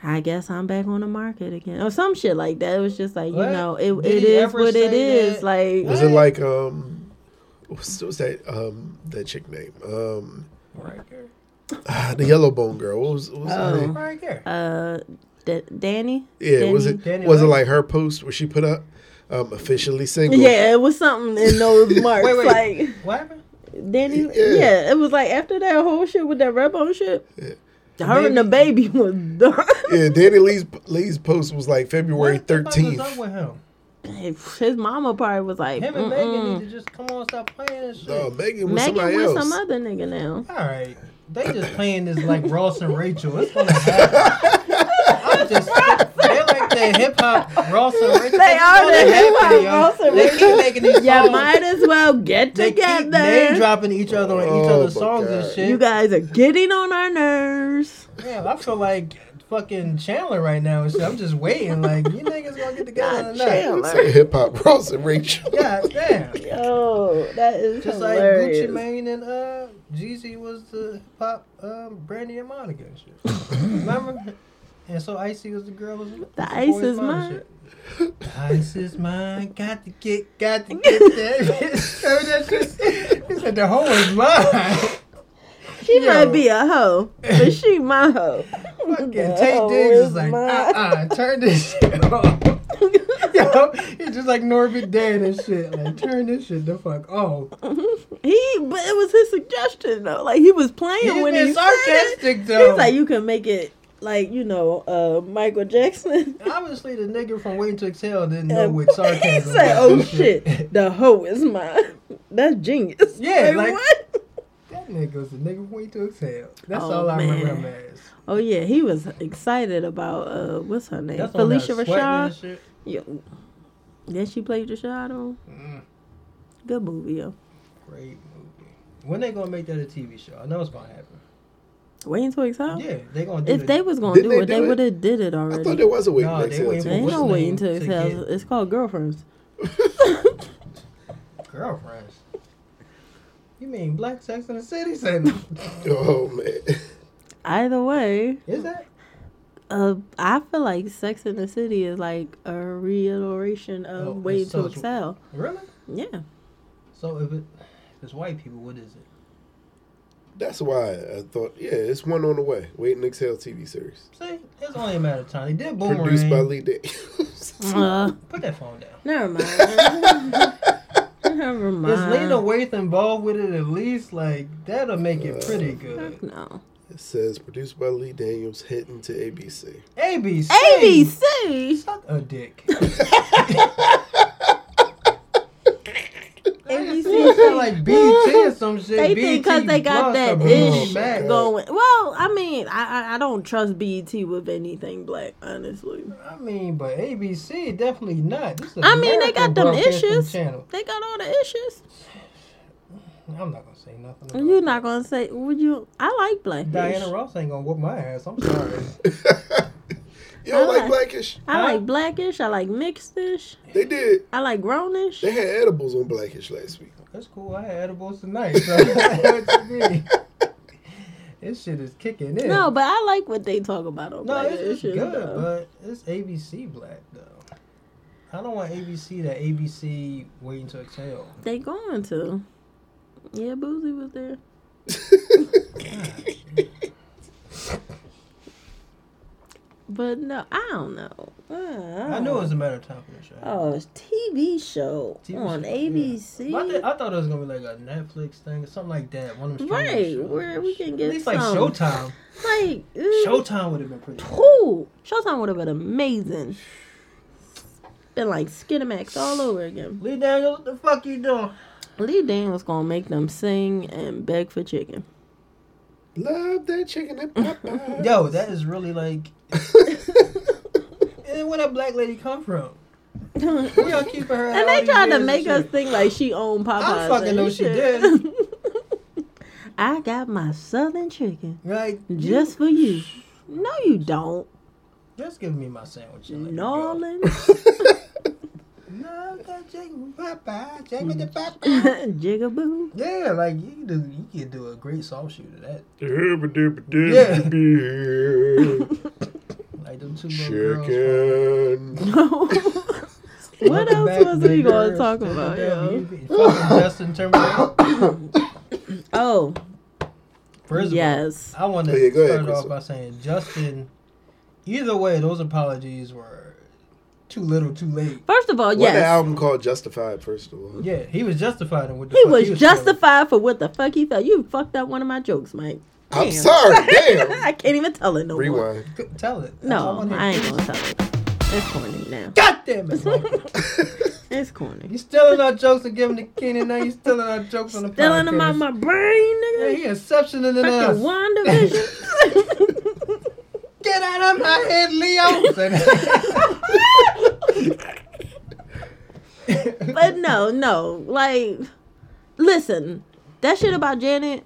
Speaker 2: I guess I'm back on the market again. Or some shit like that. It was just like,
Speaker 3: What?
Speaker 2: you know, it,
Speaker 3: Did
Speaker 2: it
Speaker 3: he
Speaker 2: is
Speaker 3: ever
Speaker 2: what it
Speaker 3: say
Speaker 2: is.
Speaker 3: that?
Speaker 2: Like
Speaker 1: Was it
Speaker 3: What?
Speaker 1: like um, what's, what's that um that chick name um
Speaker 3: Right there.
Speaker 1: ah, the yellow bone girl? What was, what was her
Speaker 2: Oh.
Speaker 1: name?
Speaker 3: Right there.
Speaker 2: uh D- Danny?
Speaker 1: Yeah, was
Speaker 2: Danny-
Speaker 1: it
Speaker 3: Danny
Speaker 1: was it
Speaker 3: Lane?
Speaker 1: like her post where she put up um officially single?
Speaker 2: Yeah, it was something in those marks.
Speaker 3: Wait, wait.
Speaker 2: Like
Speaker 3: What happened?
Speaker 2: Danny
Speaker 1: Yeah.
Speaker 2: yeah. it was like after that whole shit with that red bone shit.
Speaker 1: Yeah.
Speaker 2: Her and the baby was done.
Speaker 1: yeah. Danny Lee's Lee's post was like February
Speaker 3: What the fuck is
Speaker 1: thirteenth.
Speaker 3: up with him?
Speaker 2: His mama probably was like,
Speaker 3: Him and
Speaker 2: "Mm-mm."
Speaker 3: Megan need to just come on, stop playing this shit.
Speaker 1: No, Megan was
Speaker 2: Megan
Speaker 1: somebody
Speaker 2: with
Speaker 1: else.
Speaker 2: some other nigga now.
Speaker 3: All right, they just playing this like Ross and Rachel. It's gonna happen. I'm just they're like the hip hop Ross and Rachel.
Speaker 2: They
Speaker 3: It's
Speaker 2: are
Speaker 3: gonna
Speaker 2: the hip hop
Speaker 3: happen, yo.
Speaker 2: Ross and
Speaker 3: They
Speaker 2: Rachel.
Speaker 3: keep making these
Speaker 2: Yeah,
Speaker 3: songs.
Speaker 2: might as well get
Speaker 3: Oh. They keep name
Speaker 2: together.
Speaker 3: dropping each other on
Speaker 1: Oh,
Speaker 3: each other's
Speaker 1: my
Speaker 3: songs
Speaker 1: God.
Speaker 3: and shit.
Speaker 2: You guys are getting on our nerves.
Speaker 3: Damn, I feel like fucking Chandler right now and shit. I'm just waiting. Like you niggas gonna get together
Speaker 2: Not
Speaker 3: or not?
Speaker 2: Chandler.
Speaker 1: Hip hop Ross and Rachel.
Speaker 3: God damn.
Speaker 2: Yo, Oh, that is
Speaker 3: Just like
Speaker 2: hilarious.
Speaker 3: Gucci Mane and uh, Jeezy was the hip hop um, Brandy and Monica and shit. Remember? And so Icy was the girl. Was
Speaker 2: The ice is mine.
Speaker 3: Ice is mine. Got to get, got to get that. bitch. he said the hoe is mine.
Speaker 2: She
Speaker 3: Yo.
Speaker 2: might be a hoe, but she my hoe.
Speaker 3: Fucking
Speaker 2: The
Speaker 3: Tate
Speaker 2: hoe
Speaker 3: Diggs
Speaker 2: is
Speaker 3: is like, uh
Speaker 2: mine.
Speaker 3: uh turn this shit off. Yo, he's just like Norbit Dan and shit. Like, turn this shit the fuck off.
Speaker 2: He, but it was his suggestion though. Like he was playing
Speaker 3: He's
Speaker 2: when he
Speaker 3: been
Speaker 2: said
Speaker 3: sarcastic
Speaker 2: it.
Speaker 3: though.
Speaker 2: He's like, you can make it like you know, uh, Michael Jackson.
Speaker 3: Obviously, the nigga from Waiting to Exhale didn't know what sarcasm.
Speaker 2: he
Speaker 3: was.
Speaker 2: said, "Oh shit, the hoe is mine." That's genius.
Speaker 3: Yeah,
Speaker 2: Like,
Speaker 3: like-
Speaker 2: what?
Speaker 3: That nigga was the nigga from Waiting to Exhale. That's
Speaker 2: Oh,
Speaker 3: all I remember him
Speaker 2: man.
Speaker 3: as.
Speaker 2: Oh yeah, he was excited about uh, what's her name,
Speaker 3: That's when I was
Speaker 2: Felicia
Speaker 3: sweating and
Speaker 2: Rashad.
Speaker 3: shit.
Speaker 2: Yeah, yeah, she played Rashad on
Speaker 3: Mm,
Speaker 2: good movie. Yo.
Speaker 3: great movie. When they gonna make that a TV show? I know it's gonna happen.
Speaker 2: Wait until it's out.
Speaker 3: Yeah, they gonna do
Speaker 2: If
Speaker 3: the-
Speaker 2: they was gonna
Speaker 1: Didn't
Speaker 2: do
Speaker 1: they
Speaker 2: it,
Speaker 1: do
Speaker 2: they
Speaker 1: it?
Speaker 2: would have did it
Speaker 1: I
Speaker 2: already.
Speaker 1: thought there was a waiting
Speaker 3: No,
Speaker 1: next
Speaker 3: they
Speaker 1: to
Speaker 3: waiting
Speaker 1: it, too.
Speaker 2: There ain't
Speaker 3: What's
Speaker 2: no
Speaker 3: the
Speaker 2: wait
Speaker 3: name
Speaker 2: until
Speaker 3: to
Speaker 2: it's out.
Speaker 3: get-
Speaker 2: It's called girlfriends.
Speaker 3: girlfriends. You mean Black Sex in the City? Said,
Speaker 1: Oh man.
Speaker 2: Either way,
Speaker 3: is that?
Speaker 2: uh, I feel like Sex in the City is like a reiteration of
Speaker 3: Oh,
Speaker 2: Waiting
Speaker 3: it's
Speaker 2: to
Speaker 3: social.
Speaker 2: Excel.
Speaker 3: Really?
Speaker 2: Yeah.
Speaker 3: So if it, if it's white people, what is it?
Speaker 1: That's why I thought, yeah, it's one on the way. Waiting Exhale TV series.
Speaker 3: See, it's only a matter of time. They did Boomerang.
Speaker 1: Produced by Lee Daniels.
Speaker 2: Uh,
Speaker 3: Put that phone down.
Speaker 2: never mind. never mind.
Speaker 3: Is Lena Waithe involved with it at least? Like that'll make it pretty good.
Speaker 2: Fuck No.
Speaker 1: It says produced by Lee Daniels, heading to ABC.
Speaker 3: ABC.
Speaker 2: ABC.
Speaker 3: Suck a dick.
Speaker 2: ABC.
Speaker 3: It sound like BT or some shit.
Speaker 2: They think because they got that ish
Speaker 1: Max.
Speaker 2: going. Well, I mean, I, I I don't trust BET with anything black, honestly.
Speaker 3: I mean, but ABC definitely not. This is
Speaker 2: I mean, they got
Speaker 3: American
Speaker 2: them
Speaker 3: broadcasting
Speaker 2: issues.
Speaker 3: Channel.
Speaker 2: They got all the issues.
Speaker 3: I'm not gonna say nothing. about
Speaker 2: You're
Speaker 3: that.
Speaker 2: not gonna say would you? I like black.
Speaker 3: Diana Ross ain't gonna whoop my ass. I'm sorry.
Speaker 1: you don't
Speaker 2: I
Speaker 3: Ah.
Speaker 1: like
Speaker 2: like-
Speaker 1: Blackish?
Speaker 2: I
Speaker 3: Huh?
Speaker 2: like blackish. I like mixedish.
Speaker 1: They did.
Speaker 2: I like grownish.
Speaker 1: They had edibles on Blackish last week.
Speaker 3: That's cool. I had edibles tonight. So what you mean? This shit is kicking in.
Speaker 2: No, but I like what they talk about on
Speaker 3: No,
Speaker 2: black
Speaker 3: it's, it's
Speaker 2: issues.
Speaker 3: good,
Speaker 2: though.
Speaker 3: but it's ABC black though. I don't want ABC that ABC waiting to exhale.
Speaker 2: They going to. Yeah, Boozy was there. But no, I don't know. Uh,
Speaker 3: I knew it was a matter of time for the show.
Speaker 2: Oh, it's TV show
Speaker 3: TV
Speaker 2: on
Speaker 3: show, yeah.
Speaker 2: ABC.
Speaker 3: But I, thi- I thought it was gonna be like a Netflix thing or something like that. One of them streaming
Speaker 2: Right,
Speaker 3: shows.
Speaker 2: where we can get
Speaker 3: at least like
Speaker 2: some.
Speaker 3: Showtime.
Speaker 2: Like, uh,
Speaker 3: Showtime would have been pretty.
Speaker 2: cool. Showtime would have been amazing. Been like Skidamax all over again.
Speaker 3: Lee Daniels, what the fuck you doing?
Speaker 2: Lee Daniels gonna make them sing and beg for chicken.
Speaker 1: Love that chicken and Popeyes.
Speaker 3: Yo, that is really like. and where that black lady come from?
Speaker 2: and
Speaker 3: We all keeping her. all
Speaker 2: they
Speaker 3: these
Speaker 2: tried to
Speaker 3: years and
Speaker 2: make us
Speaker 3: shit.
Speaker 2: think like she owned Popeyes.
Speaker 3: I fucking
Speaker 2: and
Speaker 3: know she
Speaker 2: shit.
Speaker 3: did.
Speaker 2: I got my southern chicken
Speaker 3: Like,
Speaker 2: just for you. No, you don't,
Speaker 3: just give me my sandwich. and let me go.
Speaker 2: Nolan.
Speaker 3: No, that's Jacob Popeye. Jacob the Popeye.
Speaker 2: Jigaboo.
Speaker 3: Yeah, like you can do, you can do a great salt shooter. That
Speaker 1: Chicken.
Speaker 3: like them two little girls.
Speaker 2: what else was we gonna talk about, yo?
Speaker 3: Fucking Justin Timberlake.
Speaker 2: Oh,
Speaker 3: First of all,
Speaker 2: yes.
Speaker 3: I want to
Speaker 1: Oh, yeah, go ahead,
Speaker 3: start off
Speaker 1: Crystal.
Speaker 3: by saying Justin. Either way, those apologies were too little, too late.
Speaker 2: First of all,
Speaker 1: What the
Speaker 2: yes.
Speaker 1: album called Justified? First of all,
Speaker 3: Yeah, he was justified in what the
Speaker 2: He
Speaker 3: fuck
Speaker 2: was
Speaker 3: doing.
Speaker 2: justified for what the fuck he felt. You fucked up one of my jokes, Mike.
Speaker 1: I'm
Speaker 2: Damn.
Speaker 1: sorry.
Speaker 2: I
Speaker 1: Damn.
Speaker 2: can't even tell it no more.
Speaker 1: Rewind.
Speaker 3: Good, Tell it. That's all
Speaker 2: No,
Speaker 3: wanna
Speaker 2: I
Speaker 3: hear.
Speaker 2: ain't gonna tell it. It's corny now.
Speaker 3: God damn it, Michael.
Speaker 2: It's corny.
Speaker 3: You stealing our jokes and giving to Keenan. Now you stealing our jokes on the
Speaker 2: Still in
Speaker 3: podcast.
Speaker 2: my, my brain,
Speaker 3: Yeah,
Speaker 2: nigga.
Speaker 3: he inception in
Speaker 2: Fucking
Speaker 3: us.
Speaker 2: WandaVision.
Speaker 3: Get out of my head, Leo.
Speaker 2: but no, no. Like, listen, that shit about Janet,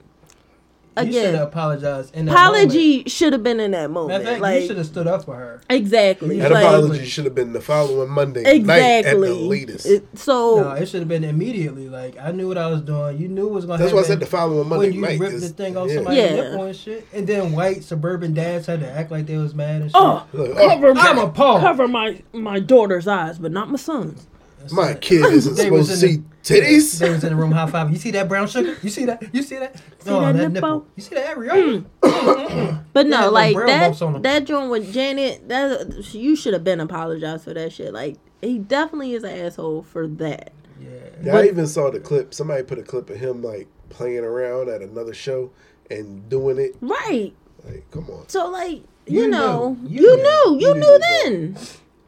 Speaker 3: you should
Speaker 2: again,
Speaker 3: have apologized. In that
Speaker 2: apology should have been in that
Speaker 3: Moment.
Speaker 2: moment.
Speaker 3: Matter of fact, you
Speaker 2: Like,
Speaker 3: should have stood up for her.
Speaker 2: exactly.
Speaker 1: That
Speaker 3: Like-
Speaker 1: apology should have been the following Monday night at
Speaker 2: exactly.
Speaker 1: the latest.
Speaker 2: It- so,
Speaker 3: No, it should have been immediately. Like I knew what I was doing. You knew what was going to
Speaker 1: That's
Speaker 3: happen.
Speaker 1: why I said the following Monday
Speaker 3: when you
Speaker 1: night.
Speaker 3: ripped
Speaker 1: is-
Speaker 3: the thing off
Speaker 1: yeah.
Speaker 3: somebody's
Speaker 2: Yeah.
Speaker 3: nipple and shit, and then white suburban dads had to act like they was mad and shit.
Speaker 2: oh,
Speaker 1: Look, oh,
Speaker 2: cover my,
Speaker 3: I'm appalled.
Speaker 2: cover my, my daughter's eyes, but not my son's.
Speaker 3: That's
Speaker 1: my
Speaker 3: it.
Speaker 1: kid isn't
Speaker 3: They
Speaker 1: supposed to
Speaker 3: was
Speaker 1: see
Speaker 3: in
Speaker 1: titties.
Speaker 3: They was in the room high five. You see that brown sugar? You see that? You see that? oh,
Speaker 2: that nipple?
Speaker 3: that,
Speaker 2: Hmm.
Speaker 3: nipple? You see that areola?
Speaker 2: But
Speaker 3: Yeah,
Speaker 2: no,
Speaker 3: them
Speaker 2: like
Speaker 3: brown bumps on
Speaker 2: that
Speaker 3: 'em.
Speaker 2: that joint with Janet, that you should have been apologized for that shit. Like he definitely is an asshole for that.
Speaker 3: Yeah.
Speaker 1: Yeah, I even saw the clip. Somebody put a clip of him like playing around at another show and doing it.
Speaker 2: Right.
Speaker 1: Like, come on.
Speaker 2: So like you,
Speaker 3: You
Speaker 2: know,
Speaker 3: knew.
Speaker 2: you,
Speaker 3: You
Speaker 2: knew,
Speaker 3: knew.
Speaker 2: you
Speaker 1: You
Speaker 2: knew,
Speaker 1: knew as well.
Speaker 2: then,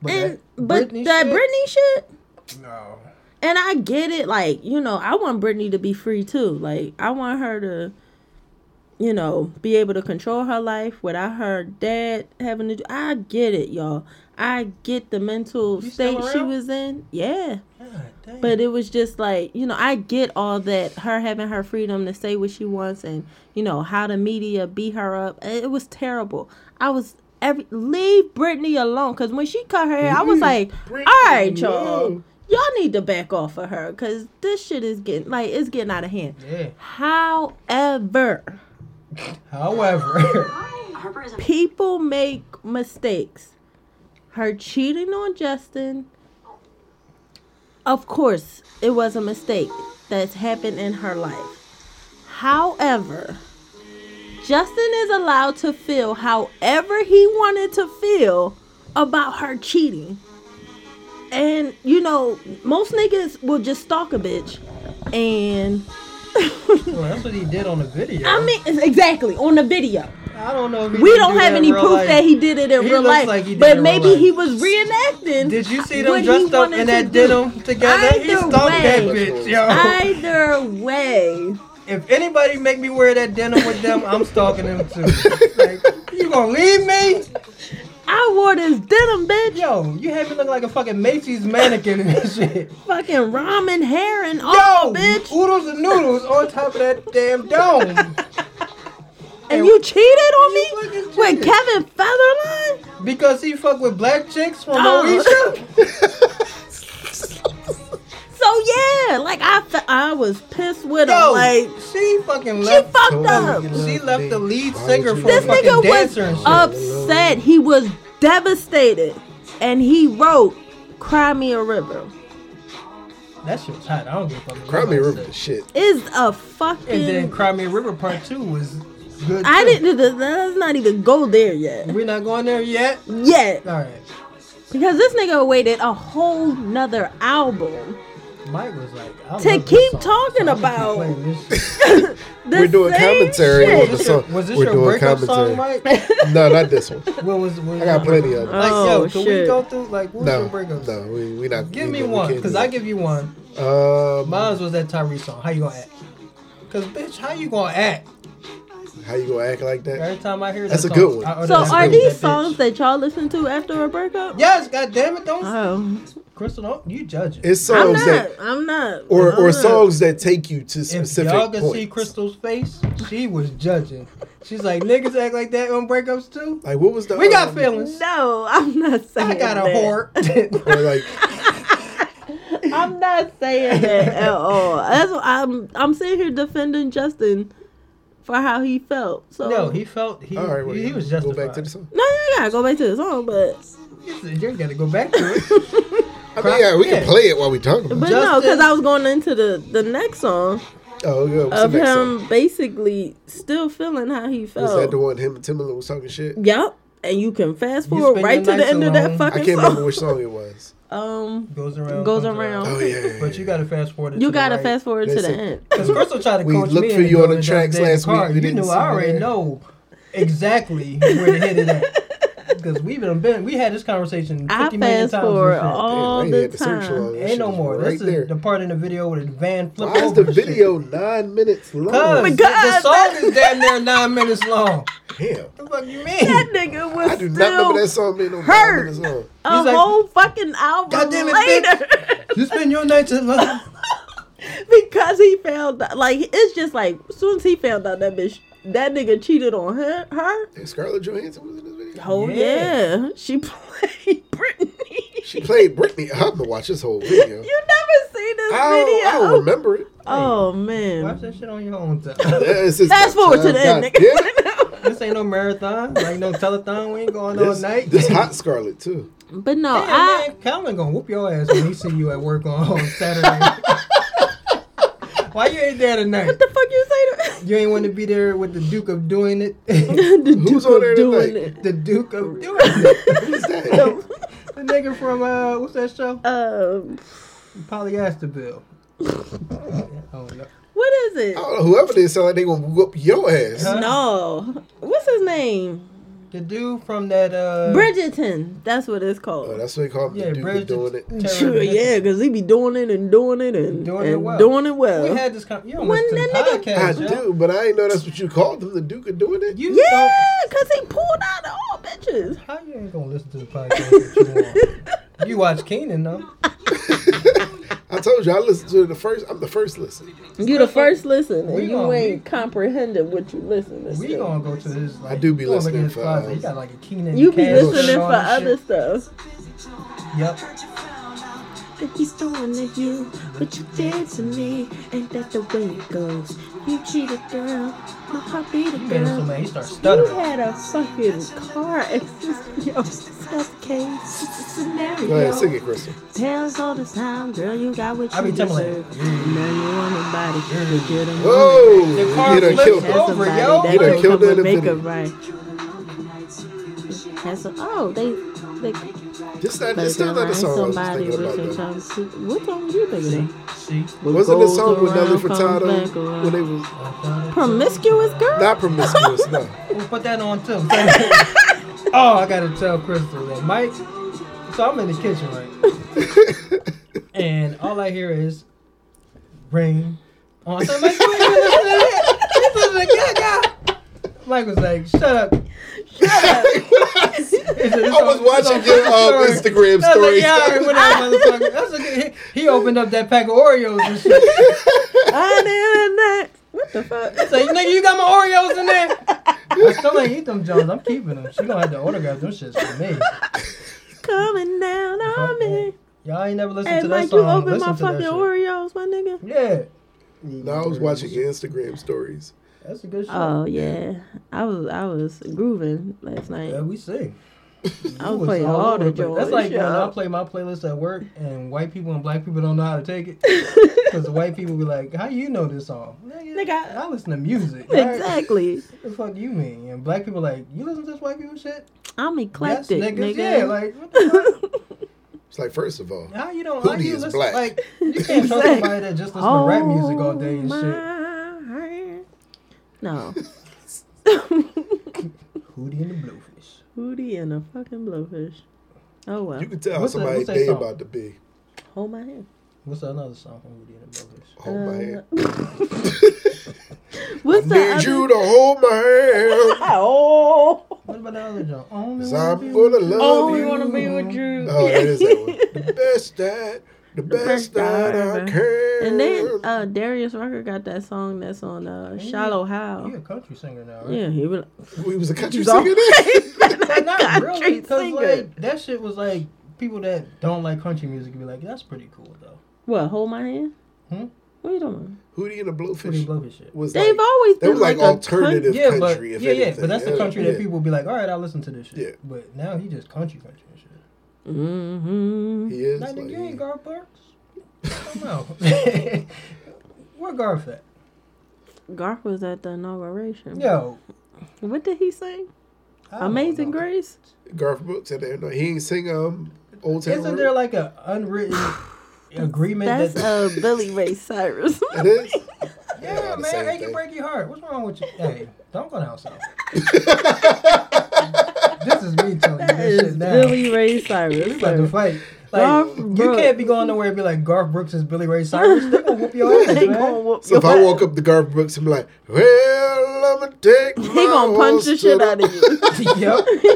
Speaker 3: But
Speaker 2: and
Speaker 3: that
Speaker 2: but
Speaker 3: Britney
Speaker 2: that
Speaker 3: shit?
Speaker 2: Britney shit,
Speaker 3: No.
Speaker 2: and I get it. Like you know, I want Britney to be free too. Like I want her to, you know, be able to control her life without her dad having to. do I get it, y'all. I get the mental
Speaker 3: You still
Speaker 2: state she
Speaker 3: around?
Speaker 2: was in. Yeah.
Speaker 3: God damn.
Speaker 2: But it was just like, you know, I get all that her having her freedom to say what she wants and, you know, how the media beat her up. It it was terrible. I was every leave Britney alone cuz when she cut her hair, I was like, "All right, y'all.
Speaker 1: alone."
Speaker 2: Y'all need to back off of her cuz this shit is getting like it's getting out of hand."
Speaker 3: yeah.
Speaker 2: However,
Speaker 3: However,
Speaker 4: Harper is a
Speaker 2: people make mistakes. Her cheating on Justin, of course, it was a mistake that's happened in her life. However, Justin is allowed to feel however he wanted to feel about her cheating. And you know, most niggas will just stalk a bitch and
Speaker 3: well, that's what he did on the video.
Speaker 2: I mean exactly on the video.
Speaker 3: I don't know if he
Speaker 2: We
Speaker 3: didn't
Speaker 2: don't
Speaker 3: do
Speaker 2: have
Speaker 3: that
Speaker 2: any
Speaker 3: in real
Speaker 2: proof
Speaker 3: life.
Speaker 2: that he did it in
Speaker 3: He
Speaker 2: real
Speaker 3: looks
Speaker 2: life,
Speaker 3: like he did
Speaker 2: but
Speaker 3: in real
Speaker 2: maybe
Speaker 3: life.
Speaker 2: he was reenacting.
Speaker 3: Did you see
Speaker 2: what
Speaker 3: them
Speaker 2: he
Speaker 3: dressed up
Speaker 2: wanted
Speaker 3: in
Speaker 2: to
Speaker 3: that
Speaker 2: do.
Speaker 3: denim together? he
Speaker 2: Either
Speaker 3: stalked that
Speaker 2: way.
Speaker 3: bitch, yo.
Speaker 2: Either way,
Speaker 3: if anybody make me wear that denim with them, I'm stalking them too. Like, you gonna leave me?
Speaker 2: I wore this denim, bitch.
Speaker 3: Yo, you had me look like a fucking Macy's mannequin and that shit.
Speaker 2: Fucking ramen hair and all,
Speaker 3: Yo,
Speaker 2: Oh, bitch.
Speaker 3: oodles and noodles on top of that damn dome.
Speaker 2: And you cheated on me
Speaker 3: fucking
Speaker 2: with
Speaker 3: cheated.
Speaker 2: Kevin Featherline?
Speaker 3: Because he fuck with black chicks from
Speaker 2: Oh.
Speaker 3: Moesha?
Speaker 2: So yeah, like I, fe- I was pissed with him.
Speaker 3: Yo,
Speaker 2: Like
Speaker 3: she fucking
Speaker 2: she
Speaker 3: left.
Speaker 2: fucked up.
Speaker 3: She left the lead singer for
Speaker 2: This
Speaker 3: a fucking
Speaker 2: nigga was
Speaker 3: dancer and shit.
Speaker 2: upset. He was devastated, and he wrote "Cry Me a River."
Speaker 3: That shit was hot. I don't give a fuck.
Speaker 1: Cry me a
Speaker 3: Nobody
Speaker 1: river
Speaker 3: said.
Speaker 1: the shit.
Speaker 2: Is a
Speaker 3: And then
Speaker 2: fucking.
Speaker 3: Cry Me a River Part 2 was good.
Speaker 2: I
Speaker 3: too.
Speaker 2: didn't. th- Let's not even go there yet.
Speaker 3: We're not going there yet?
Speaker 2: Yet,
Speaker 3: Alright.
Speaker 2: because this nigga waited a whole nother album
Speaker 3: Mike was like, I
Speaker 2: To
Speaker 3: love this
Speaker 2: keep
Speaker 3: song,
Speaker 2: talking
Speaker 3: so I'm gonna
Speaker 2: about-
Speaker 3: keep playing this shit.
Speaker 2: The
Speaker 1: We're doing
Speaker 2: same
Speaker 1: commentary with
Speaker 2: shit.
Speaker 1: the
Speaker 3: Was this your-
Speaker 1: song.
Speaker 3: was this
Speaker 1: We're
Speaker 3: your
Speaker 1: doing
Speaker 3: breakup
Speaker 1: commentary.
Speaker 3: song, Mike?
Speaker 1: No, not this one.
Speaker 3: What was? What
Speaker 1: I got plenty of them.
Speaker 3: Like, yo,
Speaker 2: Oh,
Speaker 3: can we
Speaker 2: shit.
Speaker 3: go through like what was
Speaker 1: No,
Speaker 3: your breakup?
Speaker 1: no,
Speaker 3: song?
Speaker 1: we we not.
Speaker 3: Give
Speaker 1: we-
Speaker 3: me
Speaker 1: we
Speaker 3: one,
Speaker 1: can't
Speaker 3: cause
Speaker 1: do
Speaker 3: I
Speaker 1: that.
Speaker 3: give you one.
Speaker 1: Um,
Speaker 3: Mine was that Tyrese song. How you gonna act? Cause bitch, how you gonna act?
Speaker 1: how you gonna act like that?
Speaker 3: Every time I hear
Speaker 1: That's
Speaker 3: that
Speaker 1: a
Speaker 3: song,
Speaker 1: good one.
Speaker 3: I oh, order
Speaker 2: So
Speaker 3: that
Speaker 2: are
Speaker 3: bitch.
Speaker 2: these
Speaker 3: That
Speaker 2: songs
Speaker 3: bitch.
Speaker 2: that y'all listen to after a breakup?
Speaker 3: Yes, God damn it, don't
Speaker 2: Oh,
Speaker 3: Crystal, don't you judge it?
Speaker 1: It's
Speaker 2: I'm
Speaker 1: songs
Speaker 2: not.
Speaker 1: that
Speaker 2: I'm not.
Speaker 1: or
Speaker 2: I'm
Speaker 1: or
Speaker 2: not.
Speaker 1: songs that take you to
Speaker 3: if
Speaker 1: specific
Speaker 3: y'all could
Speaker 1: points.
Speaker 3: see Crystal's face, she was judging. She's like, niggas act like that on breakups too.
Speaker 1: Like what was the
Speaker 3: We got
Speaker 1: um,
Speaker 3: feelings.
Speaker 2: Oh, No, I'm not saying.
Speaker 3: I got a
Speaker 2: that.
Speaker 3: whore.
Speaker 1: Or like
Speaker 2: I'm not saying that at all. That's what I'm. I'm sitting here defending Justin for how he felt. So
Speaker 3: no, he felt he,
Speaker 1: all right, well,
Speaker 3: he was
Speaker 1: go
Speaker 3: justified.
Speaker 1: back to the song.
Speaker 2: No, you gotta go back to the song, but
Speaker 3: He said, You gotta go back to it.
Speaker 1: I mean, yeah, we
Speaker 3: Yeah.
Speaker 1: can play it while we talking. About.
Speaker 2: but
Speaker 1: it.
Speaker 2: no, 'cause no, because
Speaker 3: Justin-
Speaker 2: I was going into the the next song
Speaker 1: Oh, yeah. What's
Speaker 2: of
Speaker 1: the
Speaker 2: him
Speaker 1: next song?
Speaker 2: basically still feeling how he
Speaker 1: Was
Speaker 2: felt.
Speaker 1: that
Speaker 3: Oh.
Speaker 1: the one him and Timbaland was talking shit?
Speaker 2: Yep. And you can fast
Speaker 3: You
Speaker 2: forward
Speaker 3: spend
Speaker 2: right
Speaker 3: your
Speaker 2: to the
Speaker 3: nights
Speaker 2: end of that
Speaker 3: alone.
Speaker 1: I
Speaker 2: fucking
Speaker 1: can't remember
Speaker 2: song.
Speaker 1: which song it was.
Speaker 2: Um,
Speaker 3: Goes around.
Speaker 2: Goes
Speaker 3: comes
Speaker 2: around.
Speaker 1: Oh yeah, yeah, yeah,
Speaker 3: But you gotta fast forward. it
Speaker 2: you
Speaker 3: to the
Speaker 2: gotta
Speaker 3: right.
Speaker 2: fast forward to
Speaker 1: They
Speaker 2: the
Speaker 1: said-
Speaker 2: end.
Speaker 3: Because Crystal tried to
Speaker 1: We
Speaker 3: coach
Speaker 1: looked
Speaker 3: me
Speaker 1: for
Speaker 3: into
Speaker 1: you on
Speaker 3: doing
Speaker 1: the
Speaker 3: it
Speaker 1: tracks
Speaker 3: other day in
Speaker 1: last
Speaker 3: the car.
Speaker 1: week. We
Speaker 3: You
Speaker 1: didn't
Speaker 3: knew
Speaker 1: see
Speaker 3: I
Speaker 1: you
Speaker 3: already
Speaker 1: there.
Speaker 3: know exactly where the hit is at. Because we've been, been we had this conversation
Speaker 2: I
Speaker 3: 50 million
Speaker 2: fast
Speaker 3: times. and
Speaker 2: forward
Speaker 3: shit.
Speaker 2: all
Speaker 1: Damn, I
Speaker 2: the
Speaker 1: had to search for all
Speaker 2: time.
Speaker 1: that
Speaker 3: Ain't
Speaker 1: shit.
Speaker 3: no
Speaker 1: It's
Speaker 3: more.
Speaker 1: Right
Speaker 3: This
Speaker 1: there.
Speaker 3: is the part in the video where the van flipped
Speaker 1: Why is
Speaker 3: over.
Speaker 1: the video nine minutes
Speaker 3: Because
Speaker 1: long?
Speaker 2: Oh my
Speaker 3: the,
Speaker 2: God,
Speaker 3: the song
Speaker 2: that-
Speaker 3: is damn near nine minutes long.
Speaker 1: Damn,
Speaker 3: The fuck you mean?
Speaker 2: That nigga was
Speaker 1: I do
Speaker 2: still
Speaker 1: not remember that song being on nine
Speaker 2: hurt.
Speaker 1: minutes long.
Speaker 2: a
Speaker 3: He's like,
Speaker 2: whole fucking album
Speaker 3: God damn it,
Speaker 2: later
Speaker 3: You spend your nights alone.
Speaker 2: because he found out. Like it's just like as soon as he found out that bitch, that nigga cheated on her. Her.
Speaker 1: And Scarlett Johansson was in this video.
Speaker 2: Oh yeah,
Speaker 3: Yeah.
Speaker 2: she played Britney.
Speaker 1: She played Britney. I have to watch this whole video.
Speaker 2: You never seen this
Speaker 1: I don't, I
Speaker 2: video?
Speaker 1: don't remember it.
Speaker 2: Oh man.
Speaker 3: Watch that shit on your own time.
Speaker 1: That's just
Speaker 2: Fast
Speaker 1: my
Speaker 2: forward to
Speaker 1: time.
Speaker 2: the end,
Speaker 1: God damn
Speaker 2: nigga.
Speaker 1: it.
Speaker 3: This ain't no marathon. Like no telethon. We ain't going all
Speaker 1: This,
Speaker 3: night.
Speaker 1: this hot Scarlett too.
Speaker 2: But no,
Speaker 3: Damn,
Speaker 2: I
Speaker 3: man, Calvin gonna whoop your ass when he see you at work on, on Saturday. Why you ain't there tonight?
Speaker 2: what the fuck you say
Speaker 3: You ain't want to be there with the Duke of doing it.
Speaker 2: to the
Speaker 1: Who's
Speaker 2: Duke
Speaker 1: on there
Speaker 2: of doing
Speaker 1: tonight?
Speaker 2: it?
Speaker 3: the Duke of doing it.
Speaker 1: Who's that?
Speaker 3: The nigga from uh, what's that show?
Speaker 2: Um,
Speaker 3: Polyasterville. oh yeah.
Speaker 2: what is it?
Speaker 1: I don't know, whoever they sound like they gonna whoop your ass.
Speaker 3: Huh?
Speaker 2: No, what's his name?
Speaker 3: The dude from that uh.
Speaker 2: Bridgerton. That's what it's called.
Speaker 1: Oh, that's what they call him.
Speaker 3: Yeah,
Speaker 1: the Duke
Speaker 3: Bridget.
Speaker 1: of doing it.
Speaker 2: Sure, yeah, because he be doing it and doing it and
Speaker 3: Doing
Speaker 2: and
Speaker 3: it well.
Speaker 2: doing it well.
Speaker 3: We had this. Con- you don't
Speaker 2: When
Speaker 3: listen to
Speaker 2: that nigga-
Speaker 1: I
Speaker 3: podcasts, yo.
Speaker 1: do, but I ain't know that's what you called him. The Duke of doing it.
Speaker 3: You
Speaker 2: yeah,
Speaker 3: don't.
Speaker 2: because he pulled out all bitches.
Speaker 3: How you ain't gonna listen to the podcast? that you, want? you watch Keenan though.
Speaker 1: I told you I listened to the first. I'm the first listen.
Speaker 2: You the first listen,
Speaker 3: We
Speaker 2: and you
Speaker 3: gonna-
Speaker 2: ain't comprehended what what you listening
Speaker 3: We
Speaker 2: to.
Speaker 3: gonna go to his. Like,
Speaker 1: I do be
Speaker 3: we gonna look
Speaker 1: listening
Speaker 3: at his
Speaker 1: for,
Speaker 3: closet.
Speaker 1: um,
Speaker 3: He got like a Keenan.
Speaker 2: You be
Speaker 3: Castle
Speaker 2: listening
Speaker 3: and
Speaker 2: for
Speaker 3: all that
Speaker 2: other
Speaker 3: shit.
Speaker 2: stuff.
Speaker 3: Yep.
Speaker 2: That he's throwing at you, but you did to me, and that's the way it goes. You cheated, girl. My heart beat a
Speaker 3: He made it so
Speaker 2: girl.
Speaker 3: man. He starts
Speaker 2: You
Speaker 3: stuttering.
Speaker 2: had a fucking car accident. Yo, that's case scenario.
Speaker 1: Go ahead, sing it, Crystal.
Speaker 2: Tell us all the time, girl, you got what
Speaker 3: I
Speaker 2: you
Speaker 3: be telling Mm.
Speaker 2: deserve. Now you want a body to get a woman.
Speaker 1: Whoa,
Speaker 3: The car
Speaker 1: he Oh, done
Speaker 3: flipped
Speaker 1: killed
Speaker 2: Have
Speaker 1: him.
Speaker 3: over.
Speaker 2: somebody
Speaker 3: yo.
Speaker 2: that
Speaker 1: You done
Speaker 2: can
Speaker 1: killed
Speaker 2: come
Speaker 1: that
Speaker 2: and make it
Speaker 1: infinity.
Speaker 2: right. Have some, oh, they, they,
Speaker 1: Just that,
Speaker 2: they
Speaker 1: it's still not the song I was just
Speaker 2: somebody
Speaker 1: thinking
Speaker 2: with
Speaker 1: about.
Speaker 2: some
Speaker 1: Though.
Speaker 2: time. What song you thinking
Speaker 3: See,
Speaker 2: of?
Speaker 1: Wasn't the
Speaker 2: Goes
Speaker 1: song with Nelly
Speaker 2: around, comes back
Speaker 1: Furtado
Speaker 2: around.
Speaker 1: when they was
Speaker 2: Promiscuous girl?
Speaker 1: not promiscuous? no,
Speaker 3: we'll put that on too. oh, I gotta tell Crystal that Mike. So I'm in the kitchen right, and all I hear is rain. On somebody. Mike, you ain't gonna listen to that. You listen to that. Yeah, yeah. Mike was like, "Shut up."
Speaker 1: I was watching your um, Instagram
Speaker 3: That's like,
Speaker 1: story.
Speaker 3: yeah, all right, whatever, motherfucker. That's okay. He he opened up that pack of Oreos and shit.
Speaker 2: I did that. What the fuck?
Speaker 3: It's like, nigga, you got my Oreos in there. I still ain't eat them, Jones. I'm keeping them. She gonna have to autograph them shits for me.
Speaker 2: Coming down on me.
Speaker 3: Y'all ain't never listened
Speaker 2: Hey,
Speaker 3: to that
Speaker 2: Mike,
Speaker 3: song.
Speaker 2: you open
Speaker 3: Listen
Speaker 2: my
Speaker 3: to that
Speaker 2: fucking
Speaker 3: shit.
Speaker 2: Oreos, my nigga.
Speaker 3: Yeah,
Speaker 1: no, I was watching your Instagram stories.
Speaker 3: that's a good shit.
Speaker 2: Oh yeah, I was I was grooving last night.
Speaker 3: yeah, we see.
Speaker 2: I was playing all the joints.
Speaker 3: That's like when I
Speaker 2: yo.
Speaker 3: play my playlist at work, and white people and black people don't know how to take it because the white people be like, "How you know this song?"
Speaker 2: Nigga.
Speaker 3: I listen to music. all right?
Speaker 2: Exactly.
Speaker 3: The fuck you mean? And black people like, you listen to this white people shit?
Speaker 2: I'm eclectic,
Speaker 3: yes, niggas.
Speaker 2: nigga.
Speaker 3: Yeah, like what the fuck?
Speaker 1: It's like first of all,
Speaker 3: How you don't?
Speaker 1: Who
Speaker 3: How you
Speaker 1: is
Speaker 3: listen?
Speaker 1: black?
Speaker 3: Like you can't
Speaker 2: Exactly.
Speaker 3: trust
Speaker 2: Oh
Speaker 3: somebody that just listens to rap music all day and shit.
Speaker 2: my- No.
Speaker 3: Hootie and the Blowfish.
Speaker 2: Hootie and a fucking blowfish. Oh well.
Speaker 1: You can tell how
Speaker 3: What's that-
Speaker 1: somebody
Speaker 3: what's that
Speaker 1: day
Speaker 3: song?
Speaker 1: about to be.
Speaker 2: Hold my hand.
Speaker 3: What's another song from Hootie and the Blowfish?
Speaker 1: Hold my hand.
Speaker 2: What's
Speaker 1: Need
Speaker 2: that?
Speaker 1: you to hold my hand.
Speaker 2: Oh.
Speaker 3: What about the other joke? Only
Speaker 1: Cause
Speaker 3: wanna
Speaker 1: I'm
Speaker 3: be
Speaker 1: gonna
Speaker 3: with you.
Speaker 1: love
Speaker 2: Oh, we
Speaker 1: you.
Speaker 2: want to be with you.
Speaker 1: Oh, that is that one. The best that, the, best,
Speaker 2: best
Speaker 1: that
Speaker 2: that
Speaker 1: I
Speaker 2: I-
Speaker 1: can.
Speaker 2: And then uh, Darius Rucker got that song that's on uh, Shallow How.
Speaker 3: You a country singer now, right?
Speaker 2: Yeah, he was.
Speaker 1: we was a country
Speaker 2: Don't-
Speaker 1: singer. Then.
Speaker 3: Not, not
Speaker 2: Country
Speaker 3: really, because
Speaker 2: singer.
Speaker 3: like that shit was like people that don't like country music be like, that's pretty cool though.
Speaker 2: What? Hold my hand.
Speaker 3: Hmm?
Speaker 2: What are you doing?
Speaker 1: Hootie and the
Speaker 3: Pretty
Speaker 1: Blowfish
Speaker 3: Blowfish shit.
Speaker 1: was
Speaker 2: They've
Speaker 1: like
Speaker 2: always
Speaker 1: that
Speaker 2: been
Speaker 1: was like,
Speaker 2: like, a
Speaker 1: alternative
Speaker 3: yeah,
Speaker 1: country.
Speaker 3: but
Speaker 1: if
Speaker 3: yeah, yeah,
Speaker 1: anything.
Speaker 3: but that's the country that
Speaker 1: yeah.
Speaker 3: people be like, all right, I'll listen to this shit.
Speaker 1: Yeah.
Speaker 3: But now he just country country and shit.
Speaker 2: hmm
Speaker 1: He is.
Speaker 3: Nah,
Speaker 1: like,
Speaker 3: nigga, you
Speaker 1: he-
Speaker 3: ain't Garth Brooks. I don't know. Where Garth at?
Speaker 2: Garth was at the inauguration.
Speaker 3: Yo,
Speaker 2: What did he sing?
Speaker 3: I don't
Speaker 2: Amazing
Speaker 3: know.
Speaker 2: Grace.
Speaker 1: Garth Brooks at the end. He ain't sing um Old Town
Speaker 3: Isn't
Speaker 1: Road.
Speaker 3: there like a unwritten agreement
Speaker 2: That's
Speaker 3: that?
Speaker 2: uh, Billy Ray Cyrus.
Speaker 1: it is.
Speaker 3: yeah,
Speaker 1: the
Speaker 3: man,
Speaker 1: same
Speaker 3: they can
Speaker 1: thing.
Speaker 3: break your heart. What's wrong with you? Hey, don't go down south. This is me telling you
Speaker 2: that
Speaker 3: this
Speaker 2: is
Speaker 3: shit now.
Speaker 2: Billy Ray
Speaker 3: We
Speaker 2: Cyrus.
Speaker 3: about to
Speaker 2: sir.
Speaker 3: fight. Like
Speaker 2: Garth
Speaker 3: you
Speaker 2: Brooks.
Speaker 3: can't be going nowhere and be like Garth Brooks is Billy Ray Cyrus. They gonna whoop your ass,
Speaker 2: They
Speaker 3: man.
Speaker 2: gonna whoop
Speaker 1: So if
Speaker 2: your
Speaker 1: I
Speaker 2: ass.
Speaker 1: walk up to Garth Brooks and be like, "Well, I'ma take,"
Speaker 2: he gonna punch the shit out of you.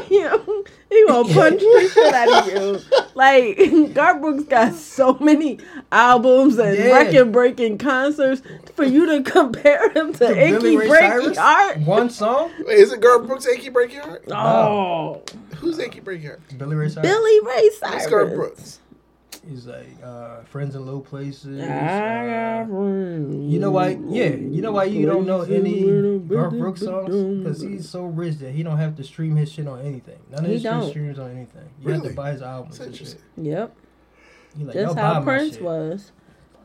Speaker 3: yep.
Speaker 2: Yeah, he gonna punch the shit out of you. Like Garth Brooks got so many albums and
Speaker 3: Yeah.
Speaker 2: record breaking concerts for you to compare him to,
Speaker 3: To
Speaker 2: Icky
Speaker 3: Billy Ray
Speaker 2: Breaky
Speaker 3: Cyrus.
Speaker 2: Heart.
Speaker 3: One song.
Speaker 1: Wait, isn't Garth Brooks Achy Breaky Heart?
Speaker 2: Oh,
Speaker 1: Who's Achy Breaky Heart?
Speaker 3: Billy Ray Cyrus.
Speaker 2: Billy Ray
Speaker 1: That's Garth
Speaker 2: Cyrus.
Speaker 1: Brooks.
Speaker 3: He's like uh, friends in low places. uh,
Speaker 2: You
Speaker 3: You know why? Yeah, you know why you don't know any Garth Brooks songs? Because he's so rich that he don't have to stream his shit on anything. None of
Speaker 2: He
Speaker 3: his
Speaker 2: don't.
Speaker 3: shit streams on anything. You have
Speaker 1: Really?
Speaker 3: to buy his albums.
Speaker 1: That's
Speaker 3: and
Speaker 1: interesting.
Speaker 3: shit.
Speaker 2: Yep,
Speaker 3: He like,
Speaker 2: just
Speaker 3: "Y'all
Speaker 2: how
Speaker 3: buy my
Speaker 2: Prince
Speaker 3: shit."
Speaker 2: was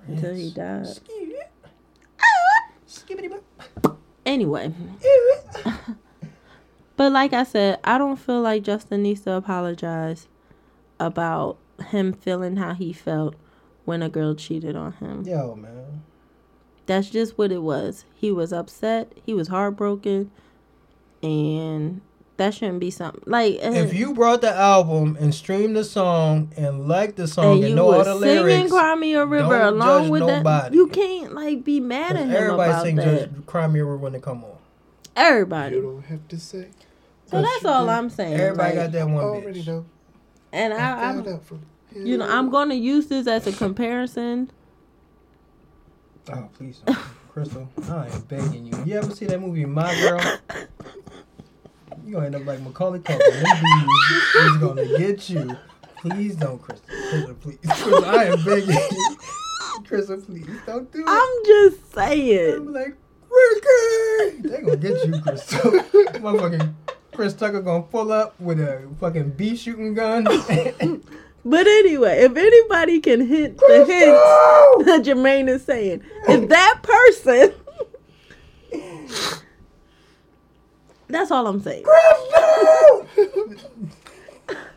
Speaker 2: until he died. Anyway, But like I said, I don't feel like Justin needs to apologize about him feeling how he felt when a girl cheated on him.
Speaker 3: Yo, man.
Speaker 2: That's just what it was. He was upset, he was heartbroken, and that shouldn't be something like uh,
Speaker 3: If you brought the album and streamed the song and liked the song
Speaker 2: and
Speaker 3: and,
Speaker 2: you
Speaker 3: know all
Speaker 2: was
Speaker 3: the
Speaker 2: singing
Speaker 3: lyrics,
Speaker 2: Cry Me a River
Speaker 3: don't
Speaker 2: along
Speaker 3: judge
Speaker 2: with that.
Speaker 3: nobody.
Speaker 2: You can't like be mad at him
Speaker 3: everybody
Speaker 2: about
Speaker 3: sing
Speaker 2: that.
Speaker 3: Judge Cry Me a River when they come on.
Speaker 1: You
Speaker 2: Everybody.
Speaker 1: don't have to say.
Speaker 2: So that's all I'm saying.
Speaker 3: Everybody
Speaker 2: like,
Speaker 3: got that one
Speaker 1: Already
Speaker 3: bitch.
Speaker 1: know.
Speaker 2: And I,
Speaker 1: Found
Speaker 2: I'm,
Speaker 1: out from
Speaker 2: you know, I'm going to use this as a comparison
Speaker 3: Oh, please, don't. Crystal, I am begging you. You ever see that movie My Girl? You gonna end up like Macaulay Culkin. Them dudes is gonna get you. Please don't, Crystal. Crystal, please. Crystal, I am begging you. Crystal, please don't do it.
Speaker 2: I'm just
Speaker 3: I'm
Speaker 2: saying.
Speaker 3: like, Ricky! They gonna get you, Crystal. Motherfucking Chris Tucker gonna pull up with a fucking bee shooting gun.
Speaker 2: But anyway, if anybody can hit the hint that Jermaine is saying, if that person. That's all I'm saying.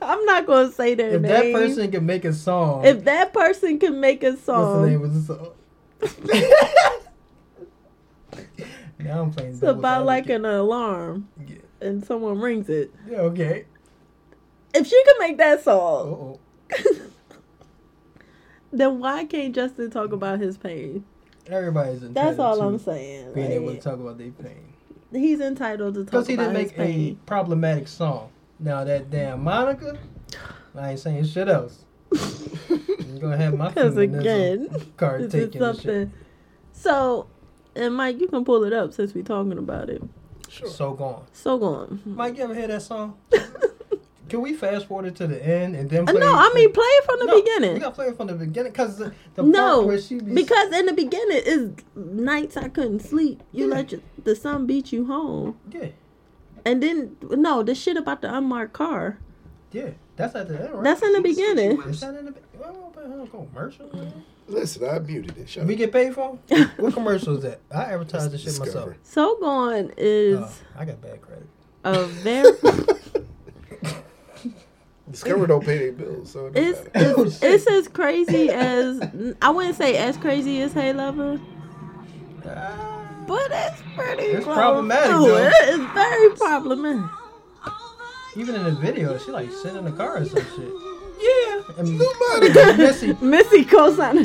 Speaker 2: I'm not going to say their
Speaker 3: if
Speaker 2: name.
Speaker 3: that person can make a song,
Speaker 2: if oh. that person can make a
Speaker 3: What's the name
Speaker 2: song
Speaker 3: of the song? now I'm playing.
Speaker 2: it's about like an alarm
Speaker 3: Yeah.
Speaker 2: and someone rings it,
Speaker 3: Yeah, okay.
Speaker 2: if she can make that
Speaker 3: Uh
Speaker 2: song,
Speaker 3: oh.
Speaker 2: then why can't Justin talk about his pain?
Speaker 3: Everybody's entitled
Speaker 2: That's all
Speaker 3: to
Speaker 2: I'm saying.
Speaker 3: Being able to
Speaker 2: like,
Speaker 3: talk about their pain.
Speaker 2: he's entitled to talk
Speaker 3: Because he
Speaker 2: about
Speaker 3: didn't
Speaker 2: his
Speaker 3: make a
Speaker 2: pain.
Speaker 3: problematic song. Now that damn Monica, I ain't saying shit else. I'm gonna have my
Speaker 2: 'Cause
Speaker 3: feminism
Speaker 2: again,
Speaker 3: card
Speaker 2: This is
Speaker 3: taken. and shit.
Speaker 2: something. So, and Mike, you can pull it up since we're talking about it.
Speaker 1: Sure.
Speaker 3: So gone.
Speaker 2: So gone.
Speaker 3: Mike, you ever hear that song? Can we fast forward it to the end and then
Speaker 2: Uh, no,
Speaker 3: play?
Speaker 2: I mean play it from the
Speaker 3: No, We
Speaker 2: beginning.
Speaker 3: gotta play it from the beginning because the, the
Speaker 2: No,
Speaker 3: part where she be
Speaker 2: Because in the beginning is nights I couldn't sleep. You
Speaker 3: Yeah.
Speaker 2: let your, the sun beat you home,
Speaker 3: yeah,
Speaker 2: and then no, the shit about the unmarked car.
Speaker 3: yeah, that's at the end, right?
Speaker 2: That's in the beginning.
Speaker 3: Is that in the well, what the hell, commercial? man?
Speaker 1: Listen, I muted it. Shut
Speaker 3: We
Speaker 1: up.
Speaker 3: get paid for 'em? What commercial is that? I advertise this shit myself.
Speaker 1: Discover.
Speaker 2: So gone is
Speaker 3: Oh, I got bad credit.
Speaker 2: a very
Speaker 1: Discover don't pay their bills, so it don't
Speaker 2: it's,
Speaker 1: matter.
Speaker 3: Oh,
Speaker 2: it's it's as
Speaker 3: Ah.
Speaker 2: crazy as I wouldn't say as crazy as Hey Lover, But it's pretty
Speaker 3: It's
Speaker 2: close.
Speaker 3: problematic,
Speaker 2: to
Speaker 3: though.
Speaker 2: it. It's very problematic.
Speaker 3: Even in the video, she like sitting in the car or some shit.
Speaker 2: Yeah.
Speaker 3: I mean, Missy,
Speaker 2: Missy cosigner.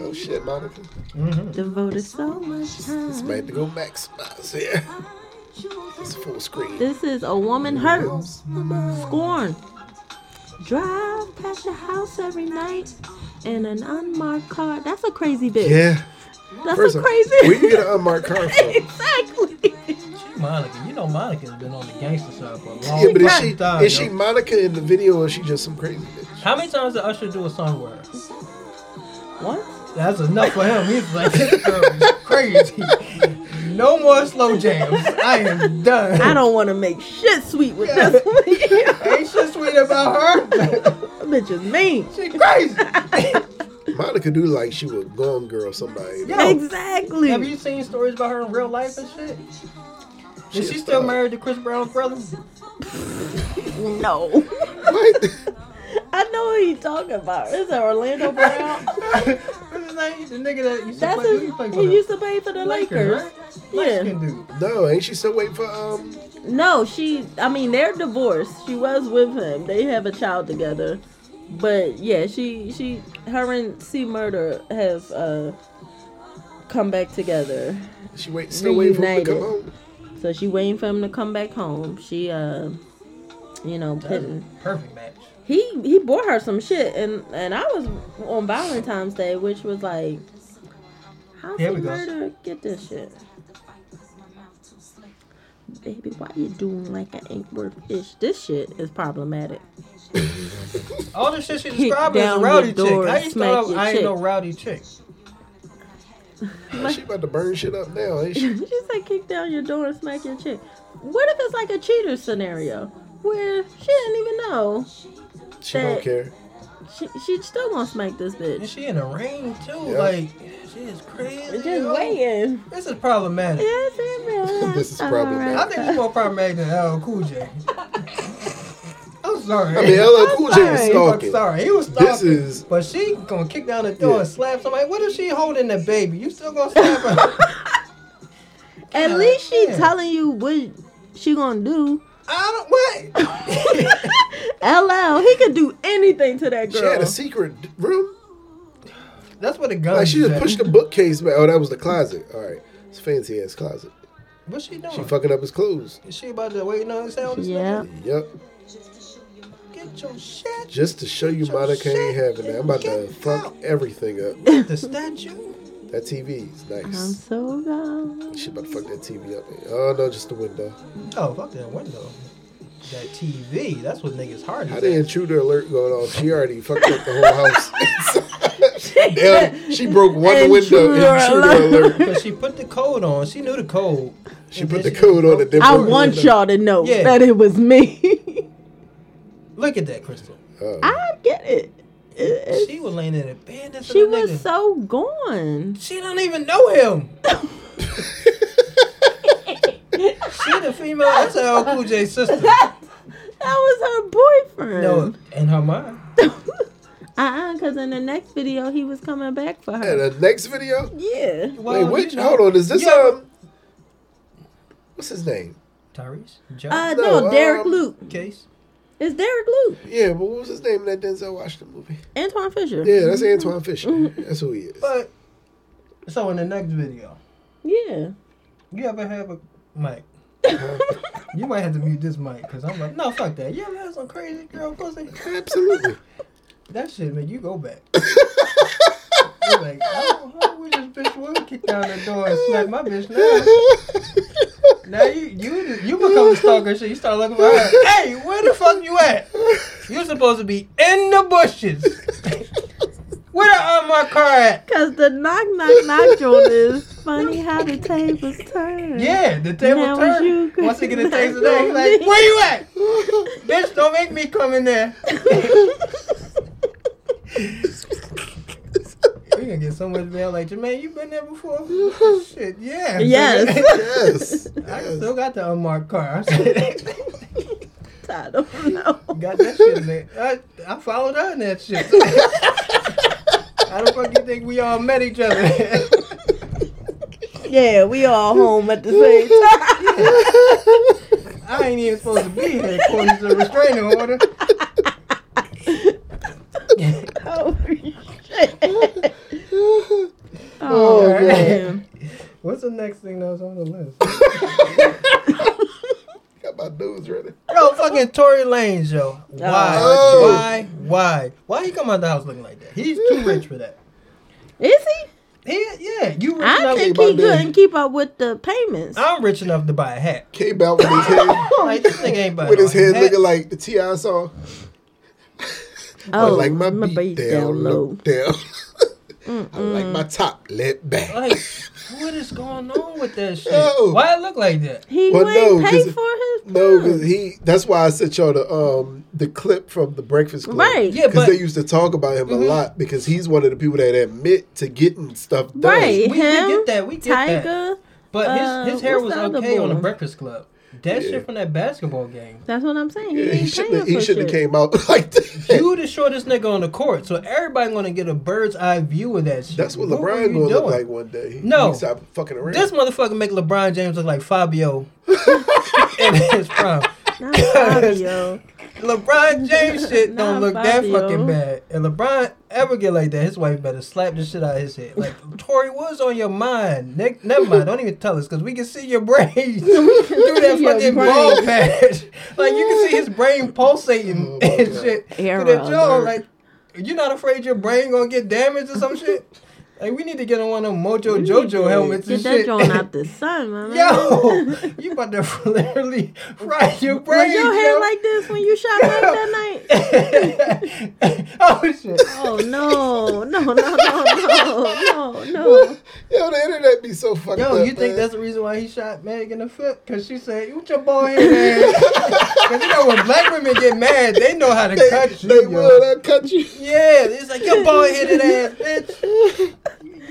Speaker 1: Oh shit, Monica.
Speaker 3: hmm
Speaker 2: Devoted so much
Speaker 1: It's
Speaker 2: time.
Speaker 1: made to go maximize here. It's full screen.
Speaker 2: This is a woman hurt, scorned. Drive past your house every night in an unmarked car. That's a crazy bitch.
Speaker 1: Yeah.
Speaker 2: That's
Speaker 1: First
Speaker 2: a
Speaker 1: off,
Speaker 2: crazy.
Speaker 1: Where you get an unmarked car from?
Speaker 2: exactly.
Speaker 3: Monica, you know Monica's been on the gangster side for a long
Speaker 1: Yeah, but is she
Speaker 3: time.
Speaker 1: is she
Speaker 3: yo.
Speaker 1: Monica in the video or is she just some crazy bitch?
Speaker 3: How many times did Usher do a song with her?
Speaker 2: What?
Speaker 3: That's enough for him. He's like, this girl is crazy. No more slow jams. I am done.
Speaker 2: I don't want to make shit sweet with this one.
Speaker 3: Ain't shit sweet about her.
Speaker 2: bitch is mean.
Speaker 3: she crazy.
Speaker 1: Monica do like she was gone girl somebody.
Speaker 3: Yeah. No.
Speaker 2: Exactly.
Speaker 3: Have you seen stories about her in real life and shit? Is
Speaker 1: Shit,
Speaker 3: she still
Speaker 1: uh,
Speaker 3: married to Chris Brown's brother?
Speaker 2: No.
Speaker 1: What?
Speaker 2: I know who you talking about. Is it Orlando Brown?
Speaker 3: What's his name? The nigga that used to
Speaker 2: That's
Speaker 3: play, who
Speaker 2: his,
Speaker 3: he played for
Speaker 2: he
Speaker 3: the
Speaker 2: used to play for the Lakers.
Speaker 3: Right?
Speaker 2: Yeah.
Speaker 3: Mexican dude.
Speaker 1: no, ain't she still waiting for um
Speaker 2: No, she. I mean, they're divorced. She was with him. They have a child together. But yeah, she she her and C Murder have uh come back together.
Speaker 1: she wait still waiting for him to come
Speaker 2: Reunited.
Speaker 1: home?
Speaker 2: So she waiting for him to come back home. She uh, you know, putting
Speaker 3: Perfect match.
Speaker 2: he he bought her some shit, and and I was on Valentine's Day, which was like, how
Speaker 3: Here we
Speaker 2: did
Speaker 3: go.
Speaker 2: murder get this shit? Baby, why you doing like I ain't worth ish? This shit is problematic.
Speaker 3: All the shit she
Speaker 2: Kick
Speaker 3: described is a
Speaker 2: down
Speaker 3: rowdy
Speaker 2: your door
Speaker 3: chick. I
Speaker 2: and
Speaker 3: used
Speaker 2: smack
Speaker 3: thought
Speaker 2: your
Speaker 3: I ain't no
Speaker 2: chick.
Speaker 3: rowdy chick.
Speaker 1: she about to burn shit up now, ain't she?
Speaker 2: she said, kick down your door and smack your chick. What if it's like a cheater scenario where she didn't even know
Speaker 1: She don't care.
Speaker 2: she she still gonna smack this
Speaker 3: And
Speaker 2: bitch?
Speaker 3: she in the rain too.
Speaker 1: Yeah.
Speaker 3: Like she is crazy.
Speaker 2: Just
Speaker 3: yo.
Speaker 2: waiting.
Speaker 3: This is problematic.
Speaker 2: Yes, it really
Speaker 1: This is problematic.
Speaker 3: I think it's more problematic than LL Cool J. I'm sorry.
Speaker 1: I mean LL Cool J was
Speaker 2: sorry.
Speaker 1: stalking.
Speaker 3: I'm sorry, he was stalking.
Speaker 1: This is
Speaker 3: But she gonna kick down the door
Speaker 1: Yeah.
Speaker 3: and slap somebody. What if she holding the baby? You still gonna slap her?
Speaker 2: At least she
Speaker 3: Yeah.
Speaker 2: telling you what she gonna do.
Speaker 3: I don't what.
Speaker 2: LL, he could do anything to that
Speaker 1: she had
Speaker 2: girl.
Speaker 1: a secret room.
Speaker 3: That's what the gun.
Speaker 1: Like she just
Speaker 3: said.
Speaker 1: pushed the bookcase back. Oh, that was the closet. All right. It's fancy ass closet.
Speaker 3: What's she doing?
Speaker 1: She fucking up his clothes.
Speaker 3: Is she about to wait on sound?
Speaker 2: Oh. Yeah.
Speaker 1: Yep.
Speaker 3: Get your shit.
Speaker 1: Just to show you Monica ain't having that. I'm about to fuck everything up.
Speaker 3: The statue.
Speaker 1: That TV's nice.
Speaker 2: I'm so gone.
Speaker 1: She about to fuck that TV up. Oh no, just the window.
Speaker 3: Oh fuck that window. That TV. That's what niggas hard.
Speaker 1: How the intruder alert going off? She already fucked up the whole house. Damn, she broke one window.
Speaker 2: Intruder
Speaker 1: Intruder
Speaker 2: alert.
Speaker 1: alert.
Speaker 3: Because she put the code on. She knew the code.
Speaker 1: She put the code on a different.
Speaker 2: I want
Speaker 1: window.
Speaker 2: y'all to know
Speaker 3: Yeah.
Speaker 2: that it was me.
Speaker 3: Look at that, Crystal.
Speaker 1: Oh.
Speaker 2: I get it. It- it-
Speaker 3: She was laying in a bed. That's
Speaker 2: she
Speaker 3: the
Speaker 2: was
Speaker 3: nigga.
Speaker 2: so gone.
Speaker 3: She don't even know him. She the female. That's LL Cool J's sister.
Speaker 2: that was her boyfriend.
Speaker 3: No, in her mind.
Speaker 2: Uh-uh, because in the next video, he was coming back for
Speaker 1: And
Speaker 2: her.
Speaker 1: the next video.
Speaker 2: Yeah.
Speaker 3: Oh,
Speaker 1: Wait, which? Hold on. Is this
Speaker 3: Yeah.
Speaker 1: um? What's his name?
Speaker 3: Tyrese Jones
Speaker 2: Uh,
Speaker 1: No,
Speaker 2: no, Derek
Speaker 1: um,
Speaker 2: Luke.
Speaker 3: case.
Speaker 2: It's Derek Luke.
Speaker 1: Yeah, but what was his name in that Denzel Washington movie?
Speaker 2: Antoine Fisher.
Speaker 1: Yeah, that's Antoine Fisher. That's who he is.
Speaker 3: Mm-hmm. But so in the next video,
Speaker 2: Yeah.
Speaker 3: you ever have a mic? You might have to mute this mic because I'm like, no, fuck that. You ever had some crazy girl pussy?
Speaker 1: Absolutely.
Speaker 3: That shit make you go back. You're like, oh, I wish this bitch would kick down the door and smack my bitch now. Now you you you become a stalker shit. You start looking for her. Hey, where the fuck you at? You're supposed to be in the bushes. where the uh, my car at?
Speaker 2: Cause the knock knock knock joint is funny how the tables turn.
Speaker 3: Yeah, the table
Speaker 2: Now
Speaker 3: turned.
Speaker 2: you could
Speaker 3: Once they get a
Speaker 2: not
Speaker 3: taste of that,
Speaker 2: know
Speaker 3: he's like,
Speaker 2: me.
Speaker 3: where you at? bitch, don't make me come in there. We're gonna get so much mail like, Jermaine, you been there before? Shit, yeah.
Speaker 2: Yes.
Speaker 1: yes.
Speaker 3: I
Speaker 1: yes.
Speaker 3: still got the unmarked car. got
Speaker 2: I don't know.
Speaker 3: that shit lit. I, I followed her in that shit. How the fuck you think we all met each other?
Speaker 2: Yeah, we all home at the same time.
Speaker 3: I ain't even supposed to be here according to the restraining order.
Speaker 2: Oh, shit.
Speaker 1: Oh,
Speaker 2: Oh, man.
Speaker 3: What's the next thing that was on the list?
Speaker 1: Got my nose running.
Speaker 3: Yo, fucking Tory Lanez, yo. Why?
Speaker 1: Oh.
Speaker 3: Why? Why? Why he come out the house looking like that? He's too rich for that.
Speaker 2: Is he?
Speaker 3: He, yeah, you rich
Speaker 2: I
Speaker 3: enough.
Speaker 2: think
Speaker 1: my
Speaker 2: he
Speaker 1: dude.
Speaker 2: couldn't keep up with the payments.
Speaker 3: I'm rich enough to buy a hat.
Speaker 1: Came out with his head,
Speaker 3: Like this nigga ain't buying
Speaker 1: with
Speaker 3: no
Speaker 1: his head
Speaker 3: hat.
Speaker 1: looking like the T.I. song.
Speaker 2: Oh,
Speaker 1: I like Oh, my, beat down, low. down. I like my top let back.
Speaker 3: Like, what is going on with that shit?
Speaker 1: Yo.
Speaker 3: Why it look like that?
Speaker 2: He
Speaker 1: Well, no,
Speaker 2: ain't pay
Speaker 1: 'cause-
Speaker 2: for his
Speaker 1: no,
Speaker 2: plug.
Speaker 1: because he. That's why I sent y'all the um the clip from the Breakfast Club.
Speaker 2: Right.
Speaker 3: Yeah,
Speaker 1: Because
Speaker 3: but
Speaker 1: they used to talk about him a
Speaker 3: Mhm.
Speaker 1: lot because he's one of the people that admit to getting stuff done.
Speaker 2: Right.
Speaker 3: we, we
Speaker 2: Him,
Speaker 3: get that. We get that.
Speaker 2: Tiger.
Speaker 3: But his,
Speaker 2: Uh,
Speaker 3: his hair
Speaker 2: what's
Speaker 3: was
Speaker 2: the other
Speaker 3: okay on the
Speaker 2: boy?
Speaker 3: Breakfast Club. That
Speaker 1: Yeah.
Speaker 3: shit from that basketball game.
Speaker 2: That's what I'm saying. He
Speaker 1: Yeah, he
Speaker 2: ain't paying
Speaker 1: shouldn't.
Speaker 2: for
Speaker 1: He shouldn't have
Speaker 2: shit.
Speaker 1: came out like that.
Speaker 3: You the shortest nigga on the court, so everybody gonna get a bird's eye view of that shit.
Speaker 1: That's what
Speaker 3: were
Speaker 1: LeBron
Speaker 3: you
Speaker 1: gonna look
Speaker 3: doing?
Speaker 1: like one day.
Speaker 3: No.
Speaker 1: he stop fucking around.
Speaker 3: This motherfucker make LeBron James look like Fabio in his prime.
Speaker 2: Not Fabio.
Speaker 3: LeBron James shit
Speaker 2: Nah,
Speaker 3: don't look
Speaker 2: Fabio.
Speaker 3: that fucking bad. And LeBron ever get like that, his wife better slap the shit out of his head. Like, Tori, what's on your mind? Nick, never mind. Don't even tell us because we can see your brain through that
Speaker 2: see your
Speaker 3: fucking
Speaker 2: brain.
Speaker 3: ball patch. like, you can see his brain pulsating
Speaker 1: Oh, my
Speaker 3: and
Speaker 1: God.
Speaker 3: shit.
Speaker 2: Error
Speaker 3: Through that jaw.
Speaker 2: alert.
Speaker 3: Like, you're not afraid your brain gonna get damaged or some shit? Like, we need to get on one of them Mojo Jojo helmets
Speaker 2: Get
Speaker 3: and
Speaker 2: that
Speaker 3: shit.
Speaker 2: joint out the sun, my man.
Speaker 3: Yo, you about to literally fry your brain.
Speaker 2: was your hair like this when you shot back that night?
Speaker 3: oh shit.
Speaker 2: Oh no, no, no, no, no, no, no.
Speaker 1: Yo, the internet be so fucked up.
Speaker 3: Yo, you think
Speaker 1: man.
Speaker 3: that's the reason why he shot Meg in the foot? Cause she said, "You your boy in there." Cause you know when black women get mad, they know how to
Speaker 1: they,
Speaker 3: cut you.
Speaker 1: they
Speaker 3: yo.
Speaker 1: will that cut you?
Speaker 3: Yeah, it's like your boy hit it ass, bitch.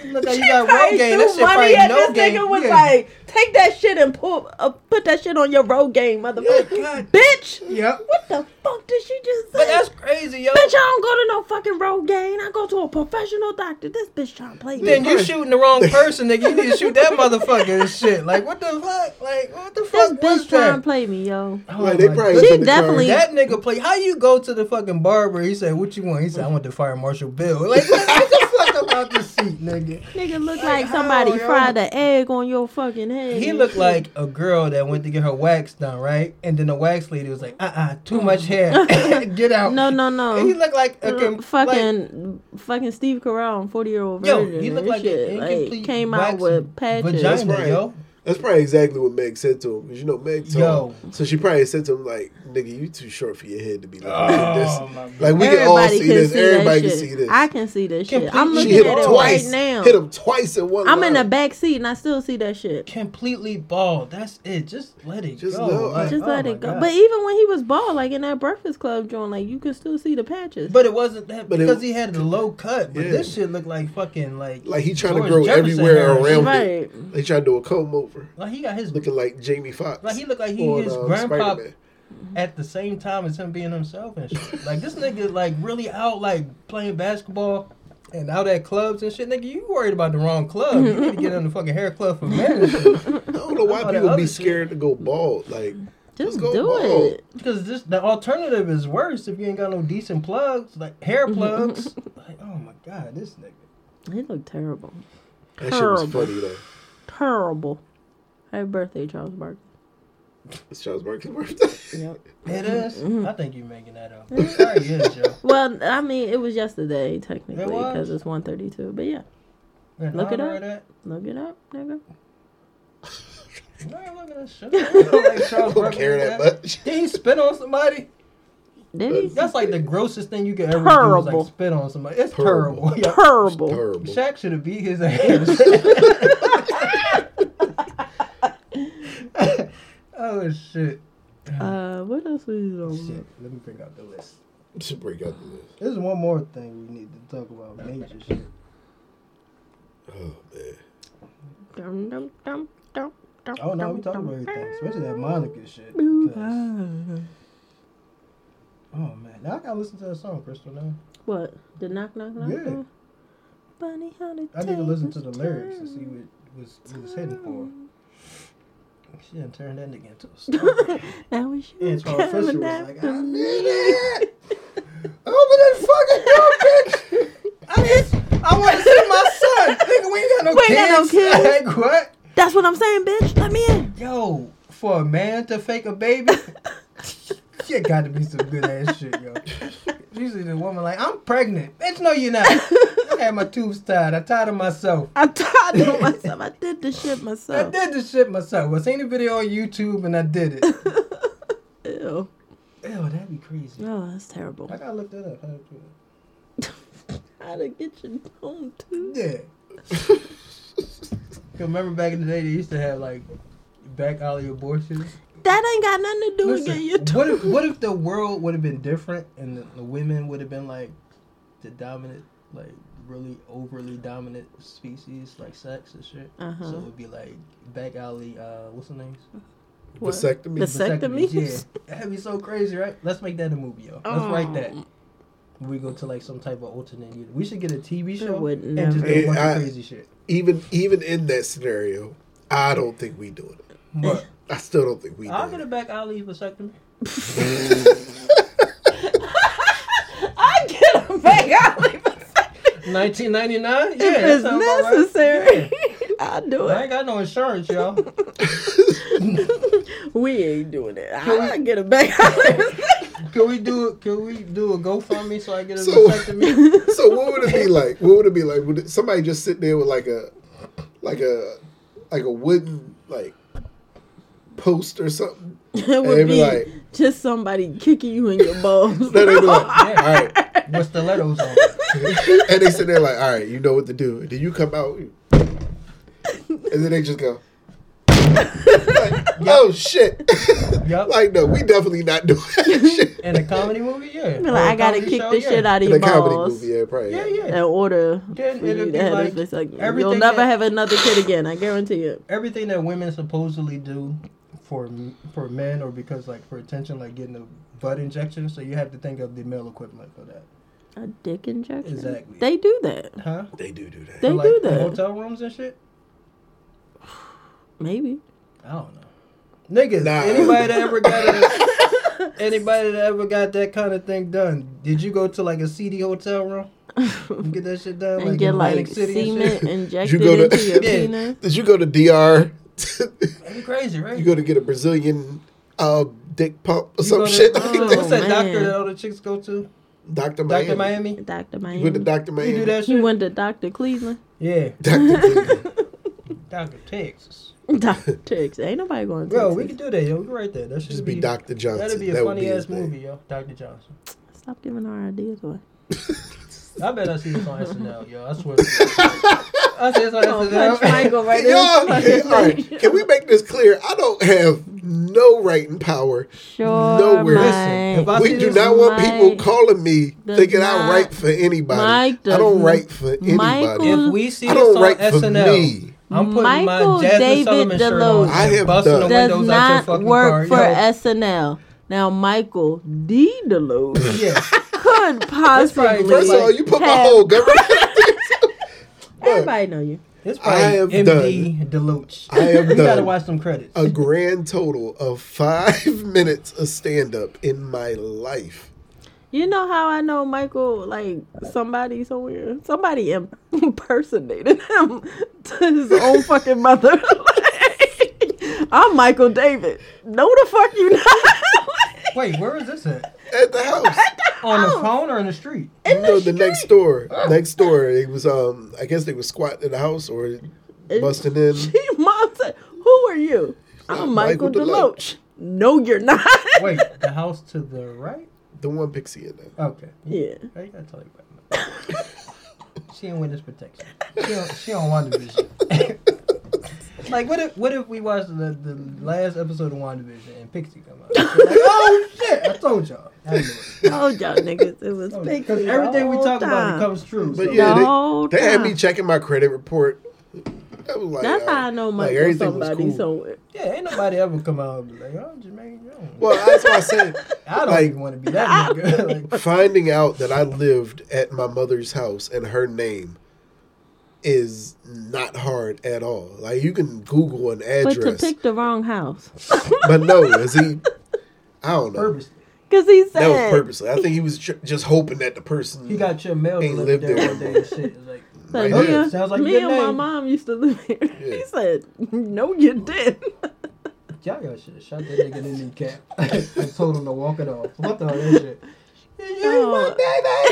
Speaker 3: You Look, like you got road game. That shit probably no game. Yeah.
Speaker 2: take that shit and pull, uh, put that shit on your road game, motherfucker.
Speaker 3: Yeah, God.
Speaker 2: Bitch,
Speaker 3: Yep.
Speaker 2: what the fuck did she just say?
Speaker 3: But that's crazy, yo.
Speaker 2: Bitch, I don't go to no fucking road game. I go to a professional doctor. This bitch trying to play me.
Speaker 3: Then you shooting the wrong person, nigga. You need to shoot that motherfucker and shit. Like what the fuck? Like what the
Speaker 2: this
Speaker 3: fuck was
Speaker 2: bitch trying to
Speaker 3: that?
Speaker 2: play me, yo.
Speaker 3: Oh
Speaker 1: Like, they
Speaker 3: my
Speaker 1: probably
Speaker 3: God.
Speaker 1: was
Speaker 2: She
Speaker 1: in the car.
Speaker 2: definitely-
Speaker 3: that nigga play. How you go to the fucking barber? He said, "What you want?" He said, "I want the fire marshal bill." Like what the fuck about the seat, nigga?
Speaker 2: Nigga look
Speaker 3: Like,
Speaker 2: like somebody
Speaker 3: how, yo?
Speaker 2: fried an egg on your fucking head.
Speaker 3: He looked like a girl that went to get her wax done, right? And then the wax lady was like, "Uh, uh too much hair, get out."
Speaker 2: No, no, no.
Speaker 3: He looked like a com-
Speaker 2: Uh, fucking fucking Steve Carell, forty year old
Speaker 3: Yo,
Speaker 2: version.
Speaker 3: he looked
Speaker 2: and
Speaker 3: like an
Speaker 2: shit.
Speaker 3: incomplete
Speaker 2: like came out
Speaker 3: wax
Speaker 2: with
Speaker 3: like,
Speaker 2: patches.
Speaker 3: vagina,
Speaker 1: right.
Speaker 3: yo.
Speaker 1: That's probably exactly what Meg said to him. Cause you know Meg told
Speaker 3: Yo.
Speaker 1: him. So she probably said to him like, "Nigga, you too short for your head to be like
Speaker 3: Oh,
Speaker 1: this."
Speaker 3: my
Speaker 1: Like we can all see this. Everybody can
Speaker 2: shit.
Speaker 1: see this.
Speaker 2: I can see this shit.
Speaker 3: Complete
Speaker 2: I'm
Speaker 3: shit.
Speaker 1: she
Speaker 2: looking
Speaker 1: hit
Speaker 2: at
Speaker 1: him
Speaker 2: it
Speaker 1: twice.
Speaker 2: right now.
Speaker 1: Hit him twice in one.
Speaker 2: I'm in the
Speaker 1: line.
Speaker 2: back seat and I still see that shit.
Speaker 3: completely bald. That's it. Just let it
Speaker 1: Just
Speaker 3: go.
Speaker 1: let-
Speaker 3: Like,
Speaker 2: Just
Speaker 3: oh
Speaker 2: let
Speaker 3: my
Speaker 2: it go.
Speaker 3: God.
Speaker 2: But even when he was bald, like in that Breakfast Club joint, like you could still see the patches.
Speaker 3: But it wasn't that
Speaker 1: But it-
Speaker 3: because he had the low cut. But
Speaker 1: Yeah.
Speaker 3: this shit looked like fucking like
Speaker 1: Like he trying
Speaker 3: George
Speaker 1: to grow
Speaker 3: Jefferson
Speaker 1: everywhere
Speaker 3: hair.
Speaker 1: around it.
Speaker 2: right.
Speaker 1: They trying to do a comb over,
Speaker 3: Like he got his
Speaker 1: looking like Jamie Foxx.
Speaker 3: like he looked like he
Speaker 1: on,
Speaker 3: his
Speaker 1: um,
Speaker 3: grandpa
Speaker 1: Spider-Man.
Speaker 3: at the same time as him being himself and shit. like this nigga like really out like playing basketball. And out at clubs and shit, nigga, you worried about the wrong club. You need to get in the fucking hair club for men.
Speaker 1: I don't know why
Speaker 3: Oh, that
Speaker 1: people
Speaker 3: other
Speaker 1: be
Speaker 3: shit.
Speaker 1: scared to go bald. Like
Speaker 2: Just
Speaker 1: go
Speaker 2: do
Speaker 1: bald.
Speaker 2: it.
Speaker 3: Because this the alternative is worse if you ain't got no decent plugs, like hair
Speaker 2: Mm-hmm.
Speaker 3: plugs. like, oh my god, this nigga.
Speaker 2: He looked terrible.
Speaker 1: that shit was
Speaker 2: Terrible.
Speaker 1: funny though.
Speaker 2: Terrible. Happy birthday, Charles Barkley.
Speaker 1: It's Charles Barkley's birthday.
Speaker 2: Yep.
Speaker 3: It
Speaker 2: Mm-hmm.
Speaker 3: is? I think you're making that up. It probably is, yo.
Speaker 2: Well, I mean, it was yesterday technically
Speaker 3: It was?
Speaker 2: because it's 1:32. But yeah,
Speaker 3: In
Speaker 2: Look it
Speaker 3: honor of
Speaker 2: up. look it up, nigga.
Speaker 3: That, no, look at that shit. I don't like
Speaker 1: I
Speaker 3: Charles
Speaker 1: don't
Speaker 3: Barkley
Speaker 1: care
Speaker 3: like
Speaker 1: that much.
Speaker 3: Did he spit on somebody?
Speaker 2: Did he?
Speaker 3: That's like the grossest thing you could ever terrible. do. is,
Speaker 2: Terrible.
Speaker 3: Like spit on somebody. It's
Speaker 1: Terrible.
Speaker 3: terrible. yo.
Speaker 2: Terrible.
Speaker 1: Terrible.
Speaker 3: Shaq should have beat his ass. oh shit.
Speaker 2: Uh, what else was he
Speaker 3: Shit.
Speaker 2: on?
Speaker 3: Let me bring out the list.
Speaker 1: Should break out the list.
Speaker 3: There's one more thing we need to talk about. Major shit.
Speaker 1: Oh man.
Speaker 2: Dum, dum, dum, dum, dum,
Speaker 3: Oh no, we
Speaker 2: dum,
Speaker 3: talking about
Speaker 2: dum.
Speaker 3: everything, especially that Monica shit. 'cause-
Speaker 2: Ooh,
Speaker 3: Oh man, now I gotta listen to that song, Crystal. Now
Speaker 2: ah. What? The knock knock knock.
Speaker 3: Yeah.
Speaker 2: knock? Funny how
Speaker 3: I need to listen to the lyrics to see what was was heading for. She didn't turn that nigga into a star.
Speaker 2: That was you.
Speaker 3: and so our official was
Speaker 2: coming
Speaker 3: like,
Speaker 2: after
Speaker 3: I need
Speaker 2: me.
Speaker 3: it. Open that fucking door, bitch. I need. I want to see my son. Nigga, we ain't got no
Speaker 2: We ain't got no
Speaker 3: kids.
Speaker 2: kids.
Speaker 3: like what?
Speaker 2: That's what I'm saying, bitch. Let me in.
Speaker 3: Yo, for a man to fake a baby, shit got to be some good ass shit, yo. Usually the woman like, I'm pregnant. Bitch, no, you're not. I had my tubes tied. I tied them myself.
Speaker 2: I tried it myself. I did the shit
Speaker 3: I
Speaker 2: myself.
Speaker 3: did this shit myself. I seen the video on YouTube and I did it.
Speaker 2: Ew.
Speaker 3: Ew, that'd be crazy.
Speaker 2: Oh, that's terrible.
Speaker 3: I gotta look that up. How to do it.
Speaker 2: How to get your home too?
Speaker 3: Yeah. 'Cause remember back in the day, they used to have like back alley abortions.
Speaker 2: That ain't got nothing to do with getting your
Speaker 3: Listen, what if what if the world would have been different and the, the women would have been like the dominant, like really overly dominant species, like sex and shit?
Speaker 2: Uh-huh.
Speaker 3: So it would be like back alley. Uh, what's the name?
Speaker 2: What?
Speaker 1: Vasectomy.
Speaker 2: Vas- Vasectomies?
Speaker 3: Yeah. That'd be so crazy, right? Let's make that a movie, yo. Let's write that.
Speaker 2: Um,
Speaker 3: We go to like some type of alternate. uni- We should get a TV
Speaker 2: There
Speaker 3: show
Speaker 2: would
Speaker 3: and
Speaker 2: never-
Speaker 3: just do a bunch
Speaker 1: Yeah, I-
Speaker 3: of crazy shit.
Speaker 1: even even in that scenario, I don't think we doing it.
Speaker 3: But
Speaker 1: I still don't think we
Speaker 3: I'll get
Speaker 1: doing
Speaker 3: a
Speaker 1: it.
Speaker 3: back alley vasectomy.
Speaker 2: I get a back alley vasectomy
Speaker 3: 1999. Yeah,
Speaker 2: if
Speaker 3: that
Speaker 2: it's
Speaker 3: sounds about right.
Speaker 2: necessary. I'll do
Speaker 3: I
Speaker 2: it.
Speaker 3: ain't got no insurance, y'all.
Speaker 2: We ain't doing it. I get a back alley vasectomy.
Speaker 3: Can we do it? Can we do a GoFundMe so I get a
Speaker 1: So-
Speaker 3: vasectomy?
Speaker 1: so what would it be like? What would it be like? Would it, somebody just sit there with like a like a like a wooden like post or something?
Speaker 2: It
Speaker 1: They
Speaker 2: would
Speaker 1: be
Speaker 2: be
Speaker 1: like-
Speaker 2: just somebody kicking you in your balls.
Speaker 1: No, they'd be like, all right.
Speaker 3: With stilettos on.
Speaker 1: And they sit there like, all right, you know what to do. And then you come out, you- and then they just go. like, oh shit!
Speaker 3: Yup.
Speaker 1: like no, we definitely not doing that shit.
Speaker 3: In a comedy movie, yeah.
Speaker 2: Be
Speaker 3: Or a
Speaker 2: like, I gotta
Speaker 3: comedy
Speaker 2: kick
Speaker 3: show,
Speaker 2: the
Speaker 3: yeah.
Speaker 2: shit out of
Speaker 1: In a
Speaker 2: your
Speaker 1: comedy
Speaker 2: balls.
Speaker 1: movie, yeah, probably.
Speaker 3: Yeah,
Speaker 2: In
Speaker 3: yeah.
Speaker 2: order,
Speaker 3: Then
Speaker 2: for you
Speaker 3: it'll be
Speaker 2: to have
Speaker 3: like
Speaker 2: a vasectomy. You'll
Speaker 3: everything
Speaker 2: never
Speaker 3: that-
Speaker 2: have another kid again. I guarantee it.
Speaker 3: Everything that women supposedly do for for men or because like for attention, like getting a butt injection. So you have to think of the male equivalent for that.
Speaker 2: A dick injection.
Speaker 3: Exactly.
Speaker 2: They do that.
Speaker 3: Huh?
Speaker 1: They do do that.
Speaker 2: They
Speaker 3: For, like,
Speaker 2: do that.
Speaker 3: Hotel rooms and shit.
Speaker 2: Maybe.
Speaker 3: I don't know. Niggas,
Speaker 1: Nah.
Speaker 3: anybody that ever got a, anybody that ever got that kind of thing done, did you go to like a seedy hotel room and get that shit done?
Speaker 2: and get
Speaker 3: in
Speaker 2: like
Speaker 3: Atlantic City and
Speaker 2: semen
Speaker 3: shit?
Speaker 2: injected
Speaker 1: go to-
Speaker 2: into your
Speaker 3: Yeah.
Speaker 2: penis.
Speaker 1: Did you go to DR?
Speaker 3: That'd be crazy, right?
Speaker 1: you go to get a Brazilian uh, dick pump or
Speaker 3: You
Speaker 1: some
Speaker 3: go to-
Speaker 1: shit like
Speaker 2: Oh,
Speaker 1: that.
Speaker 3: What's that doctor
Speaker 2: man.
Speaker 3: that all the chicks go to?
Speaker 1: Doctor Miami.
Speaker 3: Doctor
Speaker 2: Doctor
Speaker 3: Miami.
Speaker 1: You went to
Speaker 2: Miami.
Speaker 1: Doctor
Speaker 3: You
Speaker 1: Miami.
Speaker 3: do that
Speaker 2: You
Speaker 3: shit?
Speaker 2: went to Doctor Cleveland.
Speaker 3: Yeah,
Speaker 1: Doctor
Speaker 3: Doctor Texas.
Speaker 2: Doctor Texas. Ain't nobody going to.
Speaker 3: Bro,
Speaker 2: Texas.
Speaker 3: we could do that, yo. We could write that. That should
Speaker 1: just be Doctor Johnson.
Speaker 3: That'd be a
Speaker 1: That would
Speaker 3: funny
Speaker 1: his
Speaker 3: ass
Speaker 1: name.
Speaker 3: movie, yo. Doctor Johnson.
Speaker 2: Stop giving our ideas away.
Speaker 3: I bet I see this on SNL, yo. I swear. to God. I see this on
Speaker 2: Gonna punch
Speaker 3: SNL.
Speaker 2: Michael right in
Speaker 1: Y'all,
Speaker 2: his
Speaker 1: all right,
Speaker 2: fucking
Speaker 1: can we make this clear? I don't have no writing power.
Speaker 2: Sure,
Speaker 1: Nowhere.
Speaker 2: Mike.
Speaker 1: Listen,
Speaker 3: if I
Speaker 1: we
Speaker 3: see
Speaker 1: do
Speaker 3: this
Speaker 1: not want people
Speaker 2: Mike
Speaker 1: calling me
Speaker 2: does
Speaker 1: thinking I
Speaker 2: not-
Speaker 1: write for anybody.
Speaker 2: Mike
Speaker 1: I
Speaker 2: does
Speaker 1: don't
Speaker 2: not-
Speaker 1: write for anybody.
Speaker 2: Michael-
Speaker 3: If we see
Speaker 1: I
Speaker 3: this
Speaker 1: don't
Speaker 3: on
Speaker 1: write for
Speaker 3: SNL,
Speaker 1: me.
Speaker 3: I'm putting
Speaker 2: Michael
Speaker 3: my Jasmine
Speaker 2: David
Speaker 3: Solomon shirt
Speaker 2: Deluge
Speaker 3: on.
Speaker 1: I have
Speaker 3: busting
Speaker 1: done-
Speaker 3: the
Speaker 2: does
Speaker 3: windows out your
Speaker 2: not
Speaker 3: fucking
Speaker 2: work for
Speaker 3: car, yo.
Speaker 2: SNL. Now, Michael D. Deluge
Speaker 3: Yeah.
Speaker 2: could
Speaker 3: probably
Speaker 2: possibly.
Speaker 1: First of
Speaker 3: Like,
Speaker 1: all, you put my
Speaker 2: have-
Speaker 1: whole government.
Speaker 2: Everybody know you.
Speaker 3: It's
Speaker 1: I
Speaker 3: probably
Speaker 1: have
Speaker 3: MD Deluge.
Speaker 1: I have
Speaker 3: you gotta
Speaker 1: done.
Speaker 3: watch some credits.
Speaker 1: a grand total of five minutes of stand up in my life.
Speaker 2: You know how I know Michael, like somebody somewhere, somebody im- impersonated him to his own fucking mother. Like, I'm Michael David. No, the fuck you not.
Speaker 3: Wait, where is this at?
Speaker 1: At the house.
Speaker 3: On
Speaker 2: Oh.
Speaker 3: the phone or in the street?
Speaker 2: In
Speaker 1: Oh, No,
Speaker 2: the,
Speaker 1: the next door. Next door. It was um I guess they was squatting in the house or
Speaker 2: street,
Speaker 1: busting in.
Speaker 2: Uh, She mom said, "Who are you?" I'm Michael,
Speaker 1: Michael
Speaker 2: Deloach. No, you're not.
Speaker 3: Wait, the house to the right?
Speaker 1: The one pixie in there.
Speaker 3: Okay.
Speaker 2: Yeah.
Speaker 3: I gotta tell you about that. She ain't witness protection. She don't, she don't want WandaVision. like, what if what if we watched the, the last episode of WandaVision and Pixie come out? She's like, oh shit! I told y'all. I knew it.
Speaker 2: Oh, y'all niggas, it
Speaker 1: Oh,
Speaker 2: was
Speaker 3: Oh, Because
Speaker 2: Pixie
Speaker 3: everything
Speaker 2: the
Speaker 3: we
Speaker 2: whole
Speaker 3: talk about
Speaker 2: time.
Speaker 3: it comes true.
Speaker 1: But
Speaker 3: so-
Speaker 1: yeah,
Speaker 2: The
Speaker 1: they-
Speaker 2: whole
Speaker 1: They had me
Speaker 2: time.
Speaker 1: checking my credit report. I was like,
Speaker 2: That's
Speaker 1: uh,
Speaker 2: how I know
Speaker 1: like,
Speaker 2: Michael
Speaker 1: everything was
Speaker 2: somebody
Speaker 1: cool.
Speaker 2: somewhere.
Speaker 3: yeah, ain't nobody ever come out and be like, oh, Jermaine Jones.
Speaker 1: Well, that's why I said
Speaker 3: I don't
Speaker 1: like-
Speaker 3: even want to be that nigga. like,
Speaker 1: finding out that I lived at my mother's house and her name is not hard at all. Like you can Google an
Speaker 2: But
Speaker 1: address,
Speaker 2: to
Speaker 1: but,
Speaker 2: pick the wrong house.
Speaker 1: no, is he? I don't know.
Speaker 3: Purposely.
Speaker 2: Because he said.
Speaker 1: That was purposely. I think he was tr- just hoping that the person.
Speaker 3: He got your mail
Speaker 1: Ain't
Speaker 3: delivered
Speaker 1: lived there
Speaker 3: there one day
Speaker 1: before.
Speaker 3: and shit. It's like,
Speaker 2: Like,
Speaker 1: Right
Speaker 2: me
Speaker 1: there.
Speaker 2: and,
Speaker 3: Sounds like
Speaker 2: me
Speaker 3: your
Speaker 2: and my
Speaker 3: name.
Speaker 2: mom used to live here. He
Speaker 1: Yeah.
Speaker 2: said, No, you didn't.
Speaker 3: y'all got shit. Shot that nigga in the kneecap and told him to walk it off. What the hell is shit? You ain't my
Speaker 2: Oh.